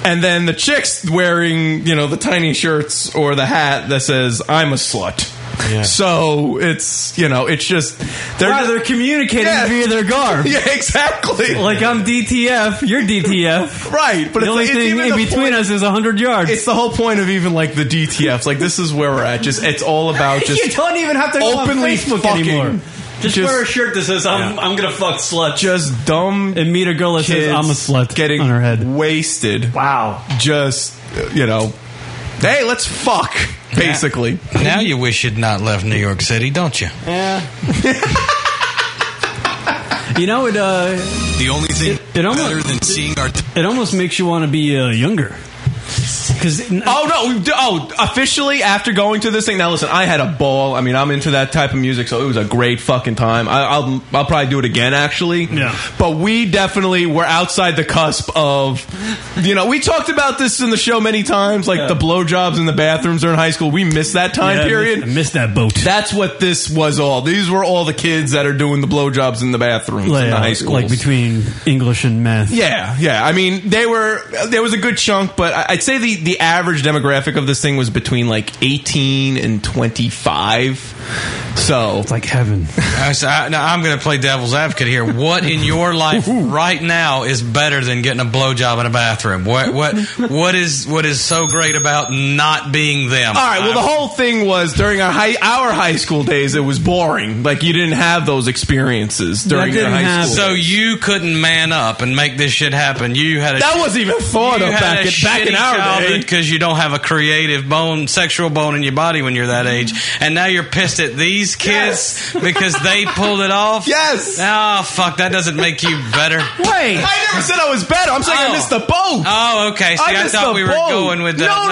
Speaker 10: and then the chicks wearing you know the tiny shirts or the hat that says "I'm a slut." So it's you know it's just they're
Speaker 2: Wow, Ah, they're communicating via their garb.
Speaker 10: Yeah, exactly.
Speaker 2: Like I'm DTF, you're DTF.
Speaker 10: Right, but
Speaker 2: the
Speaker 10: it's
Speaker 2: only
Speaker 10: like- it's
Speaker 2: thing
Speaker 10: even
Speaker 2: in
Speaker 10: the
Speaker 2: between
Speaker 10: point-
Speaker 2: us is hundred yards.
Speaker 10: It's the whole point of even like the DTFs. Like this is where we're at. Just it's all about just
Speaker 2: You don't even have to go on
Speaker 10: openly
Speaker 2: Facebook
Speaker 10: fucking.
Speaker 2: anymore. Just, wear a shirt that says I'm I'm gonna fuck slut.
Speaker 10: Just dumb
Speaker 2: and meet a girl that says
Speaker 10: kids
Speaker 2: I'm a slut.
Speaker 10: getting on her head. wasted. Wow. Just uh, you know, hey, let's fuck. Basically,
Speaker 11: Now you wish you'd not left New York City, don't you?
Speaker 2: Yeah. you know it. Uh,
Speaker 9: The only thing
Speaker 2: it almost-
Speaker 9: better than seeing our
Speaker 2: it almost makes you want to be uh, younger. Because
Speaker 10: oh no, we- oh officially after going to this thing. Now listen, I had a ball. I mean, I'm into that type of music, so it was a great fucking time. I, I'll I'll probably do it again, actually. Yeah. But we definitely were outside the cusp of, you know, we talked about this in the show many times, like the blowjobs in the bathrooms during high school. We missed that time
Speaker 2: Yeah, I
Speaker 10: period.
Speaker 2: missed- I missed that boat.
Speaker 10: That's what this was all. These were all the kids that are doing the blowjobs in the bathrooms in the high
Speaker 2: like,
Speaker 10: school.
Speaker 2: like between English and math.
Speaker 10: Yeah, yeah. I mean, they were there was a good chunk, but I- I'd say the the average demographic of this thing was between like eighteen and twenty five. So it's
Speaker 2: like heaven.
Speaker 11: I s- I, now I'm going to play devil's advocate here. What in your life right now is better than getting a blowjob in a bathroom? What what what is what is so great about not being them?
Speaker 10: All right. Well, the whole thing was during our high our high school days. It was boring. Like you didn't have those experiences during your high school.
Speaker 11: Uh, So you couldn't man up and make this shit happen. You had a
Speaker 10: That wasn't even thought
Speaker 11: you
Speaker 10: of
Speaker 11: had
Speaker 10: back
Speaker 11: a
Speaker 10: in- back in
Speaker 11: shitty
Speaker 10: our day.
Speaker 11: childhood because you don't have a creative bone, sexual bone in your body when you're that age, and now you're pissed at these kids because they pulled it off.
Speaker 10: Yes.
Speaker 11: Oh fuck, that doesn't make you better.
Speaker 10: Wait, I never said I was better. I'm saying I
Speaker 11: Oh.
Speaker 10: missed the boat.
Speaker 11: Oh, okay. See,
Speaker 10: I
Speaker 11: I,
Speaker 10: missed
Speaker 11: thought
Speaker 10: the
Speaker 11: we were
Speaker 10: boat.
Speaker 11: going with that.
Speaker 10: No, no,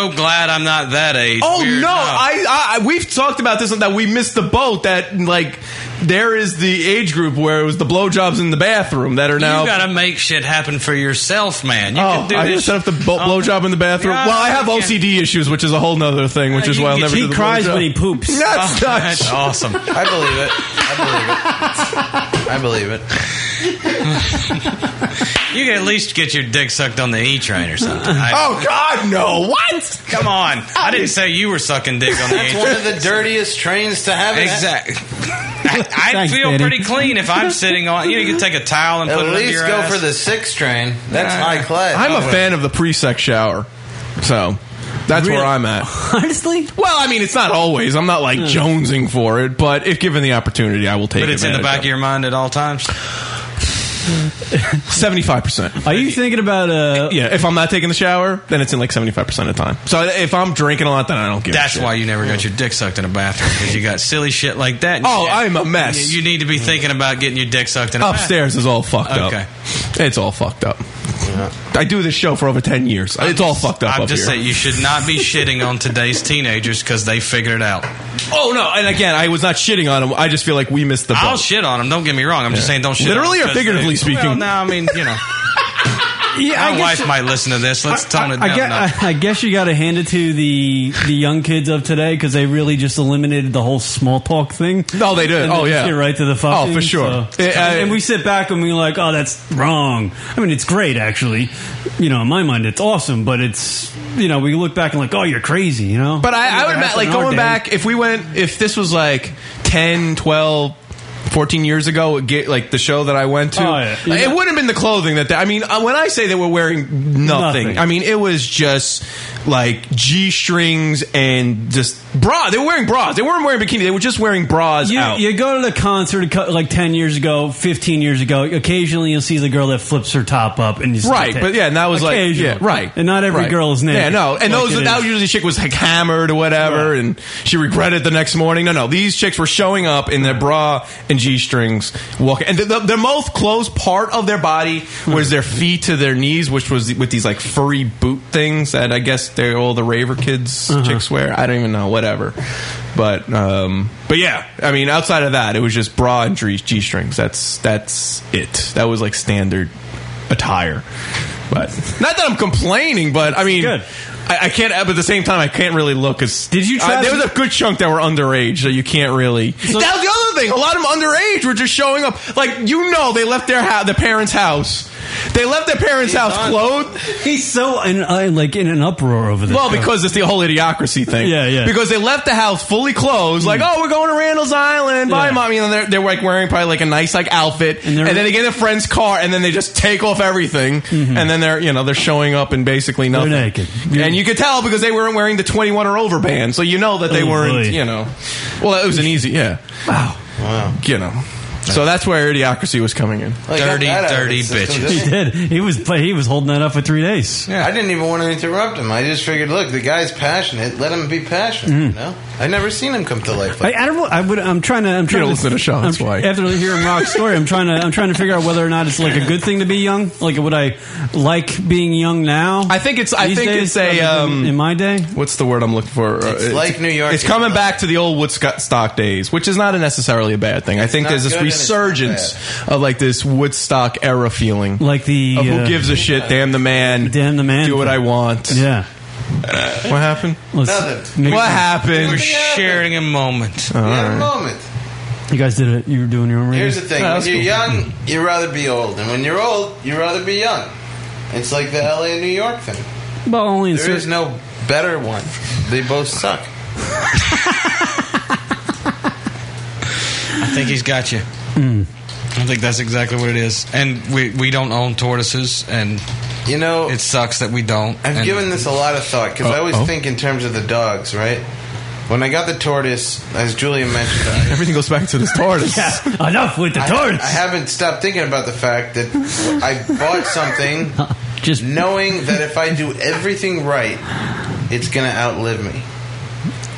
Speaker 10: no.
Speaker 11: I'm so glad I'm not that age.
Speaker 10: Oh
Speaker 11: Weird.
Speaker 10: no! I, I I- we've talked about this that we missed the boat. That like there is the age group where it was the blowjobs in the bathroom that are now.
Speaker 11: you gotta make shit happen for yourself, man. You
Speaker 10: oh,
Speaker 11: can do
Speaker 10: I
Speaker 11: this. Um,
Speaker 10: just set up the bo- blowjob in the bathroom.
Speaker 11: Yeah,
Speaker 10: well, I have
Speaker 11: you can.
Speaker 10: OCD issues, which is a whole nother thing, which is
Speaker 11: You
Speaker 10: why I'll
Speaker 11: can-
Speaker 10: never.
Speaker 11: he
Speaker 10: do the
Speaker 11: cries
Speaker 10: blowjob.
Speaker 11: when he poops.
Speaker 10: That's
Speaker 11: Oh,
Speaker 10: not-
Speaker 11: that's awesome.
Speaker 12: I believe it. I believe it. I
Speaker 11: You can at least get your dick sucked on the E train or something. I-
Speaker 10: Oh, God, no. What?
Speaker 11: Come on. I didn't say you were sucking dick on the E
Speaker 12: That's one
Speaker 11: train.
Speaker 12: of the dirtiest trains to have.
Speaker 11: Exactly. I
Speaker 12: Thanks,
Speaker 11: feel
Speaker 12: Daddy.
Speaker 11: pretty clean if I'm sitting on. You know, you can take a towel and
Speaker 12: At
Speaker 11: put it
Speaker 12: least
Speaker 11: under your
Speaker 12: go
Speaker 11: ass.
Speaker 12: for the six train. That's
Speaker 11: Yeah.
Speaker 12: high class.
Speaker 10: I'm a
Speaker 12: Oh,
Speaker 10: fan of the pre-sex shower, so that's where I'm at.
Speaker 2: Honestly,
Speaker 10: well, I mean, it's not always. I'm not like jonesing for it, but if given the opportunity, I will take.
Speaker 11: Hmm. But it's in the back of your mind at all times.
Speaker 10: Seventy-five percent.
Speaker 2: Are you thinking about? Uh,
Speaker 10: yeah, if I'm not taking the shower, then it's in like seventy-five percent of the time. So if I'm drinking a lot, then I don't give.
Speaker 11: That's
Speaker 10: a shit.
Speaker 11: why you never got your dick sucked in a bathroom because you got silly shit like that.
Speaker 10: Oh, I'm a mess.
Speaker 11: You, you need to be thinking about getting your dick sucked in a
Speaker 10: Upstairs is all fucked up.
Speaker 11: Okay.
Speaker 10: It's all fucked up. I do this show for over 10 years. It's all fucked up.
Speaker 11: I'm
Speaker 10: up
Speaker 11: just
Speaker 10: here.
Speaker 11: saying you should not be shitting on today's teenagers because they figured it out.
Speaker 10: Oh, no. And again, I was not shitting on him. I just feel like we missed the boat.
Speaker 11: I'll shit on them. Don't get me wrong. I'm just
Speaker 10: Yeah.
Speaker 11: saying don't shit.
Speaker 10: Literally
Speaker 11: on 'em
Speaker 10: or
Speaker 11: 'cause
Speaker 10: figuratively
Speaker 11: they-
Speaker 10: speaking?
Speaker 11: Well, no, I mean you know.
Speaker 2: Yeah, I
Speaker 11: My
Speaker 2: guess
Speaker 11: wife
Speaker 2: you-
Speaker 11: might listen to this. Let's tone it down. a
Speaker 2: I
Speaker 11: notch.
Speaker 2: guess, I, I guess you got to hand it to the the young kids of today because they really just eliminated the whole small talk thing.
Speaker 10: No, they did.
Speaker 2: And
Speaker 10: Oh, yeah.
Speaker 2: just get right to the fucking.
Speaker 10: Oh, for sure.
Speaker 2: so-
Speaker 10: Yeah, I-
Speaker 2: and we sit back and we're like, oh, that's wrong. I mean, it's great actually. You know, in my mind, it's awesome, but it's you know, we look back and like, oh, you're crazy. You know,
Speaker 10: But I, I
Speaker 2: Never
Speaker 10: would imagine,
Speaker 2: happened
Speaker 10: like,
Speaker 2: in our
Speaker 10: going
Speaker 2: day.
Speaker 10: back, if we went, if this was like 10, 12, 14 years ago, it get- like the show that I went to,
Speaker 2: Oh, yeah. You
Speaker 10: it
Speaker 2: know-
Speaker 10: wouldn't have been the clothing that they, I mean, uh, when I say they were wearing nothing,
Speaker 2: Nothing.
Speaker 10: I mean, it was just like G strings and just Bra. They were wearing bras. They weren't wearing bikini. They were just wearing bras
Speaker 2: You,
Speaker 10: out.
Speaker 2: you go to the concert co- like 10 years ago, 15 years ago, occasionally you'll see the girl that flips her top up and you still
Speaker 10: Right,
Speaker 2: take-
Speaker 10: but yeah, and that was like
Speaker 2: Occasionally.
Speaker 10: yeah, right.
Speaker 2: And not every
Speaker 10: Right.
Speaker 2: girl is naked.
Speaker 10: Yeah, no, and
Speaker 2: Like
Speaker 10: those
Speaker 2: it
Speaker 10: that
Speaker 2: is.
Speaker 10: was usually chick was like hammered or whatever, and she regretted the next morning. No, no, these chicks were showing up in their bra and g strings, walking, and the, the, their most closed part of their body was their feet to their knees, which was with these like furry boot things that I guess they're all the raver kids chicks wear. I don't even know, whatever. But um, but yeah, I mean, outside of that, it was just bra and g strings. That's that's it. That was like standard attire. But not that I'm complaining, but I mean, I, I can't. But at the same time, I can't really look. Cause did
Speaker 2: you try
Speaker 10: there
Speaker 2: to-
Speaker 10: was a good chunk that were underage, so you can't really. that was the other thing. A lot of them underage were just showing up. Like you know, they left their house, the parents' house. They left their parents' house clothed.
Speaker 2: He's so in, uh, like in an uproar over this.
Speaker 10: Well, because it's the whole idiocracy thing.
Speaker 2: Yeah, yeah.
Speaker 10: Because they left the house fully closed, like, oh, we're going to Randall's Island. Bye,
Speaker 2: Yeah.
Speaker 10: mommy. And they're, they're like wearing probably like a nice like outfit, and, then they get in a friend's car, and then they just take off everything, and then they're you know they're showing up in basically nothing,
Speaker 2: Mm-hmm. naked.
Speaker 10: and you could tell because they weren't wearing the twenty one or over band, so you know that they
Speaker 2: Oh,
Speaker 10: weren't.
Speaker 2: boy.
Speaker 10: You know, well, it was an easy, yeah. Wow, wow. You know, so that's where idiocracy was coming in.
Speaker 12: Well, you got Dirty, that out of dirty the system, bitches.
Speaker 2: he did. He was play, he was holding that up for three days.
Speaker 12: I didn't even want to interrupt him. I just figured, look, the guy's passionate. Let him be passionate. You know, I never seen him come to life.
Speaker 2: I,
Speaker 12: Like
Speaker 2: Mm-hmm. I don't. know. I would. I'm trying to. I'm trying
Speaker 12: don't listen to Sean,
Speaker 2: I'm-
Speaker 12: that's why.
Speaker 2: After hearing Rock's story, I'm trying to. I'm trying to figure out whether or not it's like a good thing to be young. Like, would I like being young now?
Speaker 10: I think it's. I
Speaker 2: These
Speaker 10: think
Speaker 2: days,
Speaker 10: it's a.
Speaker 2: rather than
Speaker 10: Um,
Speaker 2: in my day,
Speaker 10: what's the word I'm looking for? It's,
Speaker 12: like New York
Speaker 10: It's coming back to the old Woodstock days, which is not necessarily a bad thing. I think
Speaker 12: not
Speaker 10: there's this
Speaker 12: good and it's not
Speaker 10: resurgence of like this Woodstock era feeling,
Speaker 2: like the
Speaker 10: of who
Speaker 2: uh,
Speaker 10: gives a shit, damn the man,
Speaker 2: damn the man,
Speaker 10: do what I want.
Speaker 2: Yeah.
Speaker 10: what happened?
Speaker 2: Let's- Nothing.
Speaker 10: What happened?
Speaker 11: We're sharing a moment.
Speaker 10: All
Speaker 12: at
Speaker 10: right.
Speaker 12: the moment.
Speaker 2: you guys did it. You were doing your own. radio.
Speaker 12: Here's the thing: when you're young, you'd rather be old, and when you're old, you'd rather be young. It's like the LA and New York thing.
Speaker 2: Well, only in
Speaker 12: There
Speaker 2: certain-
Speaker 12: is no better one. They both suck.
Speaker 11: I think he's got you.
Speaker 10: Hmm.
Speaker 11: I think that's exactly what it is. And we, we don't own tortoises, and
Speaker 12: you know
Speaker 11: it sucks that we don't.
Speaker 12: I've
Speaker 11: and-
Speaker 12: given this a lot of thought because I always think in terms of the dogs, right? When I got the tortoise, as Julia mentioned, I,
Speaker 10: Everything goes back to this tortoise. yeah,
Speaker 2: enough with the
Speaker 12: I- I haven't stopped thinking about the fact that I bought something
Speaker 2: just
Speaker 12: knowing that if I do everything right, it's going to outlive me.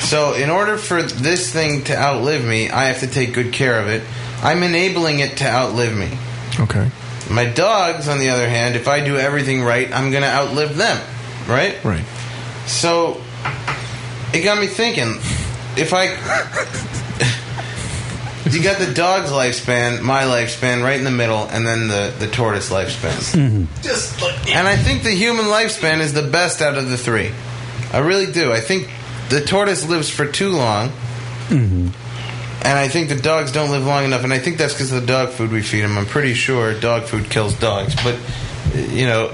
Speaker 12: So, in order for this thing to outlive me, I have to take good care of it. I'm enabling it to outlive me.
Speaker 10: Okay.
Speaker 12: My dogs, on the other hand, if I do everything right, I'm going to outlive them, right?
Speaker 10: Right.
Speaker 12: So it got me thinking if I. you got the dog's lifespan, my lifespan, right in the middle, and then the, the tortoise lifespan.
Speaker 32: Just
Speaker 12: And I think the human lifespan is the best out of the three. I really do. I think the tortoise lives for too long. And I think the dogs don't live long enough, and I think that's because of the dog food we feed them. I'm pretty sure dog food kills dogs, but uh, you know,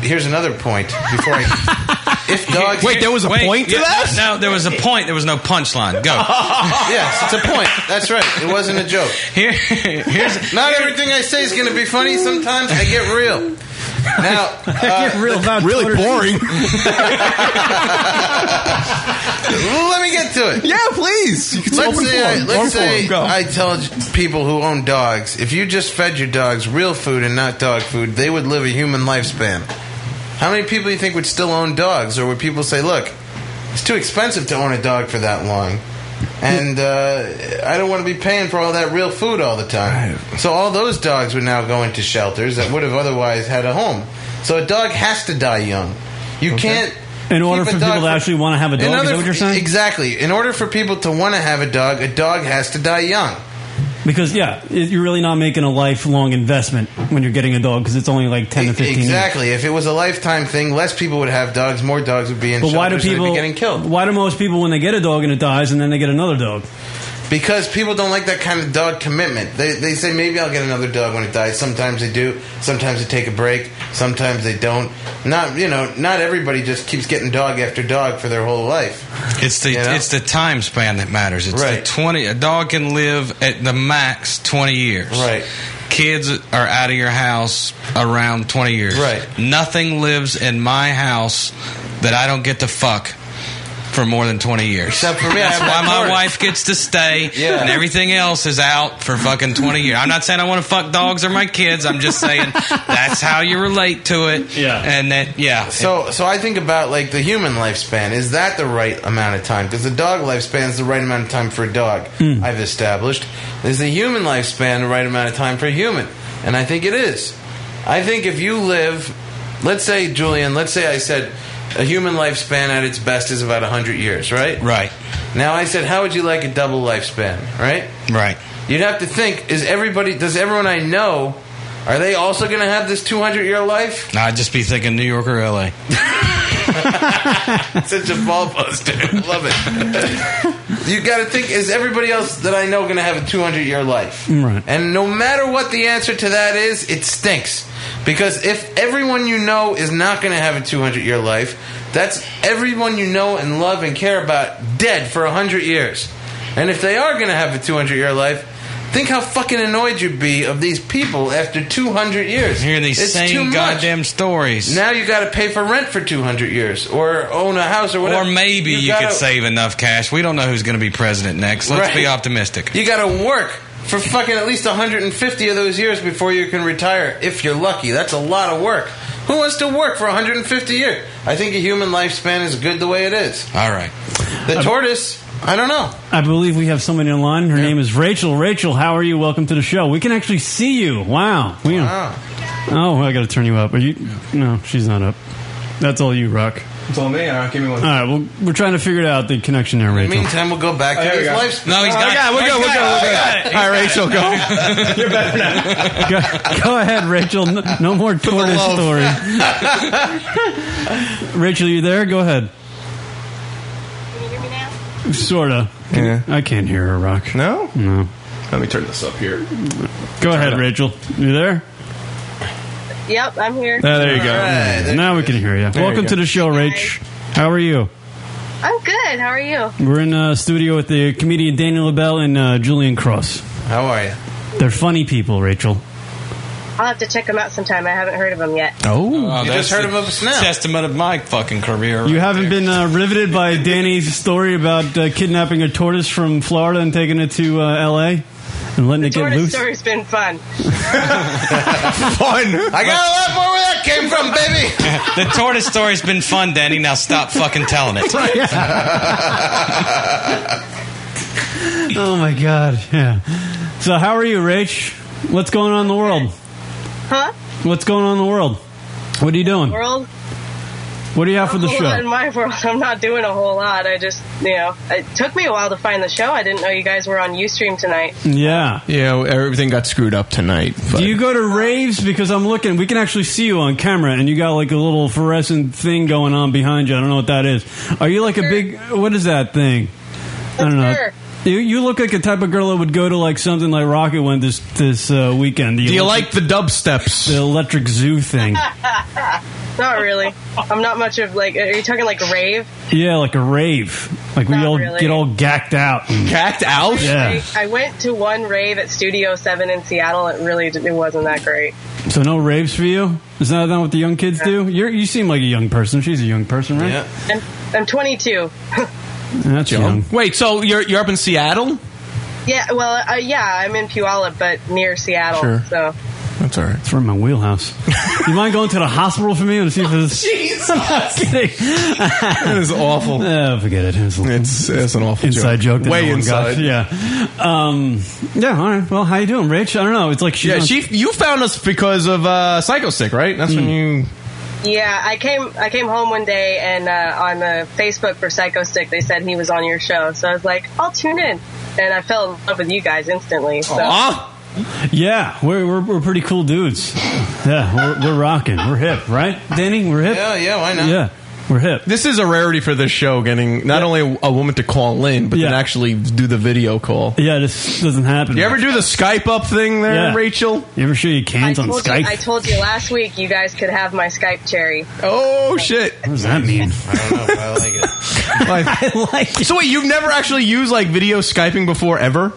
Speaker 12: here's another point. Before I, if dogs,
Speaker 11: Wait, yeah, No, no, there was a point. There was no punchline. Go.
Speaker 12: yes, it's a point. That's right. It wasn't a joke.
Speaker 11: Here, here's
Speaker 12: not everything I say is going to be funny. Sometimes I get real. Now, uh,
Speaker 10: really boring.
Speaker 12: Let me get to it.
Speaker 10: Yeah, please. You can
Speaker 12: Let's
Speaker 10: open
Speaker 12: say,
Speaker 10: forum.
Speaker 12: I,
Speaker 10: Open
Speaker 12: let's say
Speaker 10: forum. Go.
Speaker 12: I tell people who own dogs, if you just fed your dogs real food and not dog food, they would live a human lifespan. How many people you think would still own dogs, or would people say, "Look, it's too expensive to own a dog for that long," and uh, I don't want to be paying for all that real food all the time? So all those dogs would now go into shelters that would have otherwise had a home. So a dog has to die young. You can't.
Speaker 2: In order
Speaker 12: keep a
Speaker 2: for
Speaker 12: dog
Speaker 2: people to actually want to have a dog,
Speaker 12: in
Speaker 2: is
Speaker 12: order
Speaker 2: that what
Speaker 12: for-
Speaker 2: you're saying?
Speaker 12: Exactly. In order for people to want to have a dog, a dog has to die young.
Speaker 2: Because yeah, it- you're really not making a lifelong investment when you're getting a dog because it's only like ten to fifteen.
Speaker 12: E, Exactly. If it was a lifetime thing, less people would have dogs, more dogs would be in
Speaker 2: Years. But why do
Speaker 12: shelters, they'd be
Speaker 2: people?
Speaker 12: getting killed?
Speaker 2: Why do most people when they get a dog and it dies and then they get another dog?
Speaker 12: Because people don't like that kind of dog commitment. They, they say, maybe I'll get another dog when it dies. Sometimes they do. Sometimes they take a break. Sometimes they don't. Not, you know, not everybody just keeps getting dog after dog for their whole life.
Speaker 11: It's the it's the time span that matters. It's the twenty. A dog can live at the max twenty years.
Speaker 12: Right.
Speaker 11: Kids are out of your house around twenty years. Right. Nothing lives in my house that I don't get to fuck for more than 20 years.
Speaker 12: Except for me, I
Speaker 11: That's
Speaker 12: have
Speaker 11: why
Speaker 12: that
Speaker 11: my
Speaker 12: torch.
Speaker 11: wife gets to stay,
Speaker 12: Yeah.
Speaker 11: and everything else is out for fucking 20 years. I'm not saying I want to fuck dogs or my kids. I'm just saying that's how you relate to it. Yeah. And that, yeah.
Speaker 12: So, so I think about like the human lifespan. Is that the right amount of time? Because the dog lifespan is the right amount of time for a dog.
Speaker 11: Hmm.
Speaker 12: I've established. Is the human lifespan the right amount of time for a human? And I think it is. I think if you live, let's say Julian, let's say I said a human lifespan at its best is about hundred years, right?
Speaker 11: Right.
Speaker 12: Now I said, how would you like a double lifespan, right?
Speaker 11: Right.
Speaker 12: You'd have to think: Is everybody? Does everyone I know? Are they also going to have this 200 year life?
Speaker 11: I'd just be thinking New York or LA.
Speaker 12: Such a ball buster. Love it. you got to think, is everybody else that I know going to have a 200 year life?
Speaker 2: Right.
Speaker 12: And no matter what the answer to that is, it stinks. Because if everyone you know is not going to have a 200 year life, that's everyone you know and love and care about dead for 100 years. And if they are going to have a 200 year life, think how fucking annoyed you'd be of these people after 200 years.
Speaker 11: Hearing these
Speaker 12: It's too
Speaker 11: same
Speaker 12: much.
Speaker 11: goddamn stories.
Speaker 12: Now you got to pay for rent for 200 years or own a house or whatever.
Speaker 11: Or maybe you,
Speaker 12: gotta,
Speaker 11: could save enough cash. We don't know who's going to be president next. Let's
Speaker 12: Right.
Speaker 11: be optimistic.
Speaker 12: You got to work for fucking at least 150 of those years before you can retire if you're lucky. That's a lot of work. Who wants to work for 150 years? I think a human lifespan is good the way it is.
Speaker 11: All right.
Speaker 12: The tortoise, I don't know.
Speaker 2: I believe we have somebody online. Her name is Rachel. Rachel, how are you? Welcome to the show. We can actually see you. Wow. We
Speaker 12: Wow.
Speaker 2: Oh, I got to turn you up. Are you? No, she's not up. That's all you, Rock.
Speaker 10: It's on me. All right, give me
Speaker 2: All
Speaker 10: one.
Speaker 2: right, well, we're trying to figure out the connection there,
Speaker 12: In
Speaker 2: Rachel.
Speaker 12: the meantime, we'll go back
Speaker 10: Oh,
Speaker 12: to
Speaker 10: here we
Speaker 12: his
Speaker 10: go.
Speaker 12: lifespan.
Speaker 10: No, he's Oh, got I it. got it. We'll go, He's we'll got go, it. we'll go. He's got it. All right,
Speaker 12: go.
Speaker 10: You're better now.
Speaker 2: go, go ahead, Rachel. No, no more tortoise
Speaker 10: loaf.
Speaker 2: story. Rachel, you there? Go ahead. Sorta.
Speaker 10: Yeah.
Speaker 2: I can't hear her, Rock.
Speaker 10: No?
Speaker 2: No.
Speaker 10: Let me turn this up here.
Speaker 2: Go ahead, Rachel. You there?
Speaker 9: Yep, I'm here.
Speaker 2: Ah, there you go. now we can hear you.
Speaker 9: There
Speaker 2: Welcome
Speaker 9: you go.
Speaker 2: to the show, Rach. How are you?
Speaker 9: I'm good. How are you?
Speaker 2: We're in uh, studio with the comedian Daniel LaBelle and uh, Julian Cross.
Speaker 12: How are you?
Speaker 2: They're funny people, Rachel.
Speaker 9: I'll have to check them out sometime. I haven't heard of them yet.
Speaker 2: Oh,
Speaker 11: Oh, that's the Testament of my fucking career.
Speaker 2: You haven't been uh, riveted by Danny's story about uh, kidnapping a tortoise from Florida and taking it to uh, L.A. and letting it get
Speaker 9: Tortoise
Speaker 2: loose.
Speaker 9: story's been fun.
Speaker 11: fun.
Speaker 12: I got a lot more where that came from, baby.
Speaker 11: the tortoise story's been fun, Danny. Now stop fucking telling it.
Speaker 2: Oh my God! Yeah. So how are you, Rach? What's going on in the world?
Speaker 9: Huh?
Speaker 2: What's going on in the world? What are you doing?
Speaker 9: World?
Speaker 2: What do you have for the
Speaker 9: Whole lot
Speaker 2: show?
Speaker 9: In my world, I'm not doing a whole lot. I just, you know, it took me a while to find the show. I didn't know you guys were on Ustream tonight.
Speaker 2: Yeah.
Speaker 10: Yeah, everything got screwed up tonight.
Speaker 2: Do you go to raves? Because I'm looking, we can actually see you on camera, and you got like a little fluorescent thing going on behind you. I don't know what that is. Are you like a big? What is that thing? I don't know. You, you look like a type of girl that would go to like something like Rocket went this this uh, weekend.
Speaker 10: Do you like the dub steps?
Speaker 2: The Electric Zoo thing.
Speaker 9: Not really. I'm not much of like. Are you talking like rave?
Speaker 2: yeah, like a rave. Like we
Speaker 9: Not
Speaker 2: all
Speaker 9: really.
Speaker 2: get all gacked out.
Speaker 10: Gacked out?
Speaker 2: Yeah.
Speaker 9: I, I went to one rave at Studio Seven in Seattle. It really d- it wasn't that great.
Speaker 2: So no raves for you? Is that not what the young kids do? You're, you seem like a young person. She's a young person, right? Yeah.
Speaker 9: I'm, I'm 22.
Speaker 2: That's young.
Speaker 10: Wait, so you're you're up in Seattle?
Speaker 9: yeah. Well, uh, yeah. I'm in Puyallup, but near Seattle.
Speaker 2: Sure.
Speaker 9: So.
Speaker 10: That's all right.
Speaker 2: It's from my wheelhouse. you mind going to the hospital for me to see if it's.
Speaker 9: Jesus.
Speaker 2: I'm not kidding. it
Speaker 10: is awful.
Speaker 2: Oh, forget it. It's,
Speaker 10: it's, an awful
Speaker 2: inside
Speaker 10: joke.
Speaker 2: joke. that
Speaker 10: Way
Speaker 2: no one got.
Speaker 10: inside.
Speaker 2: Yeah. Um, yeah. All right. Well, how you doing, Rich? I don't know. It's like she's
Speaker 10: yeah,
Speaker 2: on-
Speaker 10: she you found us because of uh, Psycho Stick, right? That's when you
Speaker 9: Yeah, I came I came home one day and uh, on the Facebook for Psycho Stick they said he was on your show, so I was like, I'll tune in, and I fell in love with you guys instantly. So.
Speaker 2: Yeah, we're, we're we're pretty cool dudes. Yeah, we're, we're rocking. We're hip, right, Danny? We're hip.
Speaker 12: Yeah, yeah. Why not?
Speaker 2: Yeah, we're hip.
Speaker 10: This is a rarity for this show, getting not only a, a woman to call in, but then actually do the video call.
Speaker 2: Yeah, this doesn't happen.
Speaker 10: You ever do the Skype up thing there,
Speaker 2: Yeah.
Speaker 10: Rachel?
Speaker 2: You ever show your cans on
Speaker 9: Told you- I
Speaker 2: Skype?
Speaker 9: told you last week you guys could have my Skype cherry.
Speaker 10: Oh shit! What
Speaker 2: does that mean?
Speaker 12: I don't know, but I like it.
Speaker 10: I
Speaker 2: like
Speaker 10: So wait, you've never actually used like video Skyping before ever?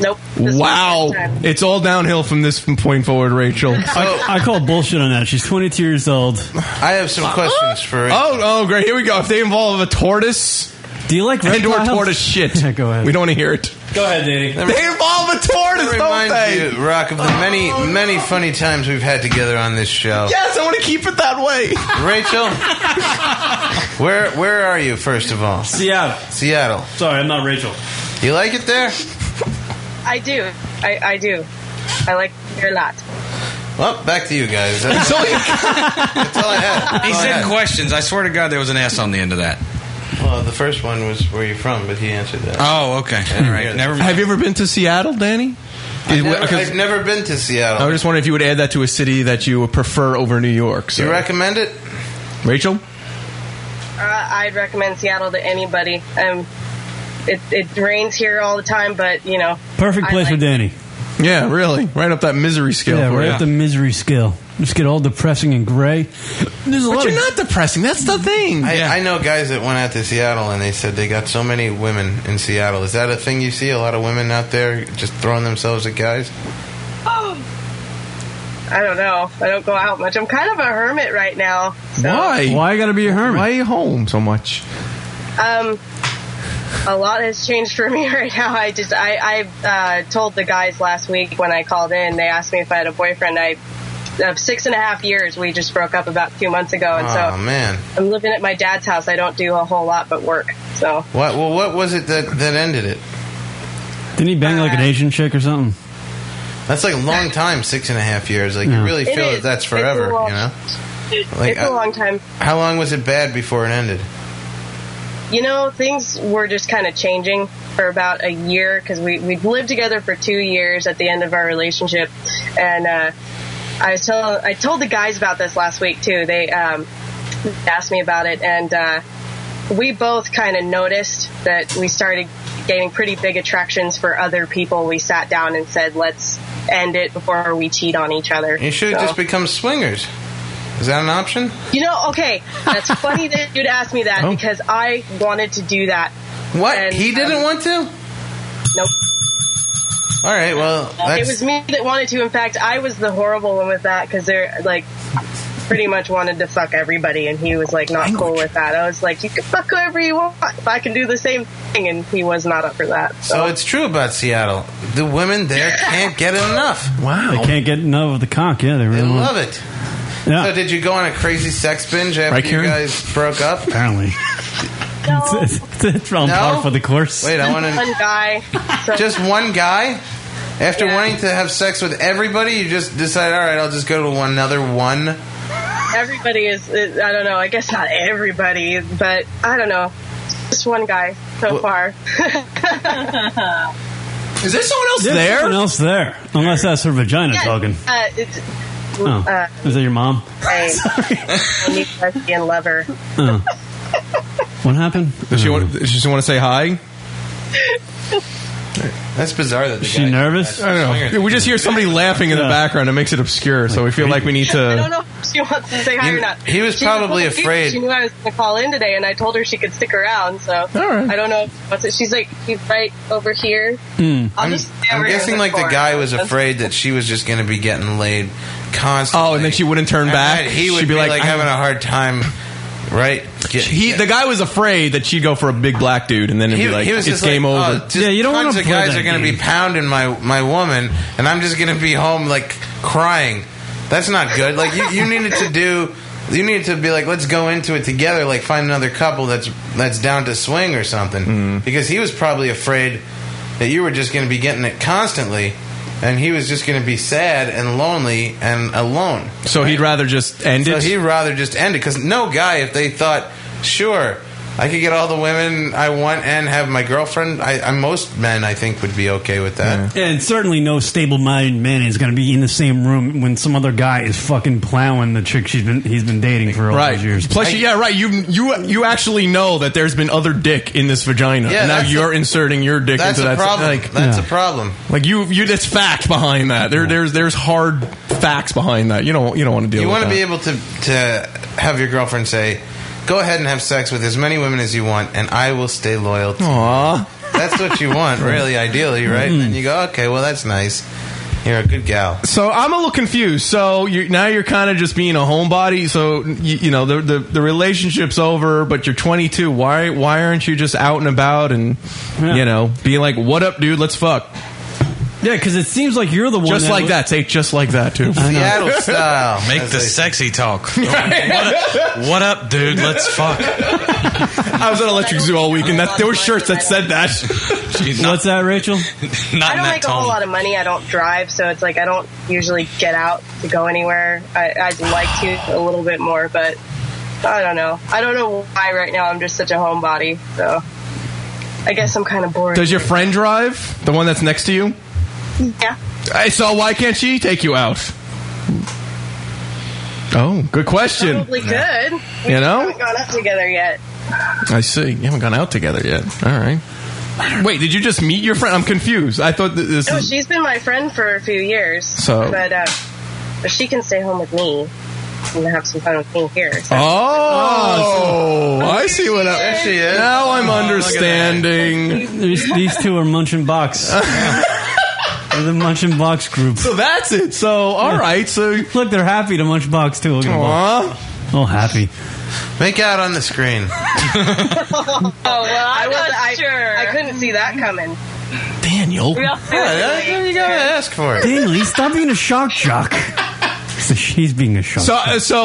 Speaker 9: Nope.
Speaker 10: Wow.
Speaker 9: time.
Speaker 10: It's all downhill from this point forward, Rachel. Oh,
Speaker 2: I, I call bullshit on that. She's 22 years old.
Speaker 12: I have some questions for
Speaker 10: Oh, oh, great. Here we go. If they involve a tortoise,
Speaker 2: Do you like
Speaker 10: and or tortoise shit? go ahead. We don't want to hear it.
Speaker 2: Go ahead, Danny.
Speaker 10: They involve a tortoise, don't they?
Speaker 12: You, Rock, of the many, many funny times we've had together on this show.
Speaker 10: Yes, I want to keep it that way.
Speaker 12: Rachel, where where are you? First of all,
Speaker 2: Seattle.
Speaker 12: Seattle.
Speaker 2: Sorry, I'm not Rachel.
Speaker 12: You like it there?
Speaker 9: I do. I, I do. I like it a lot.
Speaker 12: Well, back to you guys. That's all I had.
Speaker 11: He
Speaker 12: All I
Speaker 11: said
Speaker 10: Oh,
Speaker 12: had.
Speaker 11: questions. I swear to God, there was an S on the end of that.
Speaker 12: Well, the first one was where you from, but he answered that.
Speaker 11: Oh, okay. All right. Never mind.
Speaker 10: Have you ever been to Seattle, Danny?
Speaker 12: I've never,
Speaker 10: 'Cause Oh,
Speaker 12: I've never been to Seattle.
Speaker 10: I was just wondering if you would add that to a city that you would prefer over New York. So.
Speaker 12: Do you recommend it?
Speaker 10: Rachel?
Speaker 9: Uh, I'd recommend Seattle to anybody. Um, it, it rains here all the time, but you know,
Speaker 14: Perfect
Speaker 9: I
Speaker 14: place
Speaker 9: like-
Speaker 14: for Danny.
Speaker 10: Yeah, really. Right up that misery scale.
Speaker 14: Yeah,
Speaker 10: for
Speaker 14: right
Speaker 10: you.
Speaker 14: at the misery scale. Just get all depressing and gray. There's a
Speaker 10: But
Speaker 14: lot
Speaker 10: you're
Speaker 14: of-
Speaker 10: not depressing. That's the thing.
Speaker 12: I, I know guys that went out to Seattle and they said they got so many women in Seattle. Is that a thing you see? A lot of women out there just throwing themselves at guys?
Speaker 9: I don't know. I don't go out much. I'm kind of a hermit right now. So,
Speaker 10: Why?
Speaker 14: Why you gotta be a hermit?
Speaker 10: Why are you home so much?
Speaker 9: Um, a lot has changed for me right now. I just I I uh, told the guys last week when I called in. They asked me if I had a boyfriend. I uh, six and a half years. We just broke up about two months ago, and
Speaker 12: oh,
Speaker 9: so
Speaker 12: man.
Speaker 9: I'm living at my dad's house. I don't do a whole lot but work. So
Speaker 12: What, well, what was it that, that ended it?
Speaker 14: Didn't he bang like an Asian chick or something?
Speaker 12: That's like a long time, six and a half years. Like,
Speaker 14: Yeah.
Speaker 12: you really
Speaker 9: It
Speaker 12: feel
Speaker 9: is.
Speaker 12: that that's
Speaker 9: It's a
Speaker 12: forever,
Speaker 9: long-
Speaker 12: you know?
Speaker 9: it,
Speaker 12: Like,
Speaker 9: it's a
Speaker 12: I-
Speaker 9: long time.
Speaker 12: How long was it bad before it ended?
Speaker 9: You know, things were just kind of changing for about a year because we we'd lived together for two years at the end of our relationship, and uh, I was tell I told the guys about this last week too. They um, asked me about it, and uh, we both kind of noticed that we started gaining pretty big attractions for other people. We sat down and said, "Let's end it before we cheat on each other."
Speaker 12: You should have
Speaker 9: So-
Speaker 12: just become swingers. Is that an option?
Speaker 9: You know, okay, that's funny that you'd ask me that
Speaker 12: Oh.
Speaker 9: because I wanted to do that.
Speaker 12: What? He
Speaker 9: um,
Speaker 12: didn't want to?
Speaker 9: Nope.
Speaker 12: All right, well, that's,
Speaker 9: It was me that wanted to. In fact, I was the horrible one with that because they're like pretty much wanted to fuck everybody, and he was like not cool with that. I was like, you can fuck whoever you want, if I can do the same thing, and he was not up for that.
Speaker 12: So it's true about Seattle. The women there can't get enough.
Speaker 14: Wow. They can't get enough of the cock. Yeah, they really
Speaker 12: I
Speaker 10: Mm-hmm.
Speaker 14: won't.
Speaker 12: love it.
Speaker 14: Yeah.
Speaker 12: So did you go on a crazy sex binge after
Speaker 14: Right,
Speaker 12: you
Speaker 14: Karen?
Speaker 12: guys broke up?
Speaker 14: Apparently. it's, it's, it's on
Speaker 12: No?
Speaker 14: par for the course.
Speaker 12: Wait, I want
Speaker 9: One
Speaker 12: to.
Speaker 9: guy, so
Speaker 12: Just one guy? After wanting to have sex with everybody, you just decide, all right, I'll just go to one- another one.
Speaker 9: everybody is. is- I don't know. I guess not everybody, but I don't know. Just one guy so far.
Speaker 10: Is there someone else
Speaker 14: There's
Speaker 10: there?
Speaker 14: someone else there. Unless that's her vagina talking.
Speaker 9: Uh, it's,
Speaker 14: Oh.
Speaker 9: uh,
Speaker 14: Is that your mom?
Speaker 9: I, I need lesbian lover.
Speaker 14: Oh. what happened?
Speaker 10: Does she want? Does she want to say hi?
Speaker 12: That's bizarre. That the
Speaker 10: she
Speaker 14: nervous?
Speaker 10: I don't know. We just hear somebody laughing in the background. It makes it obscure, so we feel like we need
Speaker 12: uh,
Speaker 9: I don't
Speaker 10: to.
Speaker 9: know if she wants to say hi
Speaker 10: You-
Speaker 9: or not.
Speaker 10: he was
Speaker 9: She just
Speaker 10: probably
Speaker 9: told me
Speaker 10: afraid.
Speaker 9: She knew I was going to call in today, and I told her she could stick around. So I don't know. If she wants it. She's like, she's right over here.
Speaker 10: Hmm.
Speaker 9: I'll
Speaker 12: I'm,
Speaker 9: just stay
Speaker 12: I'm
Speaker 9: over here
Speaker 12: guessing
Speaker 9: with
Speaker 12: like the
Speaker 9: Cora.
Speaker 12: guy was afraid that she was just going to be getting laid constantly. Oh, and then she
Speaker 10: wouldn't turn back?
Speaker 12: He would
Speaker 10: She'd
Speaker 12: be,
Speaker 10: be
Speaker 12: like,
Speaker 10: like, I-
Speaker 12: having a hard time, right? Get-
Speaker 10: He, the guy was afraid that she'd go for a big black dude, and then it'd
Speaker 12: He,
Speaker 10: be like,
Speaker 12: he was
Speaker 10: "It's
Speaker 12: just
Speaker 10: game
Speaker 12: like,
Speaker 10: over."
Speaker 12: Oh, yeah, you don't want to. guys are going to be pounding my my woman, and I'm just going to be home like crying. That's not good. Like you, you needed to do. You needed to be like, let's go into it together. Like find another couple that's that's down to swing or something.
Speaker 10: Mm-hmm.
Speaker 12: Because he was probably afraid that you were just going to be getting it constantly, and he was just going to be sad and lonely and alone.
Speaker 10: So he'd rather just end
Speaker 12: So
Speaker 10: it.
Speaker 12: he'd rather just end it because no guy, if they thought, sure, I could get all the women I want and have my girlfriend, I, I most men I think would be okay with that.
Speaker 14: And certainly no stable minded man is going to be in the same room when some other guy is fucking plowing the chick she's been he's been dating for all
Speaker 10: Right.
Speaker 14: those years.
Speaker 10: Plus, you- yeah, right. You you you actually know that there's been other dick in this vagina,
Speaker 12: Yeah,
Speaker 10: and now
Speaker 12: that's
Speaker 10: you're inserting your dick
Speaker 12: That's
Speaker 10: into
Speaker 12: a
Speaker 10: that.
Speaker 12: problem.
Speaker 10: Like,
Speaker 12: that's a problem.
Speaker 10: Like you, you. That's fact behind that. There, there's, there's hard facts behind that. You don't, you don't want to deal.
Speaker 12: You
Speaker 10: with
Speaker 12: want to
Speaker 10: that.
Speaker 12: be able to to have your girlfriend say, "Go ahead and have sex with as many women as you want, and I will stay loyal." to you."
Speaker 10: Aww.
Speaker 12: That's what you want, really, ideally, right? And then you go, "Okay, well, that's nice." You're a good gal.
Speaker 10: So I'm a little confused. So you're, now you're kind of just being a homebody. So you, you know the, the the relationship's over, but you're 22. Why why aren't you just out and about and you know being like, "What up, dude? Let's fuck."
Speaker 2: Yeah, because it seems like you're the one.
Speaker 10: Just like that. Say just like that too.
Speaker 12: Seattle style.
Speaker 11: Make the sexy talk. what, what up, dude? Let's fuck.
Speaker 10: I was at Electric Zoo all week, and that, there were shirts that said that.
Speaker 2: What's that, Rachel?
Speaker 11: Not
Speaker 9: I don't make a whole lot of money. I don't drive, so it's like I don't usually get out to go anywhere. I, I'd like to a little bit more, but I don't know. I don't know why right now I'm just such a homebody. So I guess I'm kind of boring.
Speaker 10: Does your friend drive? The one that's next to you?
Speaker 9: Yeah.
Speaker 10: I so why can't she take you out? Oh, good question.
Speaker 9: Probably good. We
Speaker 10: You know?
Speaker 9: haven't gone up together yet.
Speaker 10: I see. You haven't gone out together yet. All right. Wait, did you just meet your friend? I'm confused. I thought that this.
Speaker 9: No,
Speaker 10: is-
Speaker 9: she's been my friend for a few years.
Speaker 10: Mm. So-
Speaker 9: but uh, but she can stay home with me and have some fun with me here. So.
Speaker 10: Oh,
Speaker 9: Oh.
Speaker 10: I see what. I,
Speaker 9: There she is.
Speaker 10: Now I'm
Speaker 9: Oh, look at
Speaker 10: understanding.
Speaker 2: These, these two are munching box. They're the munching box group.
Speaker 10: So that's it. So all right. So
Speaker 2: look, they're happy to munch box too. Look at them all. all happy.
Speaker 12: Make out on the screen.
Speaker 9: oh, well, I'm not sure. I couldn't see that coming.
Speaker 10: Daniel.
Speaker 9: Yeah, there you go.
Speaker 12: Ask for it.
Speaker 2: Daniel, stop being a shock jock. So she's being a shock.
Speaker 10: So uh, so.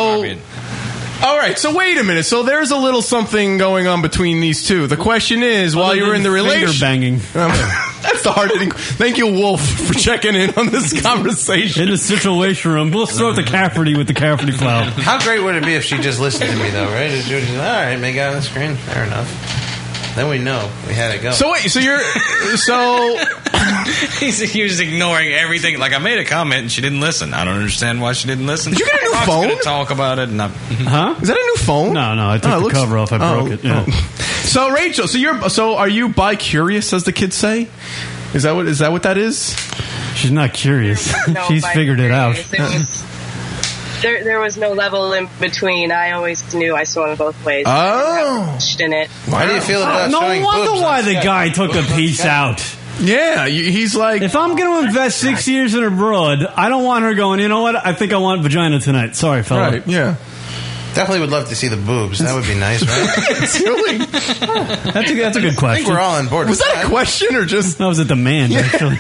Speaker 10: all right, so wait a minute. So there's a little something going on between these two. The question is, while
Speaker 2: Other
Speaker 10: you were
Speaker 2: than
Speaker 10: in the
Speaker 2: finger
Speaker 10: relationship,
Speaker 2: banging.
Speaker 10: that's the hard hitting. Thank you, Wolf, for checking in on this conversation.
Speaker 2: in the situation room. We'll throw out the Cafferty with the Cafferty plow.
Speaker 12: How great would it be if she just listened to me though, right? Just, do it, just, all right, make out on the screen. Fair enough. Then we know we had it
Speaker 2: Oh.
Speaker 12: go.
Speaker 10: So wait, so you're so
Speaker 11: He's he was ignoring everything. Like I made a comment and she didn't listen. I don't understand why she didn't listen. Did you get a new phone? Gonna talk about it. And I,
Speaker 2: Huh?
Speaker 10: Is that a new phone?
Speaker 2: No, no. I took
Speaker 10: Oh, it
Speaker 2: the
Speaker 10: looks-
Speaker 2: cover off. I
Speaker 10: oh,
Speaker 2: broke it. Yeah.
Speaker 10: So Rachel, so you're so are you bi curious as the kids say? Is that what is that what that is?
Speaker 2: She's not curious.
Speaker 9: No,
Speaker 2: she's
Speaker 9: by
Speaker 2: figured it out.
Speaker 9: curious. It was- There, there was no level in between. I always knew I swung both ways.
Speaker 10: Oh.
Speaker 9: in it.
Speaker 12: Why do you feel about
Speaker 2: no
Speaker 12: showing
Speaker 2: wonder
Speaker 12: boobs on
Speaker 2: why the
Speaker 12: Skype?
Speaker 2: guy took a piece out.
Speaker 10: Yeah, he's like.
Speaker 2: If I'm going to invest six years in a broad, I don't want her going. You know what? I think I want vagina tonight. Sorry, fella.
Speaker 10: Right, yeah.
Speaker 12: Definitely would love to see the boobs. That would be nice, right?
Speaker 2: That's a, that's a good question.
Speaker 12: I think we're all on board.
Speaker 10: Was
Speaker 12: with
Speaker 10: that a question or just?
Speaker 2: That was a demand, actually.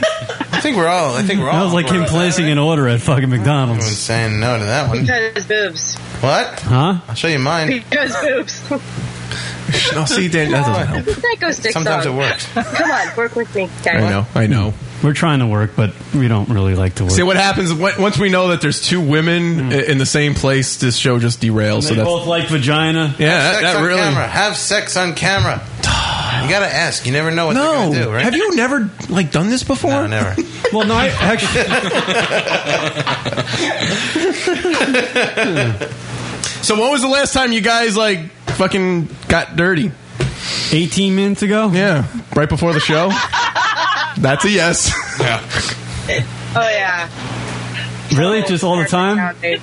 Speaker 12: I think we're all. I think we're all.
Speaker 2: That was like
Speaker 12: on
Speaker 2: him
Speaker 12: board.
Speaker 2: placing an order at fucking
Speaker 12: Everyone's
Speaker 2: McDonald's.
Speaker 12: saying no to that one.
Speaker 9: Because boobs.
Speaker 12: What?
Speaker 2: Huh?
Speaker 12: I'll show you mine.
Speaker 9: Because boobs.
Speaker 10: No, see, Dan, that doesn't help.
Speaker 9: that goes dick
Speaker 12: Sometimes
Speaker 9: song.
Speaker 12: it works.
Speaker 9: Come on, work with me, guys.
Speaker 10: I know, I know.
Speaker 2: We're trying to work, but we don't really like to work.
Speaker 10: See what happens when- once we know that there's two women i in the same place. This show just derails. So
Speaker 2: Hmm. they
Speaker 10: that's
Speaker 2: both like vagina.
Speaker 10: yeah, that,
Speaker 12: sex
Speaker 10: that
Speaker 12: on
Speaker 10: really.
Speaker 12: camera. Have sex on camera. You gotta ask. You never know what they're gonna do, right?
Speaker 10: have you never like done this before?
Speaker 12: No, never.
Speaker 2: Well, no, I actually.
Speaker 10: So when was the last time you guys like fucking got dirty?
Speaker 2: 18 minutes ago?
Speaker 10: Yeah, right before the show. That's a yes.
Speaker 9: Oh yeah.
Speaker 2: Really? Just all the time?
Speaker 9: Nowadays.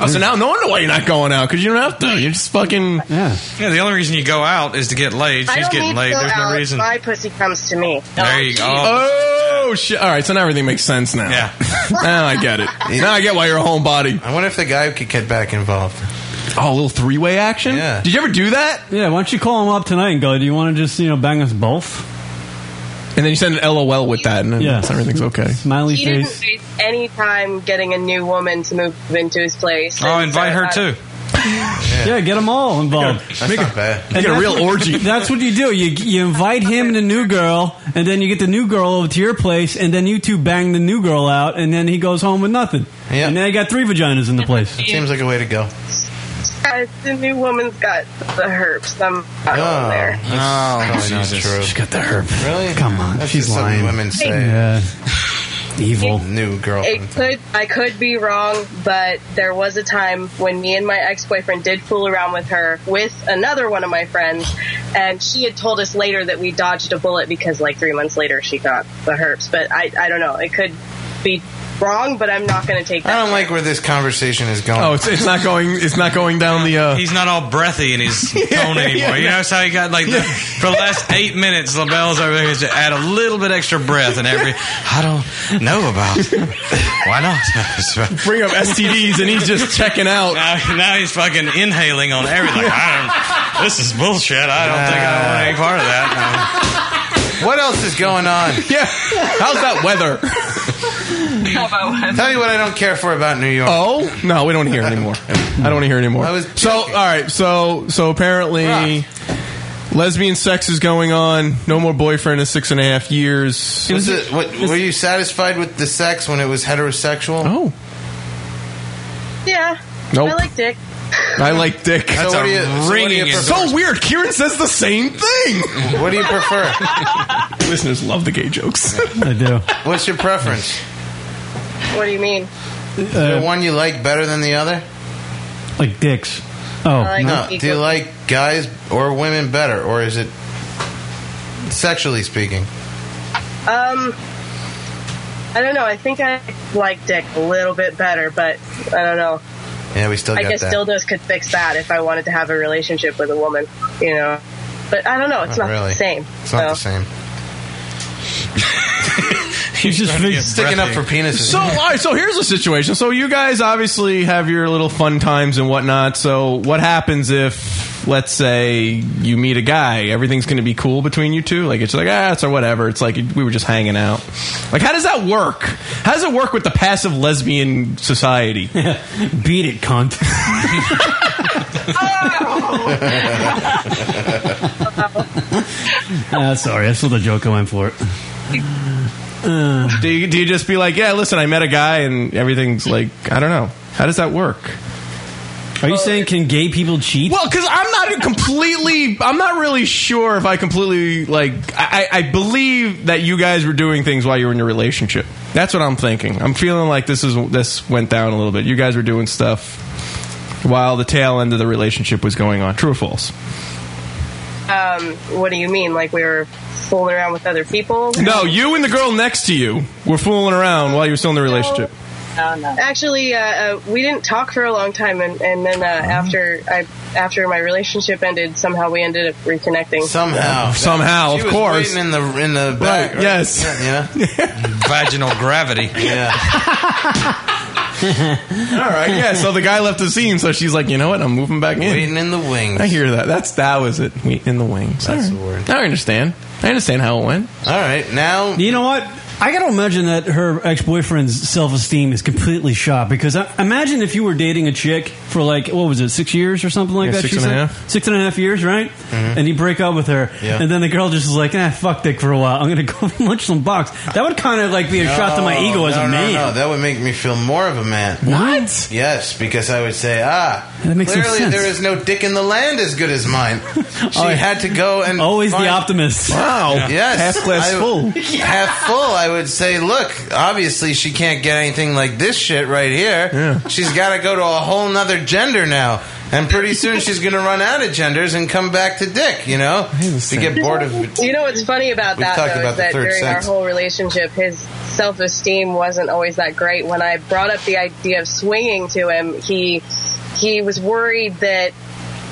Speaker 10: Oh, so now no wonder why you're not going out because you don't have to. You're just fucking.
Speaker 2: Yeah.
Speaker 11: yeah, the only reason you go out is to get laid.
Speaker 9: I
Speaker 11: She's
Speaker 9: don't need
Speaker 11: getting laid.
Speaker 9: to go
Speaker 11: There's
Speaker 9: out.
Speaker 11: no reason.
Speaker 9: My pussy comes to me.
Speaker 11: There you go.
Speaker 10: Oh shit! All right, so now everything makes sense now.
Speaker 11: Yeah.
Speaker 10: now I get it. Now I get why you're a homebody.
Speaker 12: I wonder if the guy could get back involved.
Speaker 10: Oh, a little three way action.
Speaker 12: Yeah.
Speaker 10: Did you ever do that?
Speaker 2: Yeah, why don't you call him up tonight and go, do you want to just, you know, bang us both?
Speaker 10: And then you send an LOL with that, and then
Speaker 2: Yeah.
Speaker 10: everything's okay.
Speaker 2: Smiley
Speaker 9: He didn't
Speaker 2: face.
Speaker 9: waste any time getting a new woman to move into his place.
Speaker 11: Oh, invite her too.
Speaker 2: Yeah, get them all involved.
Speaker 12: That's
Speaker 2: Make
Speaker 12: not
Speaker 2: a-
Speaker 12: bad.
Speaker 2: and
Speaker 10: Get a
Speaker 2: that's
Speaker 10: real
Speaker 2: what-
Speaker 10: orgy.
Speaker 2: That's what you do. You you invite him and the new girl, and then you get the new girl over to your place, and then you two bang the new girl out, and then he goes home with nothing.
Speaker 12: Yeah.
Speaker 2: And then you got three vaginas in the place.
Speaker 12: Seems like a way to go.
Speaker 9: Guys, the new woman's got the herpes. I'm not
Speaker 12: Oh,
Speaker 9: on there.
Speaker 12: that's probably
Speaker 11: Jesus.
Speaker 12: not
Speaker 2: She got the herp.
Speaker 12: true. Really?
Speaker 2: Come on,
Speaker 12: That's
Speaker 2: she's
Speaker 12: just something
Speaker 2: lying.
Speaker 12: women say.
Speaker 2: Yeah. Evil.
Speaker 12: New
Speaker 9: It
Speaker 12: girlfriend.
Speaker 9: could I could be wrong, but there was a time when me and my ex boyfriend did fool around with her with another one of my friends, and she had told us later that we dodged a bullet because like three months later she got the herpes. But I I don't know. It could be wrong, but I'm not going to take that.
Speaker 12: I don't like where this conversation is going.
Speaker 10: Oh, it's, it's not going. It's not going down the. Uh,
Speaker 11: He's not all breathy in his tone anymore.
Speaker 10: yeah.
Speaker 11: you know, so he got like the, for the last eight minutes, LaBelle's over there to add a little bit extra breath and every. I don't know about. Why not?
Speaker 10: Bring up STDs and he's just checking out.
Speaker 11: Now, now he's fucking inhaling on everything. Like, I don't, this is bullshit. I don't think I want any part of that.
Speaker 12: What else is going on?
Speaker 10: yeah. How's that weather?
Speaker 9: How about
Speaker 12: Tell me what I don't care for about New York.
Speaker 10: Oh no, we don't hear anymore. I Ah. don't want to hear anymore.
Speaker 12: I was
Speaker 10: so all right. So so apparently, lesbian sex is going on. No more boyfriend in six and a half years.
Speaker 12: Was it, what, were you satisfied with the sex when it was heterosexual?
Speaker 10: Oh,
Speaker 9: Yeah.
Speaker 10: Nope.
Speaker 9: I like dick.
Speaker 10: I like dick.
Speaker 12: That's So what do you- a so what do you ringing prefer?
Speaker 10: so weird. Kieran says the same thing.
Speaker 12: What do you prefer?
Speaker 10: Listeners love the gay jokes.
Speaker 2: I do.
Speaker 12: What's your preference?
Speaker 9: What do you mean?
Speaker 12: the one you like better than the other?
Speaker 2: Like dicks. Oh.
Speaker 9: I like
Speaker 12: no.
Speaker 9: equal-
Speaker 12: Do you like guys or women better, or is it sexually speaking?
Speaker 9: Um, I don't know. I think I like dick a little bit better, but I don't know.
Speaker 12: Yeah, we still
Speaker 9: I
Speaker 12: got
Speaker 9: guess
Speaker 12: that.
Speaker 9: dildos could fix that if I wanted to have a relationship with a woman, you know. But I don't know. It's not,
Speaker 12: really.
Speaker 9: the same.
Speaker 12: It's not the
Speaker 9: so.
Speaker 12: same.
Speaker 10: He's just
Speaker 12: sticking up for penises.
Speaker 10: So all right, so here's the situation. So you guys obviously have your little fun times and whatnot. So what happens if, let's say, you meet a guy? Everything's going to be cool between you two. Like it's like ah, it's or whatever. It's like we were just hanging out. Like how does that work? How does it work with the passive lesbian society?
Speaker 2: Beat it, cunt. Ah, sorry, that's not the joke I went for.
Speaker 10: do you do you just be like, yeah, listen, I met a guy and everything's like, I don't know. How does that work?
Speaker 2: Are
Speaker 9: Oh.
Speaker 2: you saying can gay people cheat?
Speaker 10: Well, because I'm not completely, I'm not really sure if I completely like. I, I I believe that you guys were doing things while you were in your relationship. That's what I'm thinking. I'm feeling like this is this went down a little bit. You guys were doing stuff while the tail end of the relationship was going on. True or false?
Speaker 9: Um, what do you mean? Like we were fooling around with other people?
Speaker 10: No, you and the girl next to you were fooling around while you were still in the relationship.
Speaker 9: Actually, uh, uh, we didn't talk for a long time, and, and then uh,
Speaker 12: Mm-hmm.
Speaker 9: after I after my relationship ended, somehow we ended up reconnecting.
Speaker 12: Somehow,
Speaker 10: Somehow,
Speaker 12: She
Speaker 10: of
Speaker 12: was
Speaker 10: course.
Speaker 12: waiting in the in the back.
Speaker 10: Right,
Speaker 12: right?
Speaker 10: yes.
Speaker 12: Yeah, yeah.
Speaker 11: Vaginal gravity.
Speaker 12: Yeah.
Speaker 10: All right, yeah. So the guy left the scene, so she's like, you know what? I'm moving back in.
Speaker 12: Waiting in the wings.
Speaker 10: I hear that. That's that was it. We in the wings.
Speaker 12: That's
Speaker 10: All
Speaker 12: the word.
Speaker 10: I understand. I understand how it went.
Speaker 12: All right, now
Speaker 2: You know what? I gotta imagine that her ex boyfriend's self esteem is completely shot because I, imagine if you were dating a chick for like what was it six years or something like
Speaker 10: Yeah,
Speaker 2: that.
Speaker 10: six
Speaker 2: she
Speaker 10: and a
Speaker 2: said?
Speaker 10: half.
Speaker 2: Six and a half years, right? And you break up with her,
Speaker 10: Yeah.
Speaker 2: and then the girl just is like, "Ah, fuck dick for a while. I'm gonna go munch some box." That would kind of like be a shot to my
Speaker 12: No,
Speaker 2: ego as
Speaker 12: no,
Speaker 2: a
Speaker 12: no,
Speaker 2: man.
Speaker 12: No, that would make me feel more of a man.
Speaker 2: What?
Speaker 12: Yes, because I would say, ah,
Speaker 2: That makes no
Speaker 12: clearly
Speaker 2: sense.
Speaker 12: there is no dick in the land as good as mine. She had to go and
Speaker 2: Always
Speaker 12: find-
Speaker 2: the optimist.
Speaker 10: Wow.
Speaker 12: Yes,
Speaker 10: Half glass
Speaker 12: I-
Speaker 10: full.
Speaker 12: Half full. I would say, look, obviously she can't get anything like this shit right here. She's got to go to a whole nother gender now, and pretty soon she's going to run out of genders and come back to dick. You know, to get bored of
Speaker 9: You know what's funny about
Speaker 12: We've
Speaker 9: that
Speaker 12: talked
Speaker 9: though
Speaker 12: about
Speaker 9: is
Speaker 12: the
Speaker 9: that
Speaker 12: third
Speaker 9: during our
Speaker 12: sex.
Speaker 9: whole relationship, his self esteem wasn't always that great. When I brought up the idea of swinging to him, he he was worried that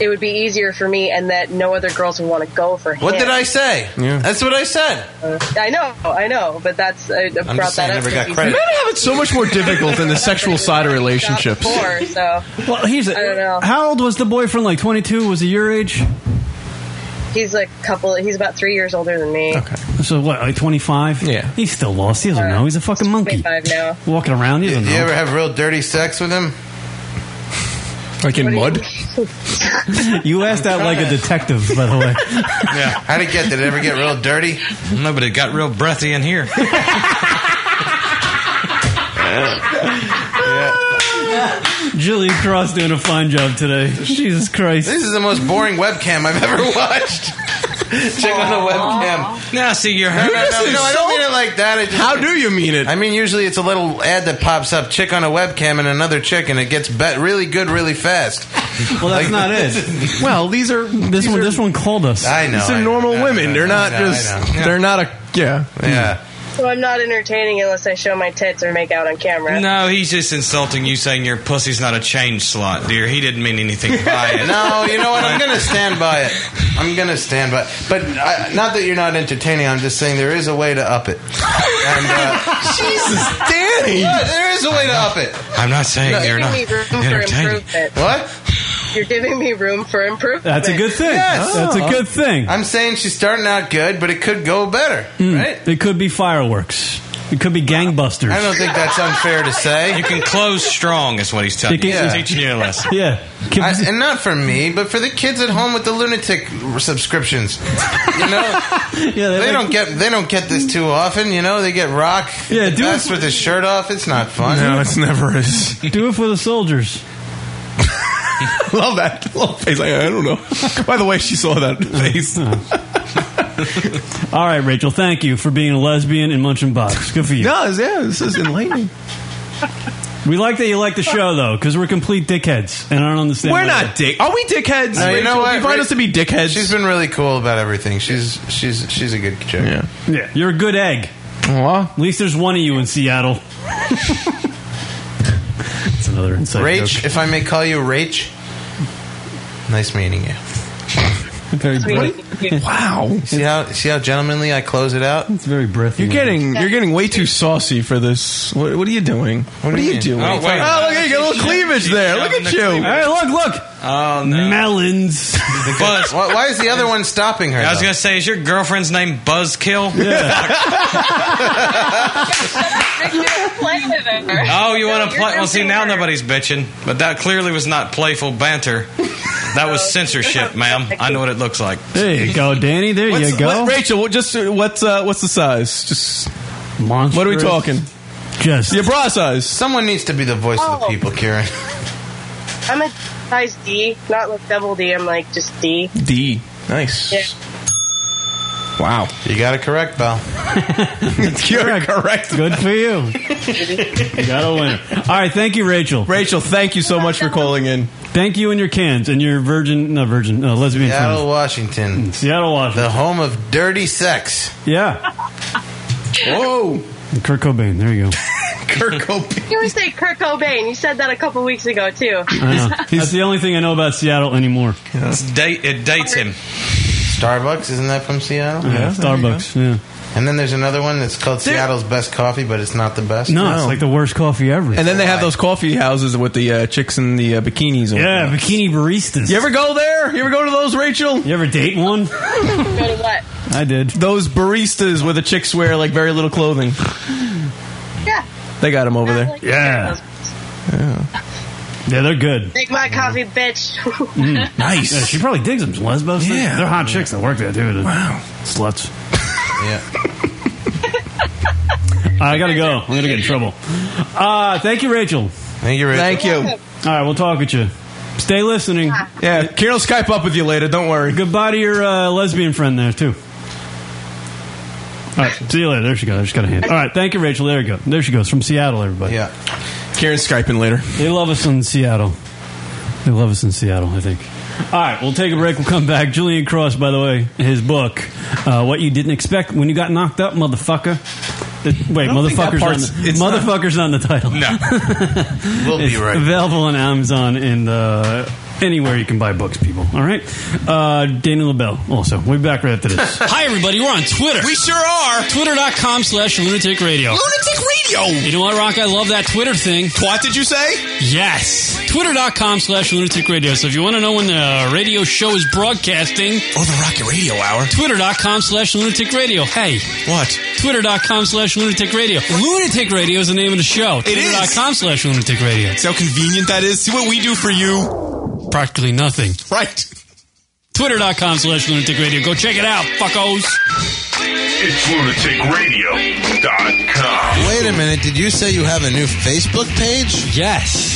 Speaker 9: it would be easier for me and that no other girls would want to go for him.
Speaker 12: What did I say?
Speaker 10: Yeah.
Speaker 12: That's what I said.
Speaker 9: Uh, I know, I know, but that's I brought
Speaker 12: I'm
Speaker 9: that
Speaker 12: just saying, I
Speaker 9: up.
Speaker 12: never
Speaker 9: to
Speaker 12: got
Speaker 9: you
Speaker 12: credit.
Speaker 10: Men have it so much more difficult than the sexual side of relationships.
Speaker 9: Before, so
Speaker 2: Well, he's
Speaker 9: I don't know.
Speaker 2: how old was the boyfriend? Like 22? Was he your age?
Speaker 9: He's a couple. He's about three years older than me. Okay,
Speaker 2: So what? Like 25? Yeah. He's still lost. He doesn't know. He's a fucking monkey
Speaker 9: twenty-five now.
Speaker 2: walking around. He doesn't
Speaker 12: You
Speaker 2: know.
Speaker 12: ever have real dirty sex with him?
Speaker 10: Like in mud?
Speaker 2: You asked that like a detective, by the way.
Speaker 11: Yeah.
Speaker 12: How'd it get? Did it ever get real dirty?
Speaker 11: No, but it got real breathy in here.
Speaker 2: Julie Cross doing a fine job today. Jesus Christ.
Speaker 12: This is the most boring webcam I've ever watched. Check on the webcam.
Speaker 11: now, see, you're
Speaker 12: No, no,
Speaker 11: hurt.
Speaker 12: no, no, I don't mean it like that. I just,
Speaker 10: How do you mean it?
Speaker 12: I mean, usually it's a little ad that pops up, chick on a webcam and another chick, and it gets bet really good really fast.
Speaker 2: Well, that's
Speaker 12: Like-
Speaker 2: not it.
Speaker 10: Well, these are
Speaker 2: This one, this one called us.
Speaker 12: I know.
Speaker 10: these are
Speaker 12: I know,
Speaker 10: normal
Speaker 12: I know,
Speaker 10: women. They're
Speaker 12: I
Speaker 10: not
Speaker 12: know, I
Speaker 10: just.
Speaker 12: know.
Speaker 10: They're not a. Yeah.
Speaker 12: Yeah.
Speaker 9: So I'm not entertaining unless I show my tits or make out on camera.
Speaker 11: No, he's just insulting you, saying your pussy's not a change slot, dear. He didn't mean anything by it.
Speaker 12: No, you know what? I'm going to stand by it. I'm going to stand by it. But I, not that you're not entertaining. I'm just saying there is a way to up it. And, uh,
Speaker 11: Jesus,
Speaker 12: Danny! What? There is a way to up it.
Speaker 11: I'm not saying
Speaker 9: You're
Speaker 11: they're
Speaker 9: giving
Speaker 11: not
Speaker 9: me room for
Speaker 11: entertaining.
Speaker 9: improvement.
Speaker 12: What?
Speaker 9: You're giving me room for improvement.
Speaker 12: Yes.
Speaker 2: thing. Hmm.
Speaker 12: I'm saying she's starting out good, but it could go better,
Speaker 10: Hmm.
Speaker 12: right?
Speaker 2: It could be fireworks. It could be gangbusters.
Speaker 12: I don't think that's unfair to say.
Speaker 11: You can close strong, is what he's telling you.
Speaker 12: You can-
Speaker 11: He's teaching you a lesson.
Speaker 2: Yeah.
Speaker 12: I, and not for me, but for the kids at home with the lunatic subscriptions. You know,
Speaker 2: they,
Speaker 12: don't get they don't get this too often. You know, they get rock. Yeah, do it with his shirt off. It's not fun.
Speaker 10: No, it's never is.
Speaker 2: Do it for the soldiers.
Speaker 10: Love that. Love face. Like, I don't know. By the way, she saw that face.
Speaker 2: All right, Rachel. Thank you for being a lesbian in Munchkin Box. Good for you.
Speaker 10: No, it's- yeah, this is enlightening.
Speaker 2: We like that you like the show though, because we're complete dickheads, and I don't understand.
Speaker 10: We're
Speaker 2: why
Speaker 10: not dick. Are we dickheads?
Speaker 12: No, Uh, you
Speaker 10: Rachel?
Speaker 12: know what?
Speaker 10: You find us to be dickheads.
Speaker 12: She's been really cool about everything. She's she's she's a good chick. Yeah.
Speaker 2: Yeah, you're a good egg. At least there's one of you in Seattle. That's another inside
Speaker 12: Rach, if I may call you Rach. Nice meeting you.
Speaker 2: Very
Speaker 9: brief.
Speaker 10: Wow.
Speaker 12: See how see how gentlemanly I close it out.
Speaker 2: It's very breathy.
Speaker 10: You're getting you're getting way too saucy for this. What, what are you doing? What,
Speaker 12: do
Speaker 10: are
Speaker 12: you
Speaker 10: you
Speaker 12: mean?
Speaker 10: doing?
Speaker 12: Oh, wait.
Speaker 10: Oh, look, you got a little cleavage there. Look at you.
Speaker 2: Hey, look, look.
Speaker 11: Oh no,
Speaker 2: melons.
Speaker 11: Buzz.
Speaker 12: Why, why is the other one stopping her?
Speaker 11: I was
Speaker 12: though?
Speaker 11: gonna say, is your girlfriend's name Buzzkill?
Speaker 9: Play with it.
Speaker 11: Oh, you want to
Speaker 9: you're
Speaker 11: play? Well, see,
Speaker 9: doing
Speaker 11: now nobody's bitching, but that clearly was not playful banter. That was censorship, ma'am. I know what it looks like.
Speaker 2: There you go, Danny. There
Speaker 10: What's-
Speaker 2: you go.
Speaker 10: what- Rachel, what, just uh, what's uh, what's the size? Just
Speaker 2: monster.
Speaker 10: What are we talking?
Speaker 2: Just
Speaker 10: your bra size.
Speaker 12: Someone needs to be the voice
Speaker 9: of the Oh.
Speaker 12: people, Karen.
Speaker 9: I'm a size D, not like double D. I'm like just D.
Speaker 10: D. Nice.
Speaker 9: Yeah.
Speaker 10: Wow.
Speaker 12: You got it correct, Bell.
Speaker 10: You're correct.
Speaker 2: Good for you. You got a winner. All right, thank you, Rachel.
Speaker 10: Rachel, thank you so much for calling in.
Speaker 2: Thank you and your cans and your virgin, not virgin, uh, lesbian
Speaker 12: Seattle,
Speaker 2: friends.
Speaker 12: Washington.
Speaker 2: Seattle, Washington.
Speaker 12: The home of dirty sex.
Speaker 2: Yeah.
Speaker 10: Whoa.
Speaker 2: Kurt Cobain. There you go.
Speaker 10: Kurt Cobain.
Speaker 9: You always say Kurt Cobain. You said that a couple weeks ago too.
Speaker 2: I know. That's the only thing I know about Seattle anymore.
Speaker 11: It's date, it dates him.
Speaker 12: Starbucks, isn't that from Seattle?
Speaker 2: Yeah, Starbucks. Yeah.
Speaker 12: And then there's another one that's called Seattle's Best Coffee, but it's not the best.
Speaker 2: No, it's like the worst coffee ever.
Speaker 10: And then they have those coffee houses with the uh, chicks in the uh, bikinis. and
Speaker 2: yeah,
Speaker 10: whatnot.
Speaker 2: bikini baristas.
Speaker 10: You ever go there? You ever go to those, Rachel?
Speaker 2: You ever date one?
Speaker 9: Go to what?
Speaker 2: I did.
Speaker 10: Those baristas where the chicks wear like very little clothing.
Speaker 9: Yeah.
Speaker 10: They got them over there.
Speaker 2: Yeah.
Speaker 10: Yeah.
Speaker 2: Yeah, they're good.
Speaker 9: Take my coffee, bitch.
Speaker 2: Mm. Yeah, she probably digs them. Lesbos. They-
Speaker 10: Yeah.
Speaker 2: They're hot chicks that work there, dude.
Speaker 10: Wow.
Speaker 2: Sluts.
Speaker 12: Yeah.
Speaker 2: I gotta go. I'm gonna get in trouble. Uh, thank you, Rachel.
Speaker 12: Thank you, Rachel.
Speaker 10: Thank you.
Speaker 2: All right, we'll talk with you. Stay listening.
Speaker 10: Yeah, Karen will Skype up with you later. Don't worry.
Speaker 2: Goodbye to your uh, lesbian friend there too. All right, see you later. There she goes. She got a hand. All right, thank you, Rachel. There you go. There she goes from Seattle. Everybody.
Speaker 12: Yeah.
Speaker 10: Karen's Skyping later.
Speaker 2: They love us in Seattle. They love us in Seattle. I think. All right, we'll take a break. We'll come back. Julian Cross, by the way, his book, uh, "What You Didn't Expect When You Got Knocked Up, Motherfucker." The- wait,
Speaker 10: I don't think that
Speaker 2: motherfuckers on
Speaker 10: part's-
Speaker 2: the,
Speaker 10: it's not-
Speaker 2: motherfuckers on the title.
Speaker 11: No,
Speaker 12: we'll
Speaker 2: it's
Speaker 12: be right. back.
Speaker 2: Available on Amazon and uh, anywhere you can buy books, people. All right, uh, Danny LaBelle. Also, we'll be back right after this.
Speaker 14: Hi, everybody. We're on Twitter.
Speaker 5: We sure are.
Speaker 14: Twitter.com slash lunatic radio.
Speaker 5: Lunatic Radio.
Speaker 14: You know what, Rock? I love that Twitter thing.
Speaker 5: What did you say?
Speaker 14: Yes. Twitter.com slash lunatic radio. So if you want to know when the radio show is broadcasting,
Speaker 5: Oh, the Rocket Radio Hour.
Speaker 14: Twitter.com slash lunatic radio. Hey.
Speaker 5: What?
Speaker 14: Twitter.com slash lunatic radio. Lunatic radio is the name of the show.
Speaker 5: It is.
Speaker 14: Twitter.com slash lunatic radio.
Speaker 5: See how convenient that is? See what we do for you.
Speaker 14: Practically nothing.
Speaker 5: Right.
Speaker 14: Twitter.com slash lunatic radio. Go check it out, fuckos.
Speaker 33: It's lunaticradio.com.
Speaker 1: Wait a minute, did you say you have a new Facebook page?
Speaker 14: Yes.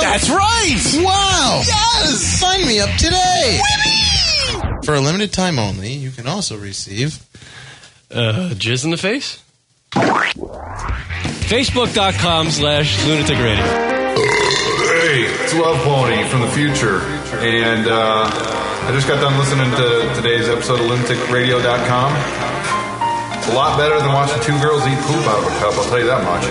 Speaker 34: That's right!
Speaker 12: Wow! Yes! Sign me up today! For a limited time only, you can also receive.
Speaker 34: Uh, jizz in the face? Facebook.com slash lunatic radio.
Speaker 35: Hey, it's Love Pony from the future, and uh, I just got done listening to today's episode of LunaticRadio.com. It's a lot better than watching two girls eat poop out of a cup. I'll tell you that much.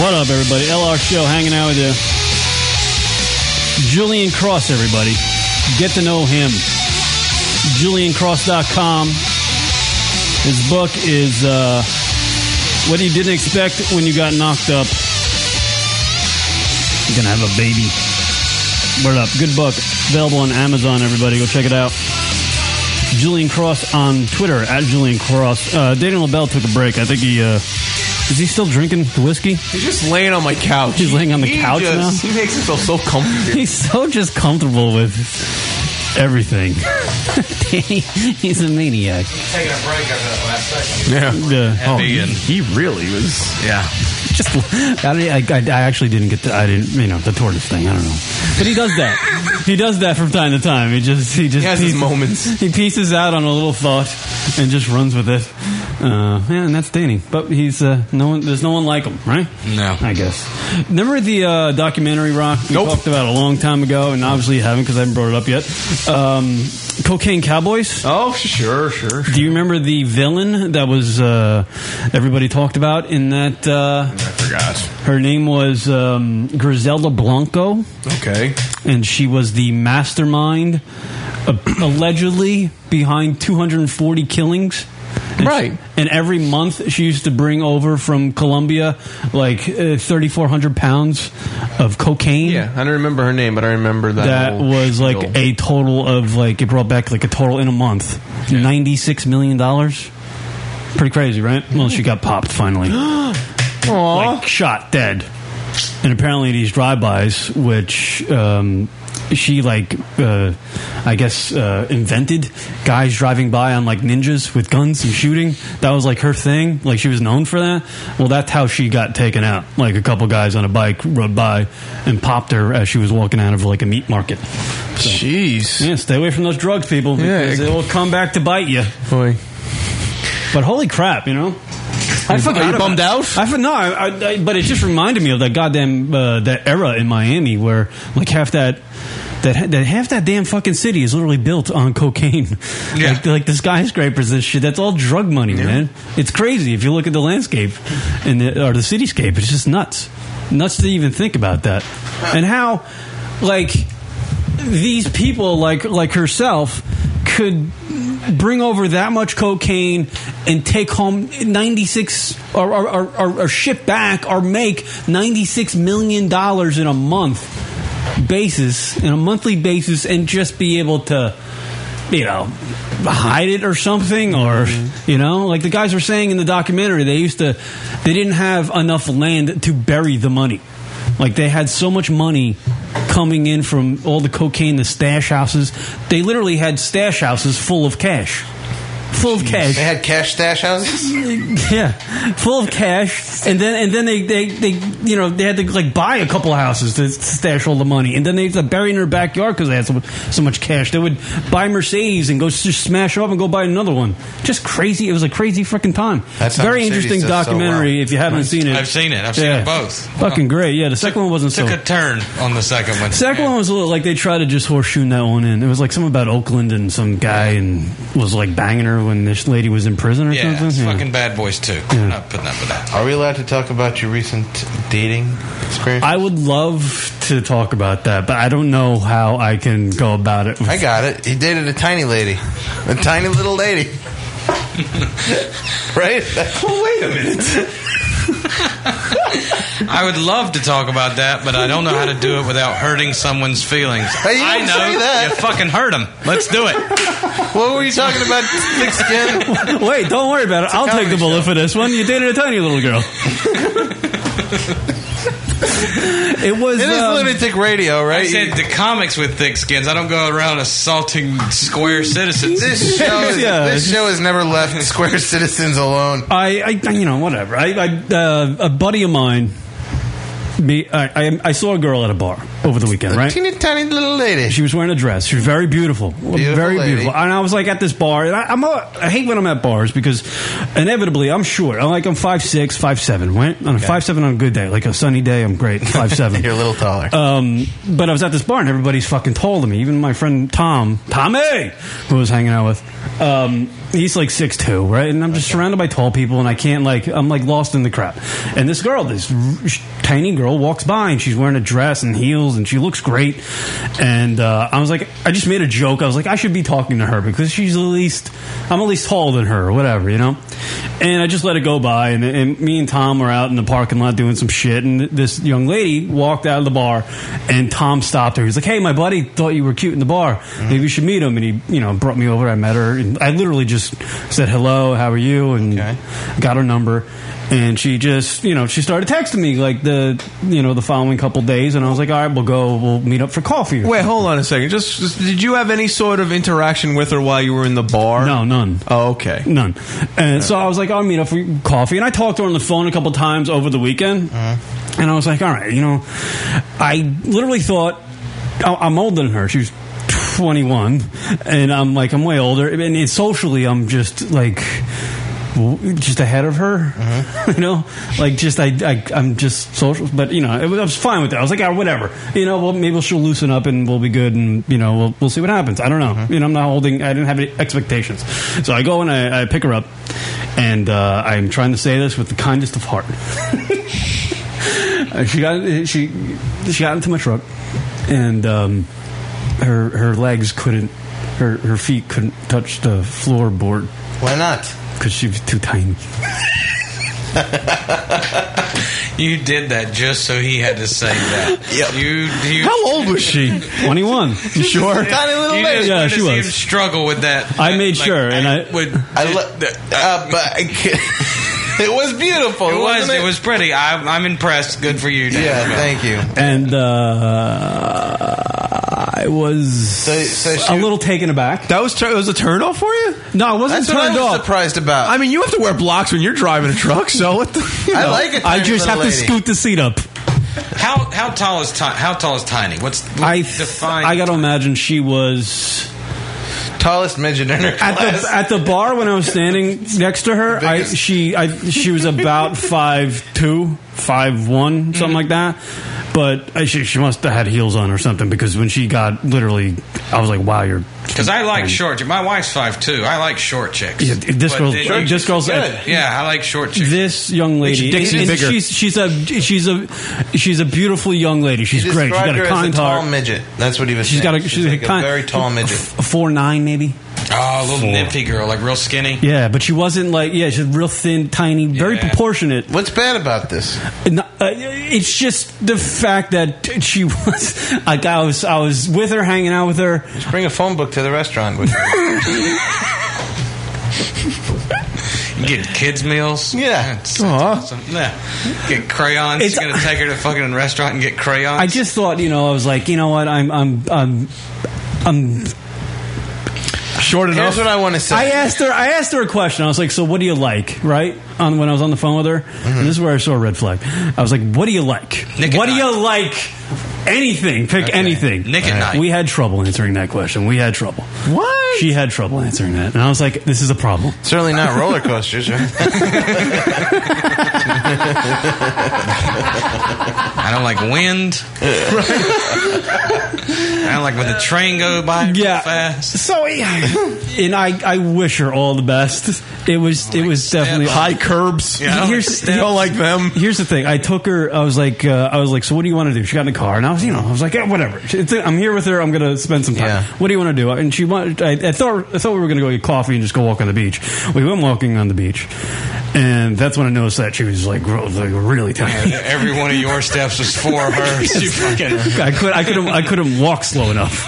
Speaker 2: What up, everybody? LR Show hanging out with you. Julian Cross, everybody. Get to know him. JulianCross.com. His book is uh, What You Didn't Expect When You Got Knocked Up. You're going to have a baby. Word up. Good book. Available on Amazon, everybody. Go check it out. Julian Cross on Twitter, at Julian Cross. Uh, Daniel LaBelle took a break. I think he. Uh, is he still drinking the whiskey?
Speaker 10: He's just laying on my couch.
Speaker 2: He's laying on the
Speaker 10: He
Speaker 2: couch
Speaker 10: just-
Speaker 2: now?
Speaker 10: He makes himself so comfortable.
Speaker 2: He's so just comfortable with everything. Danny, he's a maniac.
Speaker 36: Taking a break after that last segment.
Speaker 2: Yeah. Oh,
Speaker 36: Heavy
Speaker 2: he,
Speaker 36: and-
Speaker 2: he really was.
Speaker 36: Yeah.
Speaker 2: Just, I, mean, I, I, I actually didn't get the, I didn't, you know, the tortoise thing. I don't know. But he does that. he does that from time to time. He just, he just,
Speaker 10: He has his moments.
Speaker 2: He pieces out on a little thought and just runs with it. Uh, yeah, and that's Danny. But he's, uh, no one, there's no one like him, right?
Speaker 36: No.
Speaker 2: I guess. Remember the uh, documentary Rock we talked about a long time ago, and obviously you haven't because I haven't brought it up yet. Um, Cocaine Cowboys.
Speaker 10: Oh, sure, sure.
Speaker 2: Do you remember the villain that was uh, everybody talked about in that? Uh, I
Speaker 10: forgot.
Speaker 2: Her name was um, Griselda Blanco.
Speaker 10: Okay.
Speaker 2: And she was the mastermind, uh, allegedly behind 240 killings. And
Speaker 10: Right.
Speaker 2: she- and every month she used to bring over from Colombia like uh, 3,400 pounds of cocaine.
Speaker 10: Yeah, Oh, I don't remember her name, but I remember that.
Speaker 2: That
Speaker 10: whole
Speaker 2: was like
Speaker 10: spiel.
Speaker 2: a total of like it brought back like a total in a month ninety six million dollars. Pretty crazy, right? Well, she got popped finally, like shot dead. And apparently these drive-bys, which um, she like, uh, I guess uh, invented, guys driving by on like ninjas with guns and shooting. That was like her thing. Like she was known for that. Well, that's how she got taken out. Like a couple guys on a bike rode by and popped her as she was walking out of like a meat market. So,
Speaker 10: Jeez.
Speaker 2: Yeah, stay away from those drugs, people,
Speaker 10: Yeah,
Speaker 2: because
Speaker 10: it-
Speaker 2: it will come back to bite you.
Speaker 10: Boy.
Speaker 2: But holy crap, you know. I
Speaker 10: Are you
Speaker 2: forgot about
Speaker 10: bummed
Speaker 2: it. out? I for- no, I, I, I- but it just reminded me of that goddamn uh, that era in Miami where like half that that that half that damn fucking city is literally built on cocaine. Yeah. Like, like the skyscrapers and shit. That's all drug money, man. It's crazy if you look at the landscape and the, or the cityscape. It's just nuts, nuts to even think about that. And how, like, these people like like herself could bring over that much cocaine and take home 96 or, or, or, or, or ship back or make 96 million dollars in a month basis in a monthly basis and just be able to you know hide it or something or you know like the guys were saying in the documentary they used to they didn't have enough land to bury the money like they had so much money coming in from all the cocaine, the stash houses. They literally had stash houses full of cash. Full of cash. They
Speaker 12: had cash stash houses.
Speaker 2: yeah, full of cash, and then and then they, they, they you know they had to like buy a couple of houses to stash all the money, and then they had to bury in their backyard because they had so, so much cash. They would buy Mercedes and go s- just smash them up and go buy another one. Just crazy. It was a crazy freaking time.
Speaker 11: That's how
Speaker 2: very
Speaker 11: Mercedes
Speaker 2: interesting
Speaker 11: does so
Speaker 2: documentary.
Speaker 11: well.
Speaker 2: If you haven't
Speaker 11: Right.
Speaker 2: seen it,
Speaker 11: I've seen it. I've seen it both.
Speaker 2: Fucking great. Yeah, the second one wasn't
Speaker 11: Took
Speaker 2: so
Speaker 11: a turn on the second one.
Speaker 2: Second one was a little like they tried to just horseshoe that one in. It was like something about Oakland and some guy and was like banging her when this lady was in prison or
Speaker 11: Yeah, it's
Speaker 2: something. Yeah.
Speaker 11: fucking Bad Boys Two.
Speaker 2: Yeah.
Speaker 11: We're not putting up with that.
Speaker 12: Are we allowed to talk about your recent dating experience?
Speaker 2: I would love to talk about that, but I don't know how I can go about it.
Speaker 12: I got it. He dated a tiny lady, a tiny little lady. right? wait a minute.
Speaker 11: I would love to talk about that, but I don't know how to do it without hurting someone's feelings.
Speaker 12: Hey, you
Speaker 11: I know
Speaker 12: didn't say that.
Speaker 11: you fucking hurt them. Let's do it.
Speaker 12: What were you talking about? Thick skin.
Speaker 2: Wait, don't worry about it. I'll take the bullet for this one. You dated a tiny little girl. it was.
Speaker 12: It is
Speaker 11: um,
Speaker 12: lunatic radio, right?
Speaker 11: I said the comics with thick skins. I don't go around assaulting square citizens.
Speaker 12: This show, is, this show has never left square citizens alone.
Speaker 2: I, I you know, whatever. I, I uh, a buddy of mine. Me, I, I, I saw a girl at a bar over the weekend,
Speaker 12: A
Speaker 2: right?
Speaker 12: teeny tiny little lady.
Speaker 2: She was wearing a dress. She was very beautiful, very
Speaker 12: lady.
Speaker 2: beautiful. And I was like at this bar, and I, I'm a, I hate when I'm at bars because inevitably I'm short. I'm like I'm five six, five seven. Right on a five seven on a good day, like a sunny day, I'm great. Five seven.
Speaker 12: You're a little taller.
Speaker 11: Uh,
Speaker 2: Um, but I was at this bar and everybody's fucking tall to me. Even my friend Tom, Tommy, who I was hanging out with, um, he's like six two, right? And I'm just surrounded by tall people, and I can't like I'm like lost in the crowd. And this girl, this r- sh- tiny girl, walks by and she's wearing a dress and heels, and she looks great. And uh, I was like, I just made a joke. I was like, I should be talking to her because she's at least I'm at least taller than her, or whatever, you know. And I just let it go by, and, and me and Tom were out in the parking lot doing some shit, and this young lady walked out of the bar, and Tom stopped her. He's like, "Hey, my buddy thought you were cute in the bar. Maybe you should meet him." And he, you know, brought me over. I met her, and I literally just said, "Hello, how are you?" and got her number. And she just, you know, she started texting me like the, you know, the following couple days, and I was like, "All right, we'll go, we'll meet up for coffee."
Speaker 10: Wait, hold on a second. Just, just- did you have any sort of interaction with her while you were in the bar? No,
Speaker 2: none.
Speaker 10: Oh, okay,
Speaker 2: none. And so I was like, I'll meet up for coffee. And I talked to her on the phone a couple times over the weekend. And I was like, all right, you know, I literally thought I- I'm older than her. She was 21. And I'm like, I'm way older. And and socially, I'm just like. w- Just ahead of her, you know, like just I, I, I'm just social, but you know, it was, I was fine with that. I was like, ah, whatever, you know, well, maybe she'll loosen up and we'll be good, and you know, we'll, we'll see what happens. I don't know, you know, I'm not holding, I didn't have any expectations, so I go and I, I pick her up, and uh, I'm trying to say this with the kindest of heart. Uh, she got she she got into my truck, and um, her her legs couldn't her her feet couldn't touch the floorboard.
Speaker 12: Why not?
Speaker 2: Because she was too tiny.
Speaker 11: You did that just so he had to say that. You, you,
Speaker 2: How old was she? Twenty one. You sure?
Speaker 11: you just
Speaker 2: Yeah,
Speaker 11: wanted to
Speaker 2: she
Speaker 11: see
Speaker 2: was.
Speaker 11: him struggle with that.
Speaker 2: I made
Speaker 11: Like,
Speaker 2: sure, and I
Speaker 11: would.
Speaker 12: I lo- uh, but I c- it was beautiful.
Speaker 11: It was.
Speaker 12: Oh, wasn't
Speaker 11: It was pretty. I'm, I'm impressed. Good for you. Dan.
Speaker 12: Yeah, thank you.
Speaker 2: and uh, I was a little taken aback.
Speaker 10: That was it was a turnoff for you?
Speaker 2: No, I wasn't
Speaker 12: That's what I
Speaker 2: turned
Speaker 12: was
Speaker 2: off.
Speaker 12: surprised about.
Speaker 10: I mean, you have to wear blocks when you're driving a truck, so what the, you
Speaker 12: I
Speaker 10: know.
Speaker 12: like it.
Speaker 2: I just have to scoot the seat up.
Speaker 11: How how tall is ti- how tall is tiny? What's what
Speaker 2: I
Speaker 11: define?
Speaker 2: I gotta imagine she was
Speaker 12: tallest midget in her
Speaker 2: at
Speaker 12: class.
Speaker 2: the at the bar when I was standing next to her. I she I she was about five two, five one, something like that. But I, she, she must have had heels on or something because when she got literally, I was like, "Wow, you're."
Speaker 11: Because I like short chick- My wife's five two. I like short chicks.
Speaker 2: Yeah, this
Speaker 11: But
Speaker 2: girl's-
Speaker 11: it-
Speaker 2: Short this girl's- chicks are good.
Speaker 11: Yeah, I like short chicks.
Speaker 2: This young lady,
Speaker 11: Dixie
Speaker 2: and
Speaker 11: Bigger.
Speaker 2: she's she's a she's a she's a beautiful young lady. She's great. She's got
Speaker 12: Described her
Speaker 2: a
Speaker 12: as
Speaker 2: kind heart.
Speaker 12: tall midget. That's what he was.
Speaker 2: She's
Speaker 12: saying.
Speaker 2: got a she's,
Speaker 12: she's like a
Speaker 2: kind,
Speaker 12: very tall midget.
Speaker 2: f- four nine maybe.
Speaker 11: Oh, a little
Speaker 2: Four.
Speaker 11: nymphy girl, like real skinny.
Speaker 2: Yeah, but she wasn't like yeah, she's real thin, tiny, very proportionate.
Speaker 12: What's bad about this?
Speaker 2: uh, it's just the fact that she was like I was I was with her, hanging out with her.
Speaker 12: Just bring a phone book to the restaurant with you.
Speaker 11: You get kids meals. Yeah, it's, it's awesome. Yeah, get crayons. You're gonna take her to fucking restaurant and get crayons.
Speaker 2: I just thought you know I was like you know what I'm I'm I'm I'm
Speaker 10: short
Speaker 12: Here's what I want to say.
Speaker 2: I asked her. I asked her a question. I was like, "So, what do you like?" Right on when I was on the phone with her,
Speaker 10: Mm-hmm.
Speaker 2: and this is where I saw a red flag. I was like, "What do you like? what do you like? Anything? Pick anything."
Speaker 11: Nick and Knight.
Speaker 2: We had trouble answering that question. We had trouble.
Speaker 10: What?
Speaker 2: She had trouble answering that, and I was like, "This is a problem."
Speaker 12: Certainly not roller coasters.
Speaker 11: I don't like wind. I don't like when the train go by yeah. fast.
Speaker 2: So and I, I wish her all the best. It was it was definitely
Speaker 10: High curbs. Yeah, I don't like steps. Don't like them.
Speaker 2: Here's the thing. I took her. I was like uh, I was like, so what do you want to do? She got in the car, and I was you know I was like, yeah, whatever. It's, I'm here with her. I'm gonna spend some time. What do you want to do? And she wanted. I, I thought I thought we were gonna go get coffee and just go walk on the beach. We went walking on the beach, and that's when I noticed that she was like, gro- like really tired.
Speaker 11: Every one of your steps was four of hers. You fucking.
Speaker 2: I could I couldn't I couldn't walk slow enough.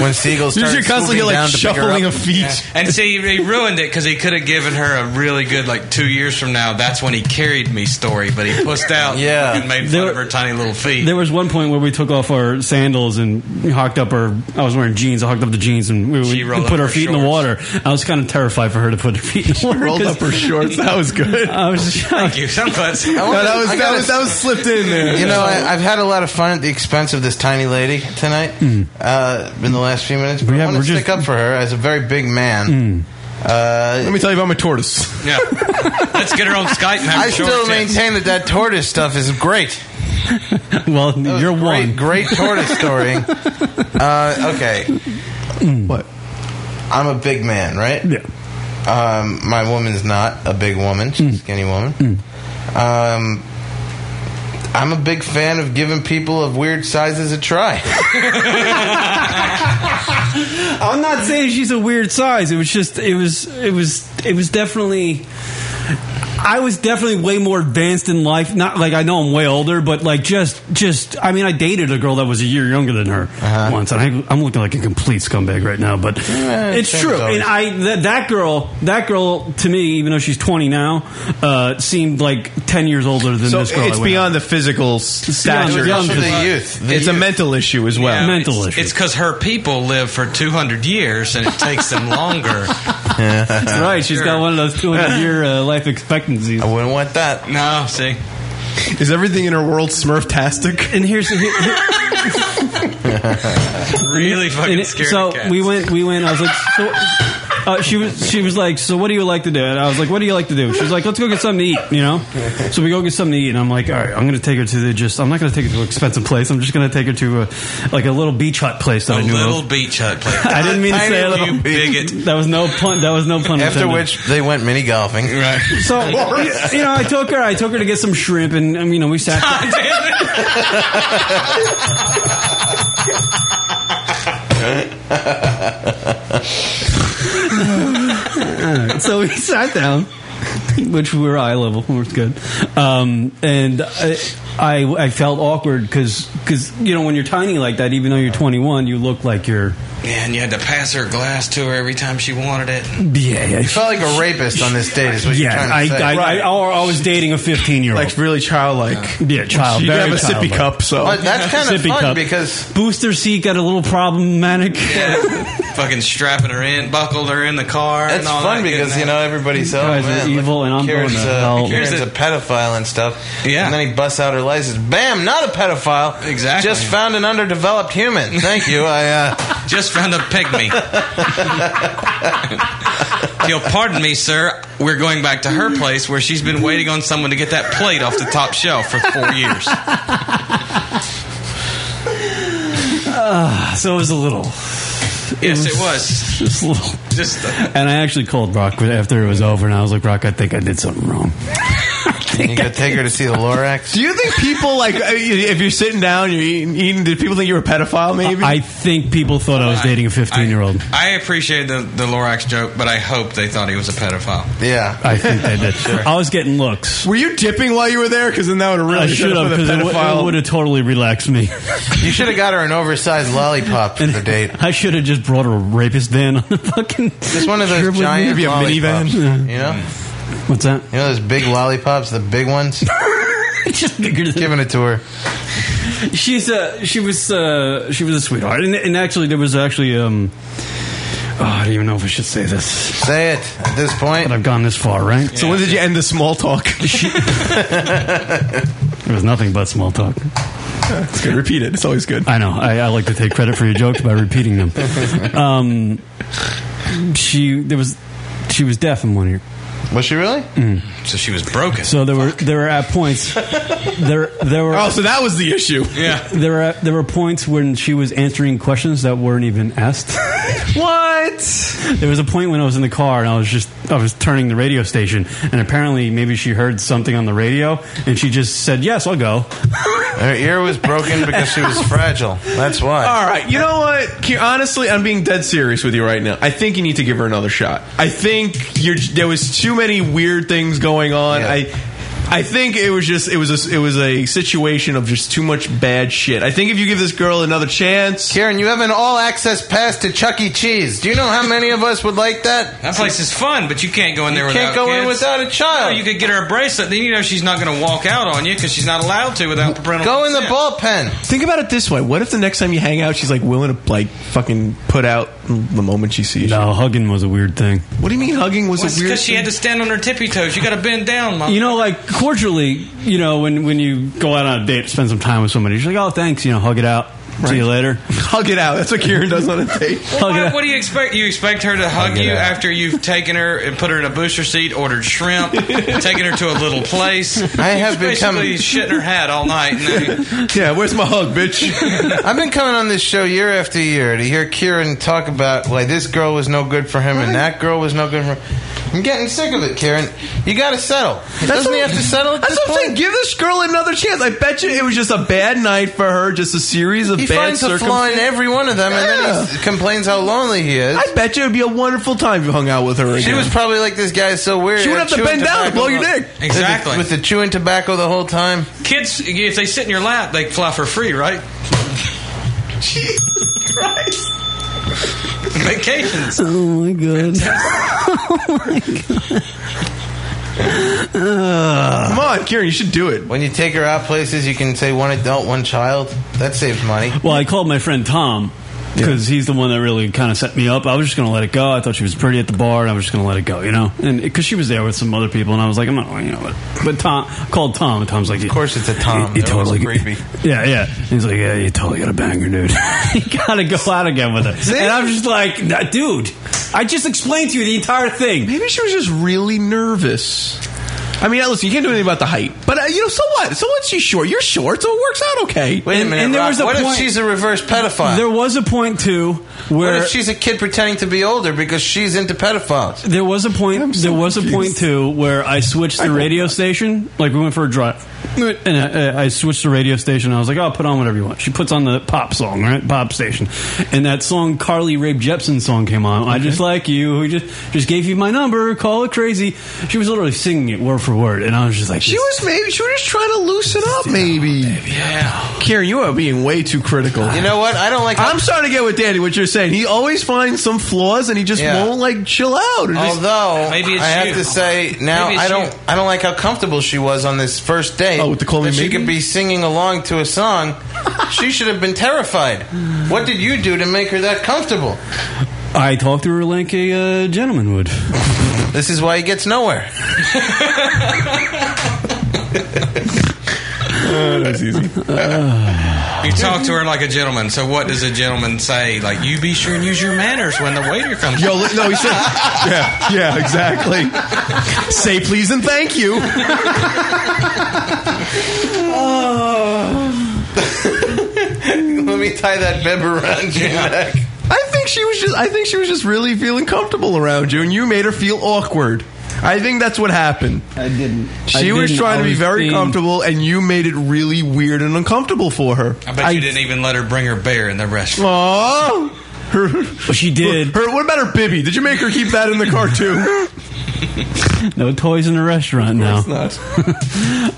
Speaker 12: When seagulls
Speaker 11: You
Speaker 12: start
Speaker 11: should constantly
Speaker 12: swooping
Speaker 11: get, like,
Speaker 12: down to pick her
Speaker 11: shuffling
Speaker 12: up.
Speaker 11: of feet. And see, he ruined it because he could have given her a really good, like, two years from now, that's when he carried me story, but he pussed out
Speaker 2: Yeah.
Speaker 11: and made fun of her tiny little feet.
Speaker 2: There was one point where we took off our sandals and hocked up her. I was wearing jeans. I hocked up the jeans and we, we
Speaker 11: rolled
Speaker 2: put
Speaker 11: up
Speaker 2: her
Speaker 11: her
Speaker 2: feet in the water. I was kind of terrified for her to put her feet in the water.
Speaker 10: rolled
Speaker 2: 'cause-
Speaker 10: up her shorts. That was good.
Speaker 2: I was Thank
Speaker 11: you. I'm glad.
Speaker 12: I wanna-
Speaker 10: that was-
Speaker 12: I
Speaker 10: that
Speaker 12: gotta-
Speaker 10: was- that was slipped in there.
Speaker 12: You know, I, I've had a lot of fun at the expense of this tiny lady tonight
Speaker 2: Hmm.
Speaker 12: uh, in the last few minutes. But I want to stick up for her as a very big man.
Speaker 2: Hmm.
Speaker 12: Uh,
Speaker 10: Let me tell you about my tortoise.
Speaker 11: Yeah. Let's get her on Skype and have
Speaker 12: I
Speaker 11: a short
Speaker 12: still
Speaker 11: chat.
Speaker 12: maintain that that tortoise stuff is great.
Speaker 2: well, you're
Speaker 12: great,
Speaker 2: one.
Speaker 12: Great tortoise story. uh, okay.
Speaker 10: What?
Speaker 12: I'm a big man, right?
Speaker 2: Yeah.
Speaker 12: Um, my woman's not a big woman. She's
Speaker 2: Mm.
Speaker 12: a skinny woman. Um, I'm a big fan of giving people of weird sizes a try.
Speaker 2: I'm not saying she's a weird size. It was just it was it was it was definitely I was definitely way more advanced in life. Not like I know I'm way older, but like just just I mean I dated a girl that was a year younger than her once, and I, I'm looking like a complete scumbag right now. But it's
Speaker 37: sure,
Speaker 2: true.
Speaker 37: it's always-
Speaker 2: And I that that girl that girl to me, even though she's 20 now, uh, seemed like 10 years older than
Speaker 10: So
Speaker 2: this girl. I
Speaker 10: it's
Speaker 2: went
Speaker 10: beyond the physical s-
Speaker 2: beyond-
Speaker 10: stature.
Speaker 2: beyond the
Speaker 10: It's
Speaker 2: youth. The
Speaker 10: it's a
Speaker 2: youth.
Speaker 10: mental issue as well.
Speaker 11: Yeah, it's- It's because her people live for 200 years and it takes them longer.
Speaker 2: That's right. She's got one of those 200 year uh, life expectancies. I
Speaker 12: wouldn't want that.
Speaker 11: No, see.
Speaker 10: Is everything in her world smurftastic?
Speaker 2: And here's the.
Speaker 11: really fucking
Speaker 2: And it-
Speaker 11: scared.
Speaker 2: So
Speaker 11: of cats.
Speaker 2: we went. We went. I was like, so, uh, she was. She was like, so what do you like to do? And I was like, what do you like to do? She was like, let's go get something to eat. You know. So we go get something to eat, and I'm like, all right, I'm going to take her to the just. I'm not going to take her to an expensive place. I'm just going to take her to a like a little beach hut place that I
Speaker 11: a
Speaker 2: knew
Speaker 11: little
Speaker 2: of.
Speaker 11: beach hut place.
Speaker 2: I didn't mean to
Speaker 11: Tiny
Speaker 2: say a little
Speaker 11: you bigot.
Speaker 2: That was no pun. That was no pun.
Speaker 12: After
Speaker 2: intended.
Speaker 12: which they went mini golfing.
Speaker 11: Right.
Speaker 2: So you know, I took her. I took her to get some shrimp, and um, you know, we sat. Alright, so we sat down, which we were eye level, we was good. Um, and I, I, I felt awkward because, you know, when you're tiny like that, even though you're 21, you look like you're.
Speaker 11: Man, you had to pass her glass to her every time she wanted it.
Speaker 2: Yeah, yeah.
Speaker 12: You felt like a rapist on this date, is what you're
Speaker 2: Yeah,
Speaker 12: trying to
Speaker 2: I,
Speaker 12: say.
Speaker 2: I, I, or I was dating a 15 year old.
Speaker 10: Like really childlike.
Speaker 2: Yeah, child.
Speaker 10: You
Speaker 2: very
Speaker 10: have a sippy
Speaker 2: childlike.
Speaker 10: cup, so
Speaker 12: But that's kind of
Speaker 2: Sippy
Speaker 12: fun
Speaker 2: cup.
Speaker 12: because
Speaker 2: Booster seat got a little problematic.
Speaker 11: fucking strapping her in, buckled her in the car.
Speaker 12: That's
Speaker 11: and all
Speaker 12: fun
Speaker 11: that good
Speaker 12: because you
Speaker 11: and
Speaker 12: know
Speaker 11: that.
Speaker 12: everybody's oh,
Speaker 2: guys are
Speaker 12: man, look,
Speaker 2: evil and I'm
Speaker 12: Karen's,
Speaker 2: going to
Speaker 12: uh,
Speaker 2: hell.
Speaker 12: Karen's a pedophile and stuff. Yeah, and then he busts out her license. Bam! Not a pedophile.
Speaker 11: Exactly.
Speaker 12: Just found an underdeveloped human. Thank you. I uh,
Speaker 11: Just found a pygmy. If You'll pardon me, sir. We're going back to her place where she's been waiting on someone to get that plate off the top shelf for four years.
Speaker 2: so it was a little.
Speaker 11: Yes, it was.
Speaker 2: Just a little.
Speaker 11: Just the-
Speaker 2: And I actually called Brock after it was over, and I was like, Brock, I think I did something wrong.
Speaker 12: You could take her to see the Lorax.
Speaker 10: Do you think people like I mean, if you're sitting down, you're eating, eating? Did people think you were a pedophile? Maybe.
Speaker 2: I think people thought I was dating a 15 year old.
Speaker 11: I appreciate the, the Lorax joke, but I hope they thought he was a pedophile.
Speaker 12: Yeah,
Speaker 2: I think they did. I was getting looks.
Speaker 10: Were you dipping while you were there? Because then that would have really
Speaker 2: I should have because it,
Speaker 10: pedophile.
Speaker 2: would have totally relaxed me.
Speaker 12: You should have got her an oversized lollipop for the date.
Speaker 2: I should have just brought her a rapist van on the fucking.
Speaker 12: Just one of those
Speaker 2: trip with me.
Speaker 12: giant lollipops, You know,
Speaker 2: what's that?
Speaker 12: You know those big lollipops, the big ones.
Speaker 2: just giving
Speaker 12: it to her.
Speaker 2: She's uh she was uh she was a sweetheart, and, and actually there was actually um. Oh, I don't even know if I should say this.
Speaker 12: Say it at this point.
Speaker 2: But I've gone this far, right?
Speaker 10: So when did you end the small talk?
Speaker 2: It was nothing but small talk.
Speaker 10: It's good. Repeat it. It's always good.
Speaker 2: I know. I, I like to take credit for your jokes by repeating them. Um, she there was she was deaf in one ear.
Speaker 12: Was she really?
Speaker 11: So she was broken.
Speaker 2: So there were there were at points there there were
Speaker 10: Oh, so that was the issue.
Speaker 11: Yeah.
Speaker 2: There were there were points when she was answering questions that weren't even asked.
Speaker 10: what?
Speaker 2: There was a point when I was in the car and I was just I was turning the radio station and apparently maybe she heard something on the radio and she just said yes I'll go.
Speaker 12: Her ear was broken because she was fragile. That's why.
Speaker 10: All right. You know what? Ke- Honestly, I'm being dead serious with you right now. I think you need to give her another shot. I think you're, there was too many weird things going on. I. I think it was just it was a, it was a situation of just too much bad shit. I think if you give this girl another chance,
Speaker 12: Karen, you have an all access pass to Chuck E. Cheese. Do you know how many of us would like that?
Speaker 11: That place is fun, but you can't go in there
Speaker 12: You
Speaker 11: without
Speaker 12: can't go in
Speaker 11: kids.
Speaker 12: without a child.
Speaker 11: No, you could get her a bracelet. Then you know she's not going to walk out on you because she's not allowed to without parental
Speaker 12: Go in the
Speaker 11: consent.
Speaker 12: bullpen.
Speaker 10: Think about it this way: What if the next time you hang out, she's like willing to like fucking put out the moment she sees you?
Speaker 2: No, hugging was a weird thing.
Speaker 10: What do you mean hugging was
Speaker 11: Well, it's
Speaker 10: a weird?
Speaker 11: because she had to stand on her tippy toes. You got to bend down, mom.
Speaker 2: You know, like cordially, you know, when, when you go out on a date, spend some time with somebody, you're like, oh, thanks, you know, hug it out. See you later.
Speaker 10: Hug it out. That's what Kieran does on a date.
Speaker 11: Well, what, what do you expect? You expect her to hug
Speaker 10: it
Speaker 11: you
Speaker 10: out.
Speaker 11: after you've taken her and put her in a booster seat, ordered shrimp, taken her to a little place.
Speaker 12: I have
Speaker 11: She's
Speaker 12: become-
Speaker 11: basically shitting her hat all night. And then,
Speaker 10: yeah, where's my hug, bitch?
Speaker 12: I've been coming on this show year after year to hear Kieran talk about like this girl was no good for him and that girl was no good for him. I'm getting sick of it, Kieran. You got to settle. Doesn't he have to settle? At
Speaker 10: That's
Speaker 12: this
Speaker 10: what I'm saying. Give this girl another chance. I bet you it was just a bad night for her. Just a series of
Speaker 12: He
Speaker 10: bad
Speaker 12: finds a flaw in
Speaker 10: circumstances.
Speaker 12: every one of them, and then he complains how lonely he is.
Speaker 10: I bet you it'd be a wonderful time if you hung out with her. Again.
Speaker 12: She was probably like this guy is so weird.
Speaker 10: She would have to
Speaker 12: chewing
Speaker 10: bend down and blow
Speaker 12: tobacco
Speaker 10: your
Speaker 12: the-
Speaker 10: dick.
Speaker 12: with the-
Speaker 11: Exactly.
Speaker 12: with the chewing tobacco the whole time.
Speaker 11: kids, if they sit in your lap, they fly for free, right? Vacations.
Speaker 2: Oh my god.
Speaker 10: Come on, Kieran, you should do it.
Speaker 12: When you take her out places, you can say one adult, one child. That saves money.
Speaker 2: Well, I called my friend Tom because he's the one that really kind of set me up. I was just going to let it go. I thought she was pretty at the bar, and I was just going to let it go, you know? And because she was there with some other people, and I was like, I'm not, you know, but, but Tom called Tom, and Tom's like,
Speaker 12: Of course, it's a Tom.
Speaker 2: You
Speaker 12: That
Speaker 2: totally-
Speaker 12: was creepy.
Speaker 2: Yeah, yeah. He's like, yeah, you totally got to bang her, dude. you got to go out again with her. And I'm just like, "Nah, dude, I just explained to you the entire thing.
Speaker 10: Maybe she was just really nervous. I mean, listen, you can't do anything about the height, but uh, you know, so what? So what? She's short. You're short, so it works out okay.
Speaker 12: Wait
Speaker 2: And-
Speaker 12: a minute.
Speaker 2: and there
Speaker 12: Rob,
Speaker 2: was a
Speaker 12: what
Speaker 2: point-
Speaker 12: if she's a reverse
Speaker 10: Uh,
Speaker 12: pedophile?
Speaker 2: There was a point, too,
Speaker 12: what
Speaker 2: where.
Speaker 12: if she's a kid pretending to be older because she's into pedophiles?
Speaker 2: There was a point. there was a point too where I switched the radio station. Like we went for a drive, and uh, I, I switched the radio station. I was like, "Oh, put on whatever you want." She puts on the pop song, right? Pop station, and that song Carly Rae Jepsen song came on. I just like you. Who just just gave you my number. Call it crazy. She was literally singing it word for word, and I was just like,
Speaker 10: She was maybe she was just trying to loosen up, maybe. Yeah, Karen, you are being way too critical.
Speaker 12: You know what? I don't like.
Speaker 10: I'm starting to get with Danny what you're saying. He always finds some flaws and he just
Speaker 12: Yeah.
Speaker 10: won't like chill out. Or just,
Speaker 12: Although
Speaker 11: Maybe it's
Speaker 12: I have
Speaker 11: you.
Speaker 12: to say now
Speaker 11: Maybe it's
Speaker 12: I don't
Speaker 11: you.
Speaker 12: I don't like how comfortable she was on this first date.
Speaker 10: Oh, with the Call Me
Speaker 12: that she
Speaker 10: Maybe?
Speaker 12: could be singing along to a song. she should have been terrified. What did you do to make her that comfortable?
Speaker 2: I talked to her like a uh, gentleman would.
Speaker 12: This is why he gets nowhere.
Speaker 10: that's easy.
Speaker 11: You talk to her like a gentleman. So what does a gentleman say? Like you be sure and use your manners when the waiter comes.
Speaker 10: Yo, li- no, he said, yeah, yeah, exactly. Say please and thank you.
Speaker 12: Let me tie that bib around your neck.
Speaker 10: I think she was just. I think she was just really feeling comfortable around you, and you made her feel awkward. I think that's what happened. I didn't. She
Speaker 2: I
Speaker 10: was
Speaker 2: didn't.
Speaker 10: trying
Speaker 2: I
Speaker 10: to be
Speaker 2: was
Speaker 10: very
Speaker 2: being-
Speaker 10: comfortable, and you made it really weird and uncomfortable for her.
Speaker 11: I bet you didn't even let her bring her bear in the restaurant.
Speaker 10: Aww. Her,
Speaker 2: she did.
Speaker 10: Her, what about her bibby? Did you make her keep that in the car too?
Speaker 2: No toys in the restaurant now.
Speaker 10: Of course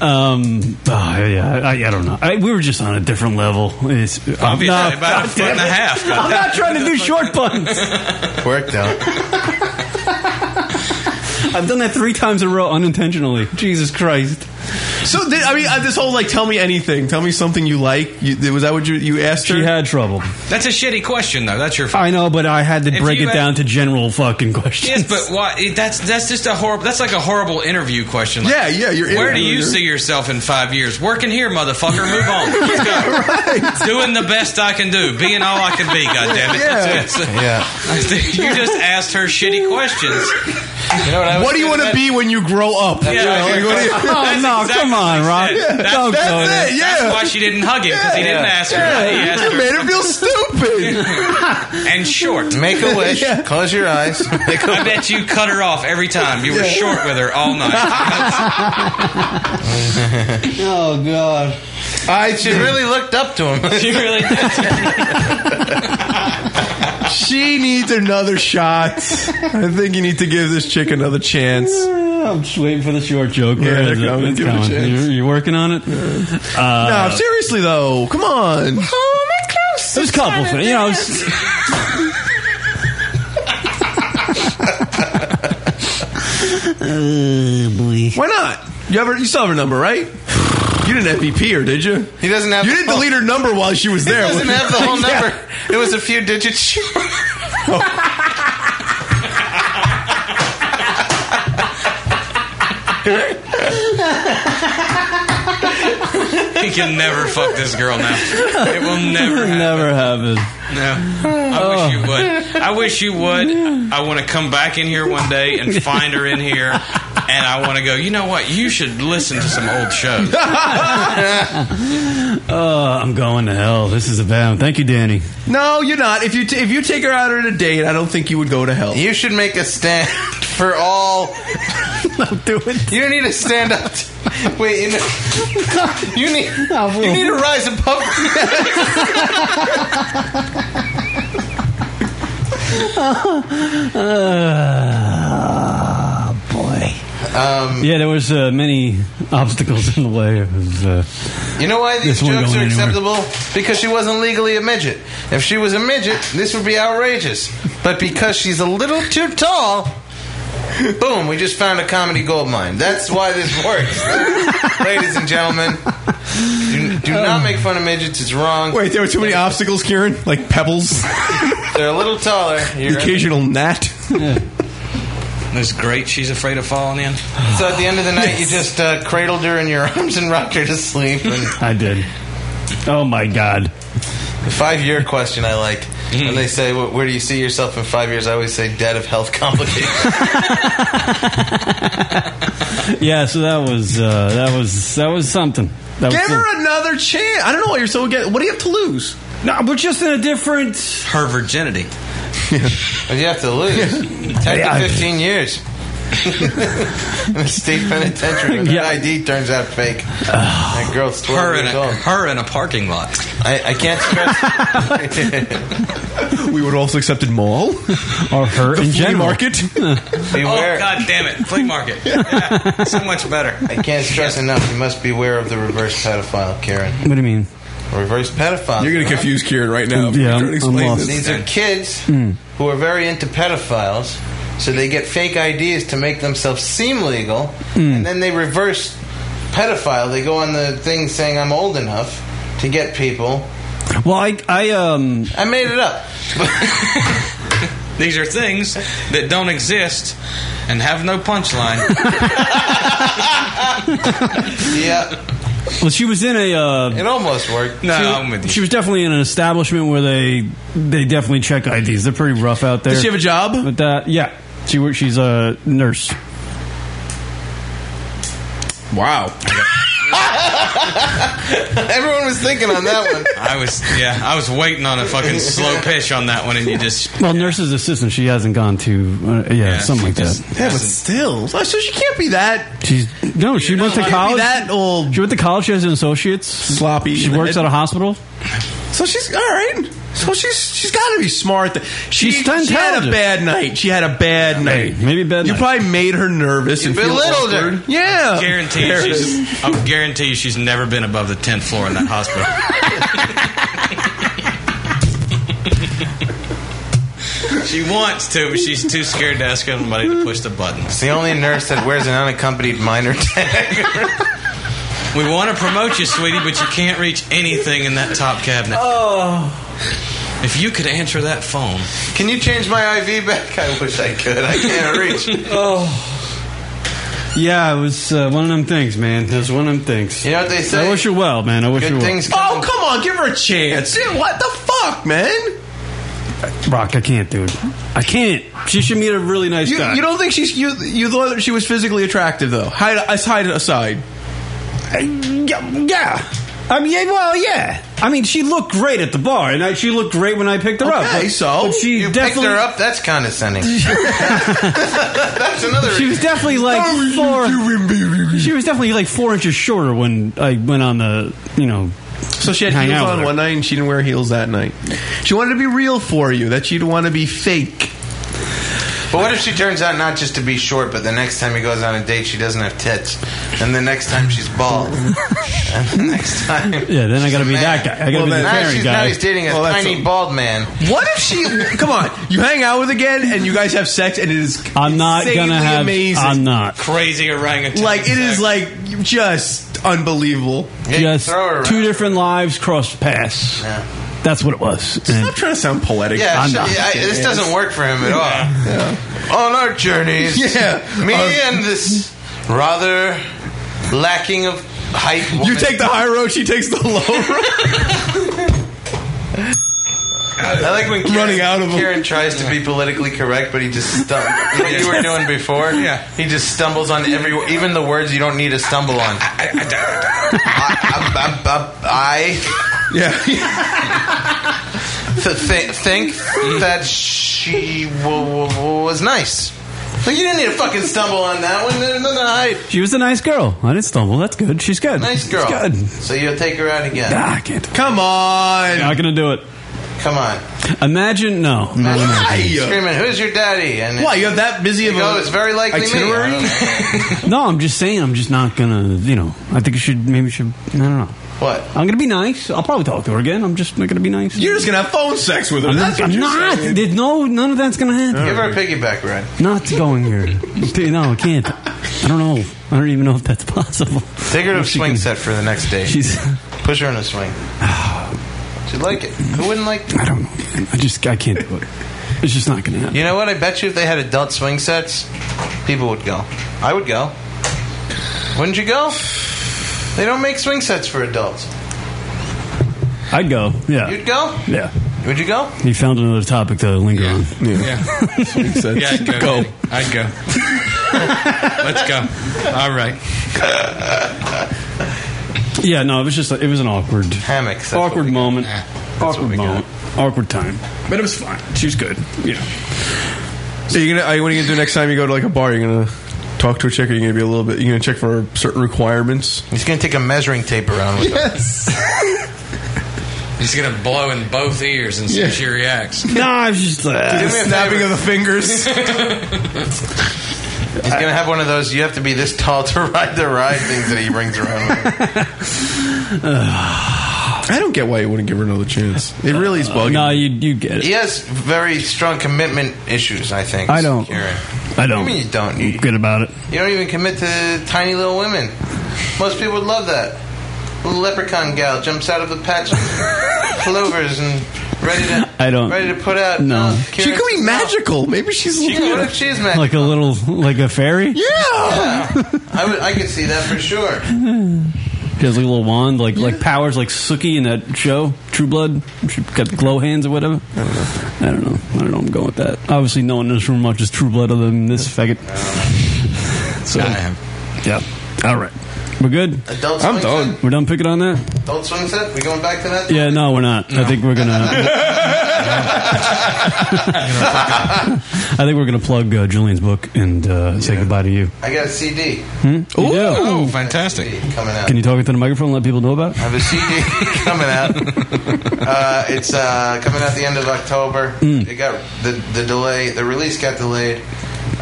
Speaker 2: um, oh, yeah, I, I don't know. I, we were just on a different level. It's,
Speaker 11: Obviously,
Speaker 2: I'm not-
Speaker 11: about a
Speaker 2: God
Speaker 11: foot and
Speaker 2: damn
Speaker 11: a
Speaker 2: it.
Speaker 11: half.
Speaker 2: I'm not trying to do short puns.
Speaker 12: Worked out.
Speaker 2: I've done that three times in a row unintentionally. Jesus Christ.
Speaker 10: So did, I mean, uh, this whole like, tell me anything, tell me something you like. You, was that what you, you asked her? She
Speaker 2: had trouble.
Speaker 11: That's a shitty question, though. That's your. fault.
Speaker 2: I know, but I had to
Speaker 11: If
Speaker 2: break
Speaker 11: you
Speaker 2: it
Speaker 11: had-
Speaker 2: down to general fucking questions.
Speaker 11: Yes, but why? That's that's just a horrible. That's like a horrible interview question. Like,
Speaker 10: Yeah, yeah, you're
Speaker 11: Where do
Speaker 10: interviewing
Speaker 11: you
Speaker 10: her.
Speaker 11: see yourself in five years? Working here, motherfucker. Move on. Let's go. Doing the best I can do, being all I can be. Goddamn it.
Speaker 10: Yeah.
Speaker 11: you just asked her shitty questions. You know
Speaker 10: what do you want to be when you grow up?
Speaker 11: That's
Speaker 10: You know,
Speaker 11: right.
Speaker 10: like, what do you- Oh,
Speaker 11: That's exactly what he said. That's,
Speaker 10: That's it. Yeah.
Speaker 11: That's why she didn't hug him because he
Speaker 10: Yeah.
Speaker 11: didn't ask her.
Speaker 10: Yeah.
Speaker 11: that. He asked
Speaker 10: You
Speaker 11: her.
Speaker 10: made her feel stupid.
Speaker 11: and short.
Speaker 12: Make a wish. Close your eyes.
Speaker 11: I bet you cut her off every time. You were
Speaker 12: Yeah.
Speaker 11: short with her all night.
Speaker 12: oh God. I she really looked up to him.
Speaker 11: She really
Speaker 10: she needs another shot. I think you need to give this chick another chance.
Speaker 2: I'm just waiting for the short joke.
Speaker 10: Yeah,
Speaker 2: Where
Speaker 10: they're
Speaker 2: is it?
Speaker 10: coming.
Speaker 2: It's
Speaker 10: Give it a
Speaker 2: coming.
Speaker 10: chance.
Speaker 2: You're, you're working on it. Uh,
Speaker 10: no, seriously though, come on.
Speaker 12: Oh,
Speaker 2: close. There's a couple things. You know, it's-
Speaker 10: Why not? You ever you saw her number, right? You didn't FVP her, did you?
Speaker 12: He doesn't have
Speaker 10: You
Speaker 12: the
Speaker 10: didn't
Speaker 12: phone.
Speaker 10: delete her number while she was
Speaker 12: He
Speaker 10: there.
Speaker 12: doesn't have the whole
Speaker 10: Yeah.
Speaker 12: number. It was a few digits short.
Speaker 11: he can never fuck this girl now. It will never happen.
Speaker 2: never happen.
Speaker 11: No. I wish you would. I wish you would. I want to come back in here one day and find her in here. And I want to go, you know what? You should listen to some old shows.
Speaker 2: Uh, I'm going to hell. This is a bad. Thank you, Danny.
Speaker 10: No, you're not. If you t- if you take her out on a date, I don't think you would go to hell.
Speaker 12: You should make a stand for all.
Speaker 2: I'm doing.
Speaker 12: You need to stand up. t- Wait, you, know, you need you need to rise above.
Speaker 2: Ah, boy.
Speaker 10: Um,
Speaker 2: yeah, there was uh, many obstacles in the way of. Uh,
Speaker 12: You know why these
Speaker 2: this one
Speaker 12: jokes
Speaker 2: going
Speaker 12: are
Speaker 2: anywhere.
Speaker 12: acceptable? Because she wasn't legally a midget. If she was a midget, this would be outrageous. But because she's a little too tall, boom, we just found a comedy gold mine. That's why this works. Ladies and gentlemen, do,
Speaker 2: Oh.
Speaker 12: do not make fun of midgets. It's wrong.
Speaker 10: Wait, there were too many obstacles, Kieran. Like pebbles,
Speaker 12: They're a little taller.
Speaker 10: the
Speaker 12: You're-
Speaker 10: occasional gnat.
Speaker 11: This great. She's afraid of falling in.
Speaker 12: So at the end of the night, you just uh, cradled her in your arms and rocked her to sleep. And
Speaker 2: I did. Oh my God.
Speaker 12: the five-year question I like.
Speaker 2: Mm.
Speaker 12: When they say, "Wh- "Where do you see yourself in five years?" I always say, "Dead of health complications."
Speaker 2: Yeah, so that was uh, that was that was something. That
Speaker 10: Give
Speaker 2: was something.
Speaker 10: her another chance. I don't know why you're so against. What do you have to lose?
Speaker 2: No, we're just in a different.
Speaker 11: Her virginity.
Speaker 12: But you have to lose ten
Speaker 2: Yeah.
Speaker 12: to fifteen years. In a state penitentiary. When that ID turns out fake. that girl's
Speaker 11: Her
Speaker 12: twelve
Speaker 11: in
Speaker 12: years
Speaker 11: a,
Speaker 12: old.
Speaker 11: her in a parking lot.
Speaker 12: I, I can't stress.
Speaker 10: We would also accepted mall
Speaker 2: or her
Speaker 10: the
Speaker 2: in
Speaker 10: flea
Speaker 2: general.
Speaker 10: market.
Speaker 12: Beware.
Speaker 11: Oh, God damn it. Flea market. Yeah, so much better.
Speaker 12: I can't stress enough. You must beware of the reverse pedophile, Karen.
Speaker 2: What do you mean?
Speaker 12: Reverse pedophile.
Speaker 10: You're going to confuse Kieran right now. Trying
Speaker 2: Yeah,
Speaker 10: to
Speaker 2: I'm-
Speaker 10: explain
Speaker 2: I'm lost.
Speaker 10: this.
Speaker 12: These are kids
Speaker 2: Mm.
Speaker 12: who are very into pedophiles, so they get fake IDs to make themselves seem legal,
Speaker 2: Hmm.
Speaker 12: and then they reverse pedophile. They go on the thing saying, I'm old enough to get people.
Speaker 2: Well, I I um
Speaker 12: I made it up.
Speaker 11: These are things that don't exist and have no punchline.
Speaker 12: yeah,
Speaker 2: well she was in a uh,
Speaker 12: it almost worked.
Speaker 11: No,
Speaker 2: she,
Speaker 11: I'm with you.
Speaker 2: she was definitely in an establishment where they they definitely check IDs. They're pretty rough out there.
Speaker 10: Does she have a job?
Speaker 2: But uh, yeah, she works. She's a nurse.
Speaker 10: Wow.
Speaker 12: Everyone was thinking on that one.
Speaker 11: I was, yeah, I was waiting on a fucking slow pitch on that one, and you just
Speaker 2: Well, nurse's assistant. She hasn't gone to uh, yeah, something like that.
Speaker 10: Yeah, but still, so she can't be that.
Speaker 2: She's no. She went to
Speaker 10: Can't be
Speaker 2: college.
Speaker 10: that old.
Speaker 2: She went to college. She has an associate's.
Speaker 10: Sloppy
Speaker 2: She
Speaker 10: in the
Speaker 2: works
Speaker 10: head.
Speaker 2: at a hospital.
Speaker 10: So she's all right. So she's she's got to be smart. She,
Speaker 2: She's
Speaker 10: she had a
Speaker 2: intelligent.
Speaker 10: bad night. She had a bad night. Maybe
Speaker 2: bad.
Speaker 10: You probably made her nervous and feel
Speaker 11: belittled her.
Speaker 10: awkward. Yeah,
Speaker 11: guarantee
Speaker 10: There it is.
Speaker 11: she's. I guarantee you she's never been above the tenth floor in that hospital. she wants to, but she's too scared to ask somebody to push the button.
Speaker 12: It's the only nurse that wears an unaccompanied minor tag.
Speaker 11: We want to promote you, sweetie, but you can't reach anything in that top cabinet.
Speaker 12: Oh.
Speaker 11: If you could answer that phone.
Speaker 12: Can you change my IV back? I wish I could. I can't reach. oh.
Speaker 2: Yeah, it was uh, one of them things, man. It was one of them things. You
Speaker 12: know what they say?
Speaker 2: I wish you well, man. I wish
Speaker 12: Good
Speaker 2: you well.
Speaker 12: things
Speaker 10: Oh come on, give her a chance. Dude, what the fuck, man?
Speaker 2: Brock, I can't, dude. I can't. She should meet a really nice
Speaker 10: You,
Speaker 2: guy.
Speaker 10: you don't think she's you? You thought that she was physically attractive though. Hide, uh, hide it aside. Uh,
Speaker 2: Yeah. I mean, yeah, well, yeah. I mean, she looked great at the bar, and I, she looked great when I picked her up.
Speaker 12: Okay,
Speaker 2: But-
Speaker 12: so
Speaker 2: but she
Speaker 12: you picked
Speaker 2: definitely
Speaker 12: her up. That's condescending. That's another.
Speaker 2: She was definitely like four. She was definitely like four inches shorter when I went on the, you know.
Speaker 10: So she had
Speaker 2: hang
Speaker 10: heels
Speaker 2: out
Speaker 10: on
Speaker 2: with her.
Speaker 10: one night and she didn't wear heels that night. She wanted to be real for you. That she'd want to be fake.
Speaker 12: But what if she turns out not just to be short, but the next time he goes on a date, she doesn't have tits, and the next time she's bald, and the next time,
Speaker 2: Yeah, then I got to be
Speaker 12: man.
Speaker 2: that guy. I got to be the
Speaker 12: now
Speaker 2: fairy
Speaker 12: she's-
Speaker 2: guy.
Speaker 12: Now he's dating a
Speaker 10: Well, that's
Speaker 12: tiny
Speaker 10: a-
Speaker 12: bald man.
Speaker 10: What if she? Come on, you hang out with again, and you guys have sex, and it is.
Speaker 2: I'm not
Speaker 10: insanely
Speaker 2: gonna have.
Speaker 10: Amazing.
Speaker 2: I'm not.
Speaker 11: Crazy orangutan.
Speaker 10: Like it is like just unbelievable.
Speaker 2: Just two different lives crossed paths. That's what it was.
Speaker 10: Stop trying to sound poetic.
Speaker 12: Yeah,
Speaker 2: I'm
Speaker 12: so-
Speaker 2: not.
Speaker 12: yeah, I- this
Speaker 10: Yeah.
Speaker 12: doesn't work for him at all. On our journeys,
Speaker 10: Yeah.
Speaker 12: me
Speaker 2: Uh,
Speaker 10: Our-
Speaker 12: and this rather lacking of height.
Speaker 10: You take the high road, she takes the low road.
Speaker 12: I like when Karen,
Speaker 10: Running out of 'em.
Speaker 12: Karen tries to be politically correct, but he just stumbles. what you were doing before, yeah. He just stumbles on every, even the words you don't need to stumble on. I, I- I-
Speaker 10: yeah.
Speaker 12: th- th- think that she w- w- was nice. Like you didn't need to fucking stumble on that one. There's nothing to hide.
Speaker 2: She was a nice girl. I didn't stumble. That's good. She's good.
Speaker 12: Nice
Speaker 2: She's
Speaker 12: girl.
Speaker 2: good.
Speaker 12: So you'll take her out again.
Speaker 2: Nah, I can't.
Speaker 10: Come on.
Speaker 2: Not gonna do it.
Speaker 12: Come on.
Speaker 2: Imagine no. no, no, no.
Speaker 12: Screaming, who's your daddy? And
Speaker 10: Why, you have that busy
Speaker 12: you
Speaker 10: of
Speaker 12: go,
Speaker 10: a
Speaker 12: it's very likely
Speaker 10: itinerary?
Speaker 12: me. I don't know.
Speaker 2: No, I'm just saying. I'm just not gonna. You know, I think you should. Maybe you should. I don't know.
Speaker 12: What?
Speaker 2: I'm gonna be nice. I'll probably talk to her again. I'm just not gonna be nice.
Speaker 10: You're just gonna have phone sex with her.
Speaker 2: I'm
Speaker 10: That's
Speaker 2: not.
Speaker 10: what
Speaker 2: I'm
Speaker 10: you're
Speaker 2: not.
Speaker 10: saying.
Speaker 2: There's no. None of that's gonna happen.
Speaker 12: Give her a piggyback ride.
Speaker 2: Not going here. No, I can't. I don't know. I don't even know if that's possible.
Speaker 12: Take her to a swing set for the next day.
Speaker 2: She's-
Speaker 12: Push her in a swing. She'd like it. Who wouldn't like
Speaker 2: I don't know. man. I just. I can't do it. It's just not gonna happen.
Speaker 12: You know what? I bet you if they had adult swing sets, people would go. I would go. Wouldn't you go? They don't make swing sets for adults.
Speaker 2: I'd go. Yeah.
Speaker 12: You'd go?
Speaker 2: Yeah.
Speaker 12: Would you go?
Speaker 2: He found another topic to linger on.
Speaker 11: Yeah. Yeah, I'd go.
Speaker 2: Go.
Speaker 11: I'd go. Let's go. All right.
Speaker 2: Yeah, no, it was just a, it was an awkward
Speaker 12: hammock,
Speaker 2: awkward moment, awkward moment, awkward time. But it was fine. She was good. Yeah.
Speaker 10: So you're gonna. Are, what are you gonna do next time you go to like a bar? You're gonna talk to a chick. Or you're gonna be a little bit. You're gonna check for certain requirements.
Speaker 12: He's gonna take a measuring tape around with him.
Speaker 11: He's gonna blow in both ears and see if
Speaker 12: Yeah.
Speaker 11: she reacts.
Speaker 2: No, I was just uh,
Speaker 10: Do the
Speaker 12: me a
Speaker 10: snapping of
Speaker 12: favor.
Speaker 10: the fingers.
Speaker 12: He's gonna have one of those. You have to be this tall to ride the ride things that he brings around. With him.
Speaker 10: I don't get why you wouldn't give her another chance. It really is bugging.
Speaker 2: No, you you get
Speaker 12: He
Speaker 2: it.
Speaker 12: has very strong commitment issues. I think.
Speaker 2: I don't.
Speaker 12: Karen.
Speaker 2: I don't.
Speaker 12: What do you mean you don't? You,
Speaker 2: Good about it.
Speaker 12: you don't even commit to tiny little women. Most people would love that. Little leprechaun gal jumps out of the patch, of clovers, and ready to.
Speaker 2: I don't.
Speaker 12: Ready to put out.
Speaker 2: No.
Speaker 12: Uh, Karen,
Speaker 10: she could be magical. Maybe she's.
Speaker 12: She- what if she's magical?
Speaker 2: Like a little like a fairy.
Speaker 12: Yeah. I would. I could see that for sure.
Speaker 2: She has like a little wand, like like powers like Sookie in that show True Blood. She got glow hands or whatever. I don't know. I don't know. I don't know. I'm going with that. Obviously, no one in this room watches True Blood other than this faggot. So
Speaker 11: I am.
Speaker 2: Yeah. All right. We're good.
Speaker 12: Adult I'm swing done.
Speaker 2: We're done picking on that.
Speaker 12: Don't swing set. We going back to that?
Speaker 2: Yeah, no, we're not. I think we're gonna. I think we're gonna plug uh, Julian's book and uh, say goodbye to you.
Speaker 12: I got a CD
Speaker 2: Hmm? You do?
Speaker 12: fantastic! Coming out.
Speaker 2: Can you talk into the microphone and let people know about? it?
Speaker 12: I have a CD coming out. Uh, it's uh, coming out the end of October.
Speaker 2: Mm.
Speaker 12: It got the the delay. The release got delayed.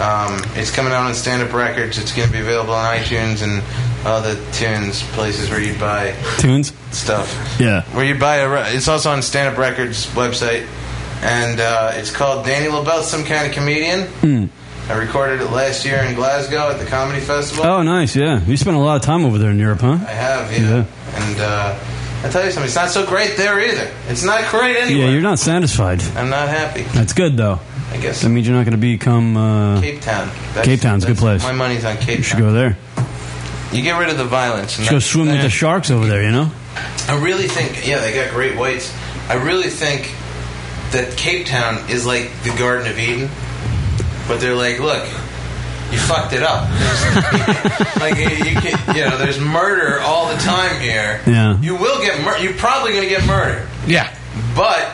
Speaker 12: Um, it's coming out on Stand Up Records. It's going to be available on iTunes and other tunes places where you buy
Speaker 2: Tunes.
Speaker 12: stuff.
Speaker 2: Yeah.
Speaker 12: Where you buy a, re- it's also on Stand Up Records website, and uh, it's called Danny LaBelle, some kind of comedian.
Speaker 2: Mm.
Speaker 12: I recorded it last year in Glasgow at the comedy festival.
Speaker 2: Oh, nice. Yeah, you spent a lot of time over there in Europe, huh? I
Speaker 12: have, yeah. And uh, I tell you something, it's not so great there either. It's not great
Speaker 2: Yeah,
Speaker 12: anywhere.
Speaker 2: you're not satisfied.
Speaker 12: I'm not happy.
Speaker 2: That's good though.
Speaker 12: I guess.
Speaker 2: that means you're not going to become uh,
Speaker 12: Cape Town. That's-
Speaker 2: Cape Town's a good
Speaker 12: that's-
Speaker 2: place.
Speaker 12: My money's on Cape
Speaker 2: You should
Speaker 12: Town.
Speaker 2: go there.
Speaker 12: You get rid of the violence.
Speaker 2: You
Speaker 12: And
Speaker 2: should go
Speaker 12: that's-
Speaker 2: swim with the sharks over there. You know.
Speaker 12: I really think, yeah, they got great whites. I really think that Cape Town is like the Garden of Eden, but they're like, look, you fucked it up. There's- like you, you, can, you know, there's murder all the time here.
Speaker 2: Yeah.
Speaker 12: You will get mur- You're probably going to get murdered.
Speaker 2: Yeah.
Speaker 12: But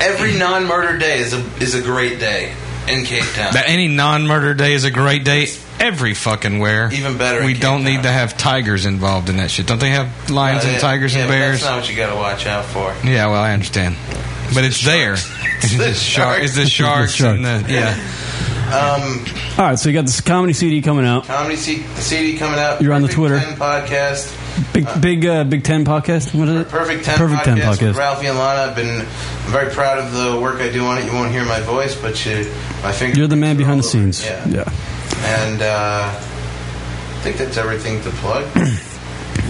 Speaker 12: every non-murder day is a is a great day in Cape Town.
Speaker 11: That any non-murder day is a great day. Every fucking where.
Speaker 12: Even better in
Speaker 11: We
Speaker 12: Cape
Speaker 11: don't need to have tigers involved in that shit. Don't they have lions
Speaker 12: Uh,
Speaker 11: and
Speaker 12: yeah,
Speaker 11: tigers
Speaker 12: yeah,
Speaker 11: and
Speaker 12: but
Speaker 11: bears?
Speaker 12: That's not what you got to watch out for.
Speaker 11: yeah, well, I understand, but it's there. It's the shark. It's the sharks and the yeah.
Speaker 12: Um,
Speaker 2: All right, so you got this comedy CD coming out.
Speaker 12: comedy C- CD coming out.
Speaker 2: You're on the Twitter.
Speaker 12: Perfect 10 podcast.
Speaker 2: Big Big uh, Big Ten podcast. What is it?
Speaker 12: Perfect 10
Speaker 2: Perfect
Speaker 12: podcast,
Speaker 2: Ten
Speaker 12: with
Speaker 2: podcast.
Speaker 12: Ralphie and Lana. I've been I'm very proud of the work I do on it. You won't hear my voice, but you, my finger.
Speaker 2: You're the man behind the scenes.
Speaker 12: Yeah.
Speaker 2: Yeah.
Speaker 12: And uh, I think that's everything to plug.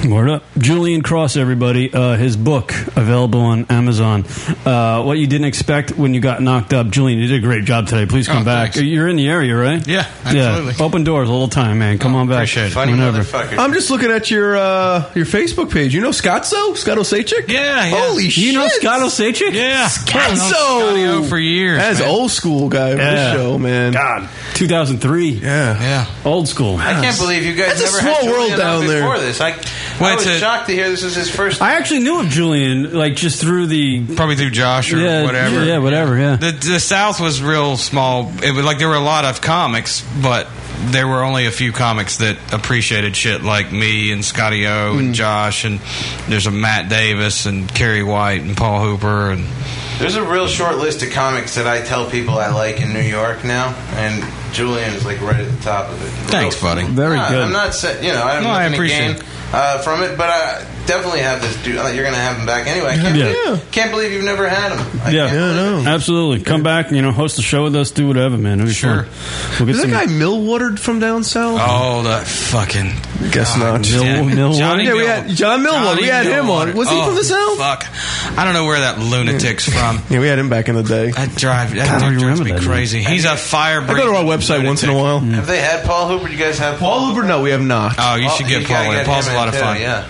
Speaker 2: Word up. Julian Cross, everybody. Uh, his book available on Amazon. Uh, what you didn't expect when you got knocked up. Julian, you did a great job today. Please come
Speaker 11: Oh,
Speaker 2: back.
Speaker 11: thanks.
Speaker 2: You're in the area, right?
Speaker 11: Yeah, absolutely. Oh,
Speaker 2: Yeah. Open doors all the time, man. Come on back. Appreciate it.
Speaker 10: Funny
Speaker 2: Whenever.
Speaker 10: I'm just looking at your uh, your Facebook page. You know Scotso? Scott Osechik?
Speaker 11: Yeah, yeah.
Speaker 10: Holy
Speaker 11: You
Speaker 10: shit.
Speaker 11: know
Speaker 2: Scott Osechik?
Speaker 11: Yeah. I've known
Speaker 10: Scotso!
Speaker 11: Scotty-O for years,
Speaker 10: That's
Speaker 11: man.
Speaker 10: old school guy for
Speaker 2: Yeah.
Speaker 10: the show, man. God.
Speaker 2: 2003.
Speaker 10: Yeah.
Speaker 11: Yeah.
Speaker 2: Old school.
Speaker 12: I can't believe you guys
Speaker 10: That's a
Speaker 12: never
Speaker 10: small
Speaker 12: had Julian
Speaker 10: world
Speaker 12: on
Speaker 10: down there.
Speaker 12: before this. I,
Speaker 2: Well,
Speaker 12: I was
Speaker 2: it's a-
Speaker 12: shocked to hear this was his first.
Speaker 2: I actually knew of Julian, like just through the
Speaker 11: probably through Josh or
Speaker 2: yeah,
Speaker 11: whatever.
Speaker 2: Yeah, whatever. Yeah.
Speaker 11: The, the South was real small. It was like there were a lot of comics, but there were only a few comics that appreciated shit like me and Scotty O
Speaker 10: Hmm.
Speaker 11: and Josh and there's a Matt Davis and Kerry White and Paul Hooper and
Speaker 12: There's a real short list of comics that I tell people I like in New York now, and Julian is like right at the top of it.
Speaker 11: Thanks, buddy.
Speaker 12: Very good. I'm not saying you know I have
Speaker 11: No, I
Speaker 12: nothing to
Speaker 11: appreciate
Speaker 12: gain
Speaker 11: it.
Speaker 12: uh, from it, but I definitely have this dude. uh, You're gonna have him back anyway. I can't,
Speaker 2: Yeah.
Speaker 12: believe, can't believe you've never had him.
Speaker 2: yeah, absolutely. Come back, you know, host the show with us, do whatever, man. It'll be
Speaker 11: Sure.
Speaker 2: fun. We'll get
Speaker 10: Is that
Speaker 2: some-
Speaker 10: guy Millwatered from down south?
Speaker 11: Oh, that fucking
Speaker 10: Guess not.
Speaker 11: Mill-
Speaker 10: Mill-
Speaker 11: Johnny
Speaker 10: Yeah, we
Speaker 11: Mill-
Speaker 10: had John Millward. We
Speaker 11: Johnny
Speaker 10: had him on.
Speaker 11: Millward.
Speaker 10: Was he
Speaker 11: Oh,
Speaker 10: from the south?
Speaker 11: Fuck, I don't know where that lunatic's from.
Speaker 10: Yeah, we had him back in the day.
Speaker 11: That drive, that dude drives me crazy. He's a fire.
Speaker 10: I go to our website once in a while.
Speaker 12: Have they had Paul Hooper? You guys have
Speaker 10: Paul Hooper? No, we have not.
Speaker 11: Oh, you should get
Speaker 12: you gotta
Speaker 11: Paul. in.
Speaker 12: get
Speaker 11: Paul's
Speaker 12: him
Speaker 11: a lot
Speaker 12: in
Speaker 11: of
Speaker 12: too,
Speaker 11: fun.
Speaker 12: Yeah.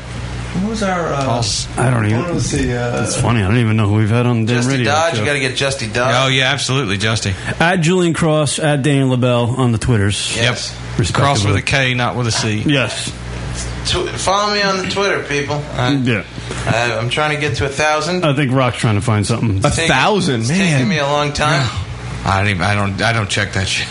Speaker 10: Who was our? Uh,
Speaker 2: I don't even.
Speaker 10: was the, uh,
Speaker 2: It's funny. I don't even know who we've had on the damn
Speaker 12: Justy
Speaker 2: radio.
Speaker 12: Dodge,
Speaker 2: show.
Speaker 12: you got to get Justy Dodge.
Speaker 11: Oh yeah, absolutely, Justy.
Speaker 2: At Julian Cross, at Daniel LaBelle on the Twitters.
Speaker 11: Yep.
Speaker 2: Respectively.
Speaker 11: Cross with a K, not with a C.
Speaker 2: Yes.
Speaker 12: Tw- follow me on the Twitter, people. I,
Speaker 2: yeah.
Speaker 12: I, I'm trying to get to a thousand.
Speaker 2: I think Rock's trying to find something.
Speaker 12: It's taking- it's Taking me a long time.
Speaker 11: I don't even. I don't. I don't check that shit.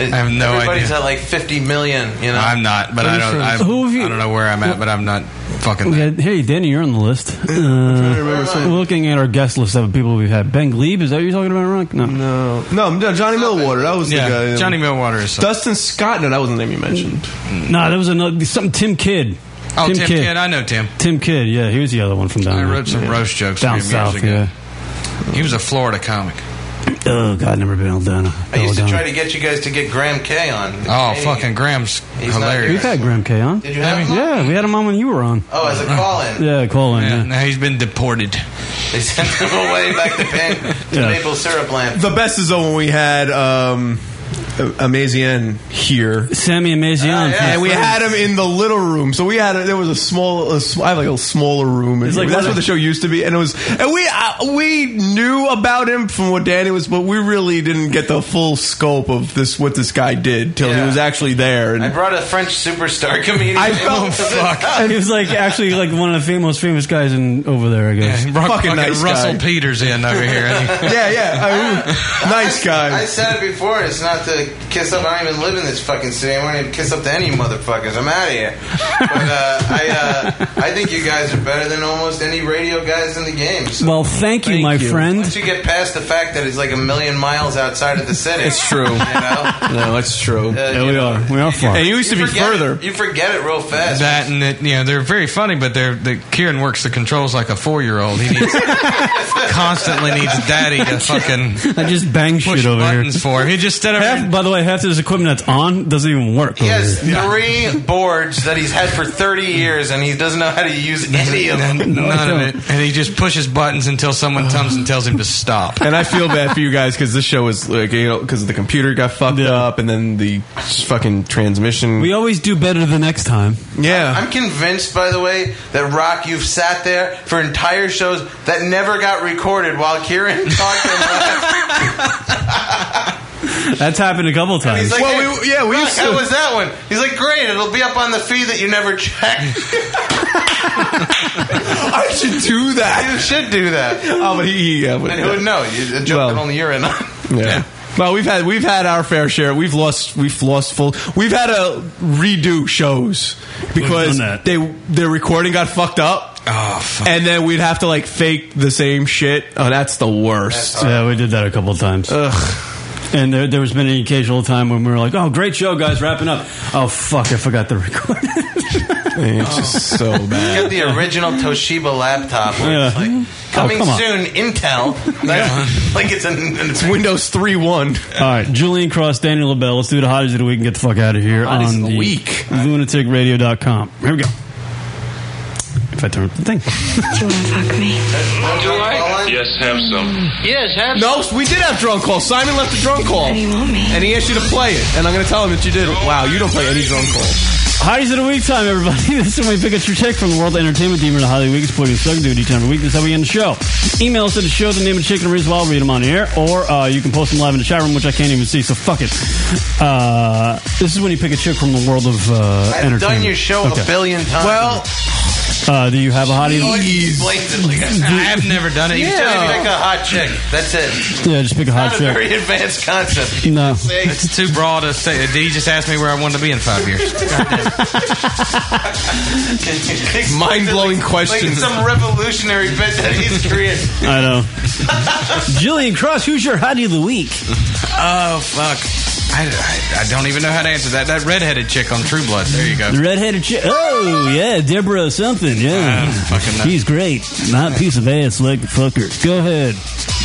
Speaker 11: I have no
Speaker 12: Uh, Everybody's
Speaker 11: idea.
Speaker 12: at like 50 million, you know.
Speaker 11: I'm not, but I don't. I'm,
Speaker 2: Who have you-
Speaker 11: I don't know where I'm at, but I'm not fucking.
Speaker 2: Yeah, hey, Danny, you're on the list. Uh, looking at our guest list of people we've had. Ben Glebe, is that what you're talking about, Rock? No.
Speaker 10: No. No, no, Johnny Millwater. That was
Speaker 11: Yeah,
Speaker 10: the guy. uh,
Speaker 11: Johnny Millwater is-
Speaker 10: Dustin Scott. No, that wasn't the name you mentioned.
Speaker 2: No, there was another some Tim Kidd.
Speaker 11: Oh, Tim Kidd, I know Tim.
Speaker 2: Tim Kidd, yeah, he was the other one from down.
Speaker 11: I
Speaker 2: there.
Speaker 11: wrote some
Speaker 2: Yeah.
Speaker 11: roast jokes
Speaker 2: down
Speaker 11: for him
Speaker 2: south.
Speaker 11: years ago. He was a Florida comic.
Speaker 2: Yeah. Oh God, never been all down.
Speaker 12: I used to try to get you guys to get Graham K on.
Speaker 11: Oh, fucking Graham's
Speaker 12: He's not
Speaker 11: hilarious.
Speaker 2: We've had Graham K on.
Speaker 12: Did you have him
Speaker 2: Yeah, we had him on when you were on.
Speaker 12: Oh, as a call-in.
Speaker 2: Yeah, call in. Yeah.
Speaker 11: Now he's been deported.
Speaker 12: They sent him away back to, pan- to
Speaker 10: Yeah.
Speaker 12: maple syrup land.
Speaker 10: The best is though when we had um, Amazian here.
Speaker 2: Sammy Amazian.
Speaker 10: yeah, and we had him in the little room, so we had a, there was a small, a, sm- I have like a smaller room.
Speaker 2: It's like
Speaker 10: that's
Speaker 2: one
Speaker 10: what
Speaker 2: of-
Speaker 10: the show used to be, and it was, and we uh, we knew about him from what Danny was, but we really didn't get the full scope of this what this guy did till he was actually there. And
Speaker 12: I brought a French superstar comedian.
Speaker 10: I felt- Oh, fuck.
Speaker 2: he was like actually like one of the fam- most famous guys in over there. I guess.
Speaker 12: Yeah, Rock- Fucking fucking nice
Speaker 11: Russell Peters in over here.
Speaker 10: yeah, yeah. nice guy.
Speaker 12: I said it before. It's not to kiss up. I don't even live in this fucking city. I won't even kiss up to any motherfuckers. I'm out of here. But uh, I, uh, I think you guys are better than almost any radio guys in the game. So
Speaker 2: Well, thank you, my friend.
Speaker 12: once you get past the fact that it's like a million miles outside of the city,
Speaker 10: It's true.
Speaker 12: You know?
Speaker 10: no, that's true.
Speaker 12: Yeah,
Speaker 2: we are. We are far.
Speaker 10: And you used to be
Speaker 12: forget
Speaker 10: further.
Speaker 12: it- You forget it real fast.
Speaker 11: That and that, you know they're very funny, but they're the Kieran works the controls like a four year old. He needs, constantly needs daddy to fucking
Speaker 2: I just bang shit over
Speaker 11: buttons
Speaker 2: here.
Speaker 11: for him. He just stood over
Speaker 2: half, by the way, half of this equipment that's on doesn't even work.
Speaker 12: He
Speaker 2: over
Speaker 12: has
Speaker 2: here.
Speaker 12: three boards that he's had for 30 years, and he doesn't know how to use any of them.
Speaker 11: none of it, and he just pushes buttons until someone comes and tells him to stop.
Speaker 10: and I feel bad for you guys because this show was like you know because the computer got fucked up and then the fucking transmission.
Speaker 2: We always do better the next time.
Speaker 10: yeah.
Speaker 12: I'm convinced, by the way, that Rock, you've sat there for entire shows that never got recorded while Kieran talked. and laughed.
Speaker 2: That's happened a couple times.
Speaker 12: He's like,
Speaker 10: well, we, yeah, we
Speaker 12: Rock,
Speaker 10: used to-
Speaker 12: how was that one? He's like, great, it'll be up on the feed that you never checked.
Speaker 10: I should do that.
Speaker 12: You should do that.
Speaker 10: Oh, but he, yeah, but-
Speaker 12: and who would know? You, a joke
Speaker 10: Well.
Speaker 12: that only you're in on.
Speaker 10: Yeah. Well, we've had we've had our fair share. We've lost we've lost full. We've had to redo shows because
Speaker 2: done that.
Speaker 10: they their recording got fucked up.
Speaker 11: Oh, fuck.
Speaker 10: And then we'd have to like fake the same shit. Oh, that's the worst.
Speaker 12: uh,
Speaker 2: Yeah, we did that a couple times. Ugh. And there, there was been an occasional time when we were like, "Oh, great show, guys, wrapping up." Oh fuck, I forgot the record.
Speaker 10: it's just so bad.
Speaker 12: Get the original Toshiba laptop. where
Speaker 2: Yeah.
Speaker 12: it's
Speaker 2: Oh,
Speaker 12: like, coming
Speaker 2: come on.
Speaker 12: soon, Intel. Like, like it's an, it's
Speaker 10: Windows three one.
Speaker 2: All right, Julian Cross, Daniel LaBelle. Let's do the hotties of the week and get the fuck out of here
Speaker 10: Hotties
Speaker 2: on
Speaker 10: of the
Speaker 2: the
Speaker 10: week.
Speaker 2: lunaticradio.com. Here we go. If I turn up the thing,
Speaker 33: Yes, have some.
Speaker 3: Yes, have
Speaker 10: No, we did have drunk call. Simon left a drunk call, and he asked you to play it. And I'm going to tell him that you did. Wow, you don't play any drunk calls.
Speaker 2: hotties of the week time, everybody. this is when we pick up your check from the World Entertainment Team in the Holiday Week. Supporting Sug Dude each and every week. This is how we end the show. Email us at the show the name of the chicken and reason why I'll read them on the air, or uh, you can post them live in the chat room, which I can't even see. So fuck it. Uh, this is when you pick a chick from the world of uh,
Speaker 12: I've
Speaker 2: entertainment.
Speaker 12: done your show
Speaker 2: Okay.
Speaker 12: a billion times.
Speaker 10: Well,
Speaker 2: Uh, do you have a hottie?
Speaker 12: Oh, he explains it like that.
Speaker 11: I have never done it.
Speaker 12: You
Speaker 11: You
Speaker 12: just
Speaker 11: tell me
Speaker 12: pick a hot chick. That's it.
Speaker 2: Yeah, just pick a hot
Speaker 12: Not a
Speaker 2: chick.
Speaker 12: very advanced concept.
Speaker 2: No.
Speaker 11: It's too broad to say. Did he just ask me where I wanted to be in five years?
Speaker 10: Mind-blowing
Speaker 12: Like
Speaker 10: questions.
Speaker 12: some revolutionary bit that he's created.
Speaker 2: I know. Jillian Cross, who's your hottie of the week?
Speaker 11: Oh fuck! I, I, I don't even know how to answer that. That redheaded chick on True Blood. There you go.
Speaker 2: The redheaded chick. Oh yeah, Deborah something. Yeah,
Speaker 11: I don't fucking know.
Speaker 2: she's great. Not a piece of ass like the fucker. Go ahead.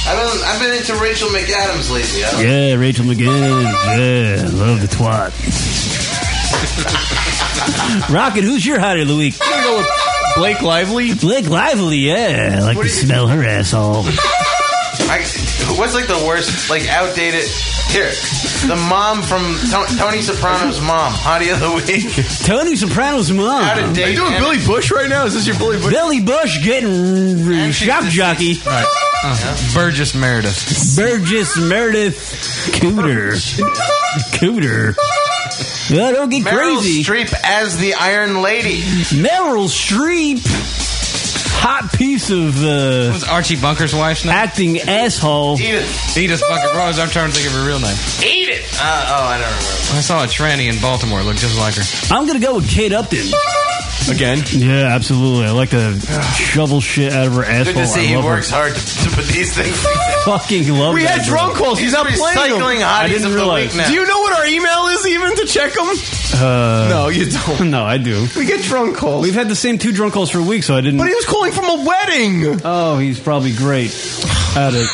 Speaker 12: I've been, I've been into Rachel McAdams lately. I don't-
Speaker 2: Yeah, Rachel McGinn. Yeah, love the twat. Rocket, who's your hottie of the week?
Speaker 10: I'm going to go with uh, Blake Lively.
Speaker 2: Blake Lively. Yeah, I like to smell her asshole.
Speaker 12: I, what's like the worst, like outdated? Here, the mom from To- Tony Soprano's mom, hottie of the week.
Speaker 2: Tony Soprano's mom.
Speaker 12: Out of date.
Speaker 10: Are you doing
Speaker 12: and-
Speaker 10: Billy Bush right now? Is this your Billy Bush?
Speaker 2: Billy Bush getting shock jockey.
Speaker 11: All right. Uh, Burgess Meredith.
Speaker 2: Burgess Meredith Cooter. Cooter. Oh, don't get
Speaker 12: Meryl
Speaker 2: crazy.
Speaker 12: Streep as the Iron Lady.
Speaker 2: Meryl Streep. Hot piece of uh,
Speaker 11: Was Archie Bunker's wife's name?
Speaker 2: acting asshole.
Speaker 12: Eat it.
Speaker 11: Edith Bunker Rose. I'm trying to think of her real name.
Speaker 12: Eat it. Uh, oh, I don't remember.
Speaker 11: I saw a tranny in Baltimore. Looked just like her.
Speaker 2: I'm going to go with Kate Upton.
Speaker 10: Again.
Speaker 2: Yeah, absolutely. I like to shovel shit out of her asshole.
Speaker 12: Good to see
Speaker 2: Oh, I
Speaker 12: he
Speaker 2: love her.
Speaker 12: works hard to, to put these things.
Speaker 2: Fucking love
Speaker 10: We
Speaker 2: that
Speaker 10: had
Speaker 2: girl.
Speaker 10: drunk calls. He's,
Speaker 12: He's
Speaker 10: not playing
Speaker 12: recycling
Speaker 10: them.
Speaker 2: I
Speaker 12: hotties
Speaker 2: didn't
Speaker 12: of the
Speaker 2: realize.
Speaker 12: week now.
Speaker 10: Do you know what our email is even to check them?
Speaker 2: Uh,
Speaker 10: No, you don't.
Speaker 2: No, I do.
Speaker 10: We get drunk calls.
Speaker 2: We've had the same two drunk calls for a week, so I didn't.
Speaker 10: But he was calling from a wedding.
Speaker 2: Oh, he's probably great at it.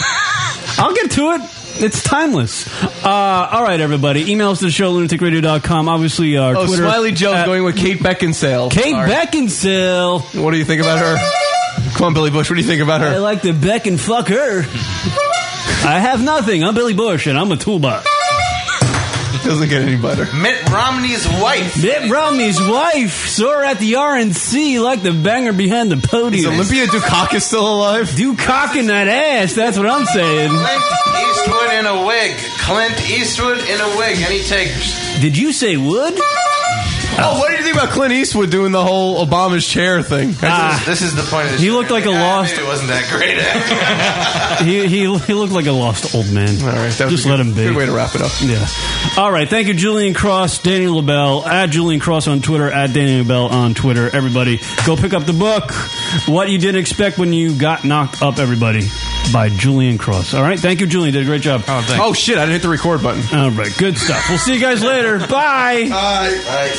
Speaker 2: I'll get to it. It's timeless. Uh, all right, everybody. Email us to the show, lunaticradio.com. Obviously, uh, our
Speaker 10: Oh,
Speaker 2: Twitter.
Speaker 10: Smiley Joe's
Speaker 2: at
Speaker 10: going with Kate Beckinsale.
Speaker 2: Kate
Speaker 10: Sorry.
Speaker 2: Beckinsale.
Speaker 10: What do you think about her? Come on, Billy Bush. What do you think about
Speaker 2: I
Speaker 10: her?
Speaker 2: like to beck and fuck her. I have nothing. I'm Billy Bush, and I'm a toolbox.
Speaker 10: Doesn't get any better.
Speaker 12: Mitt Romney's wife.
Speaker 2: Mitt Romney's wife saw her at the RNC like the banger behind the podium. Is
Speaker 10: Olympia Dukakis still alive?
Speaker 2: Dukakis in that ass. That's what I'm saying.
Speaker 12: Clint Eastwood in a wig. Clint Eastwood in a wig. Any takers?
Speaker 2: Did you say wood?
Speaker 10: Oh, what did you think about Clint Eastwood doing the whole Obama's chair thing?
Speaker 12: Ah. This is the point of the
Speaker 2: He looked like a lost.
Speaker 12: It wasn't that great.
Speaker 2: Ah, he, he, he looked like a lost old man. All right,
Speaker 10: that was
Speaker 2: just
Speaker 10: a good-
Speaker 2: let him be.
Speaker 10: good way to wrap it up.
Speaker 2: Yeah. All right, thank you, Julian Cross, Daniel LaBelle at Julian Cross on Twitter at Daniel LaBelle on Twitter. Everybody, go pick up the book. What you didn't expect when you got knocked up, everybody, by Julian Cross. All right, thank you, Julian. Did a great job. Oh,
Speaker 10: Oh shit! I didn't hit the record button.
Speaker 2: All right, good stuff. We'll see you guys later. Bye.
Speaker 10: Bye. Bye.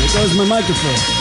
Speaker 2: There goes my microphone.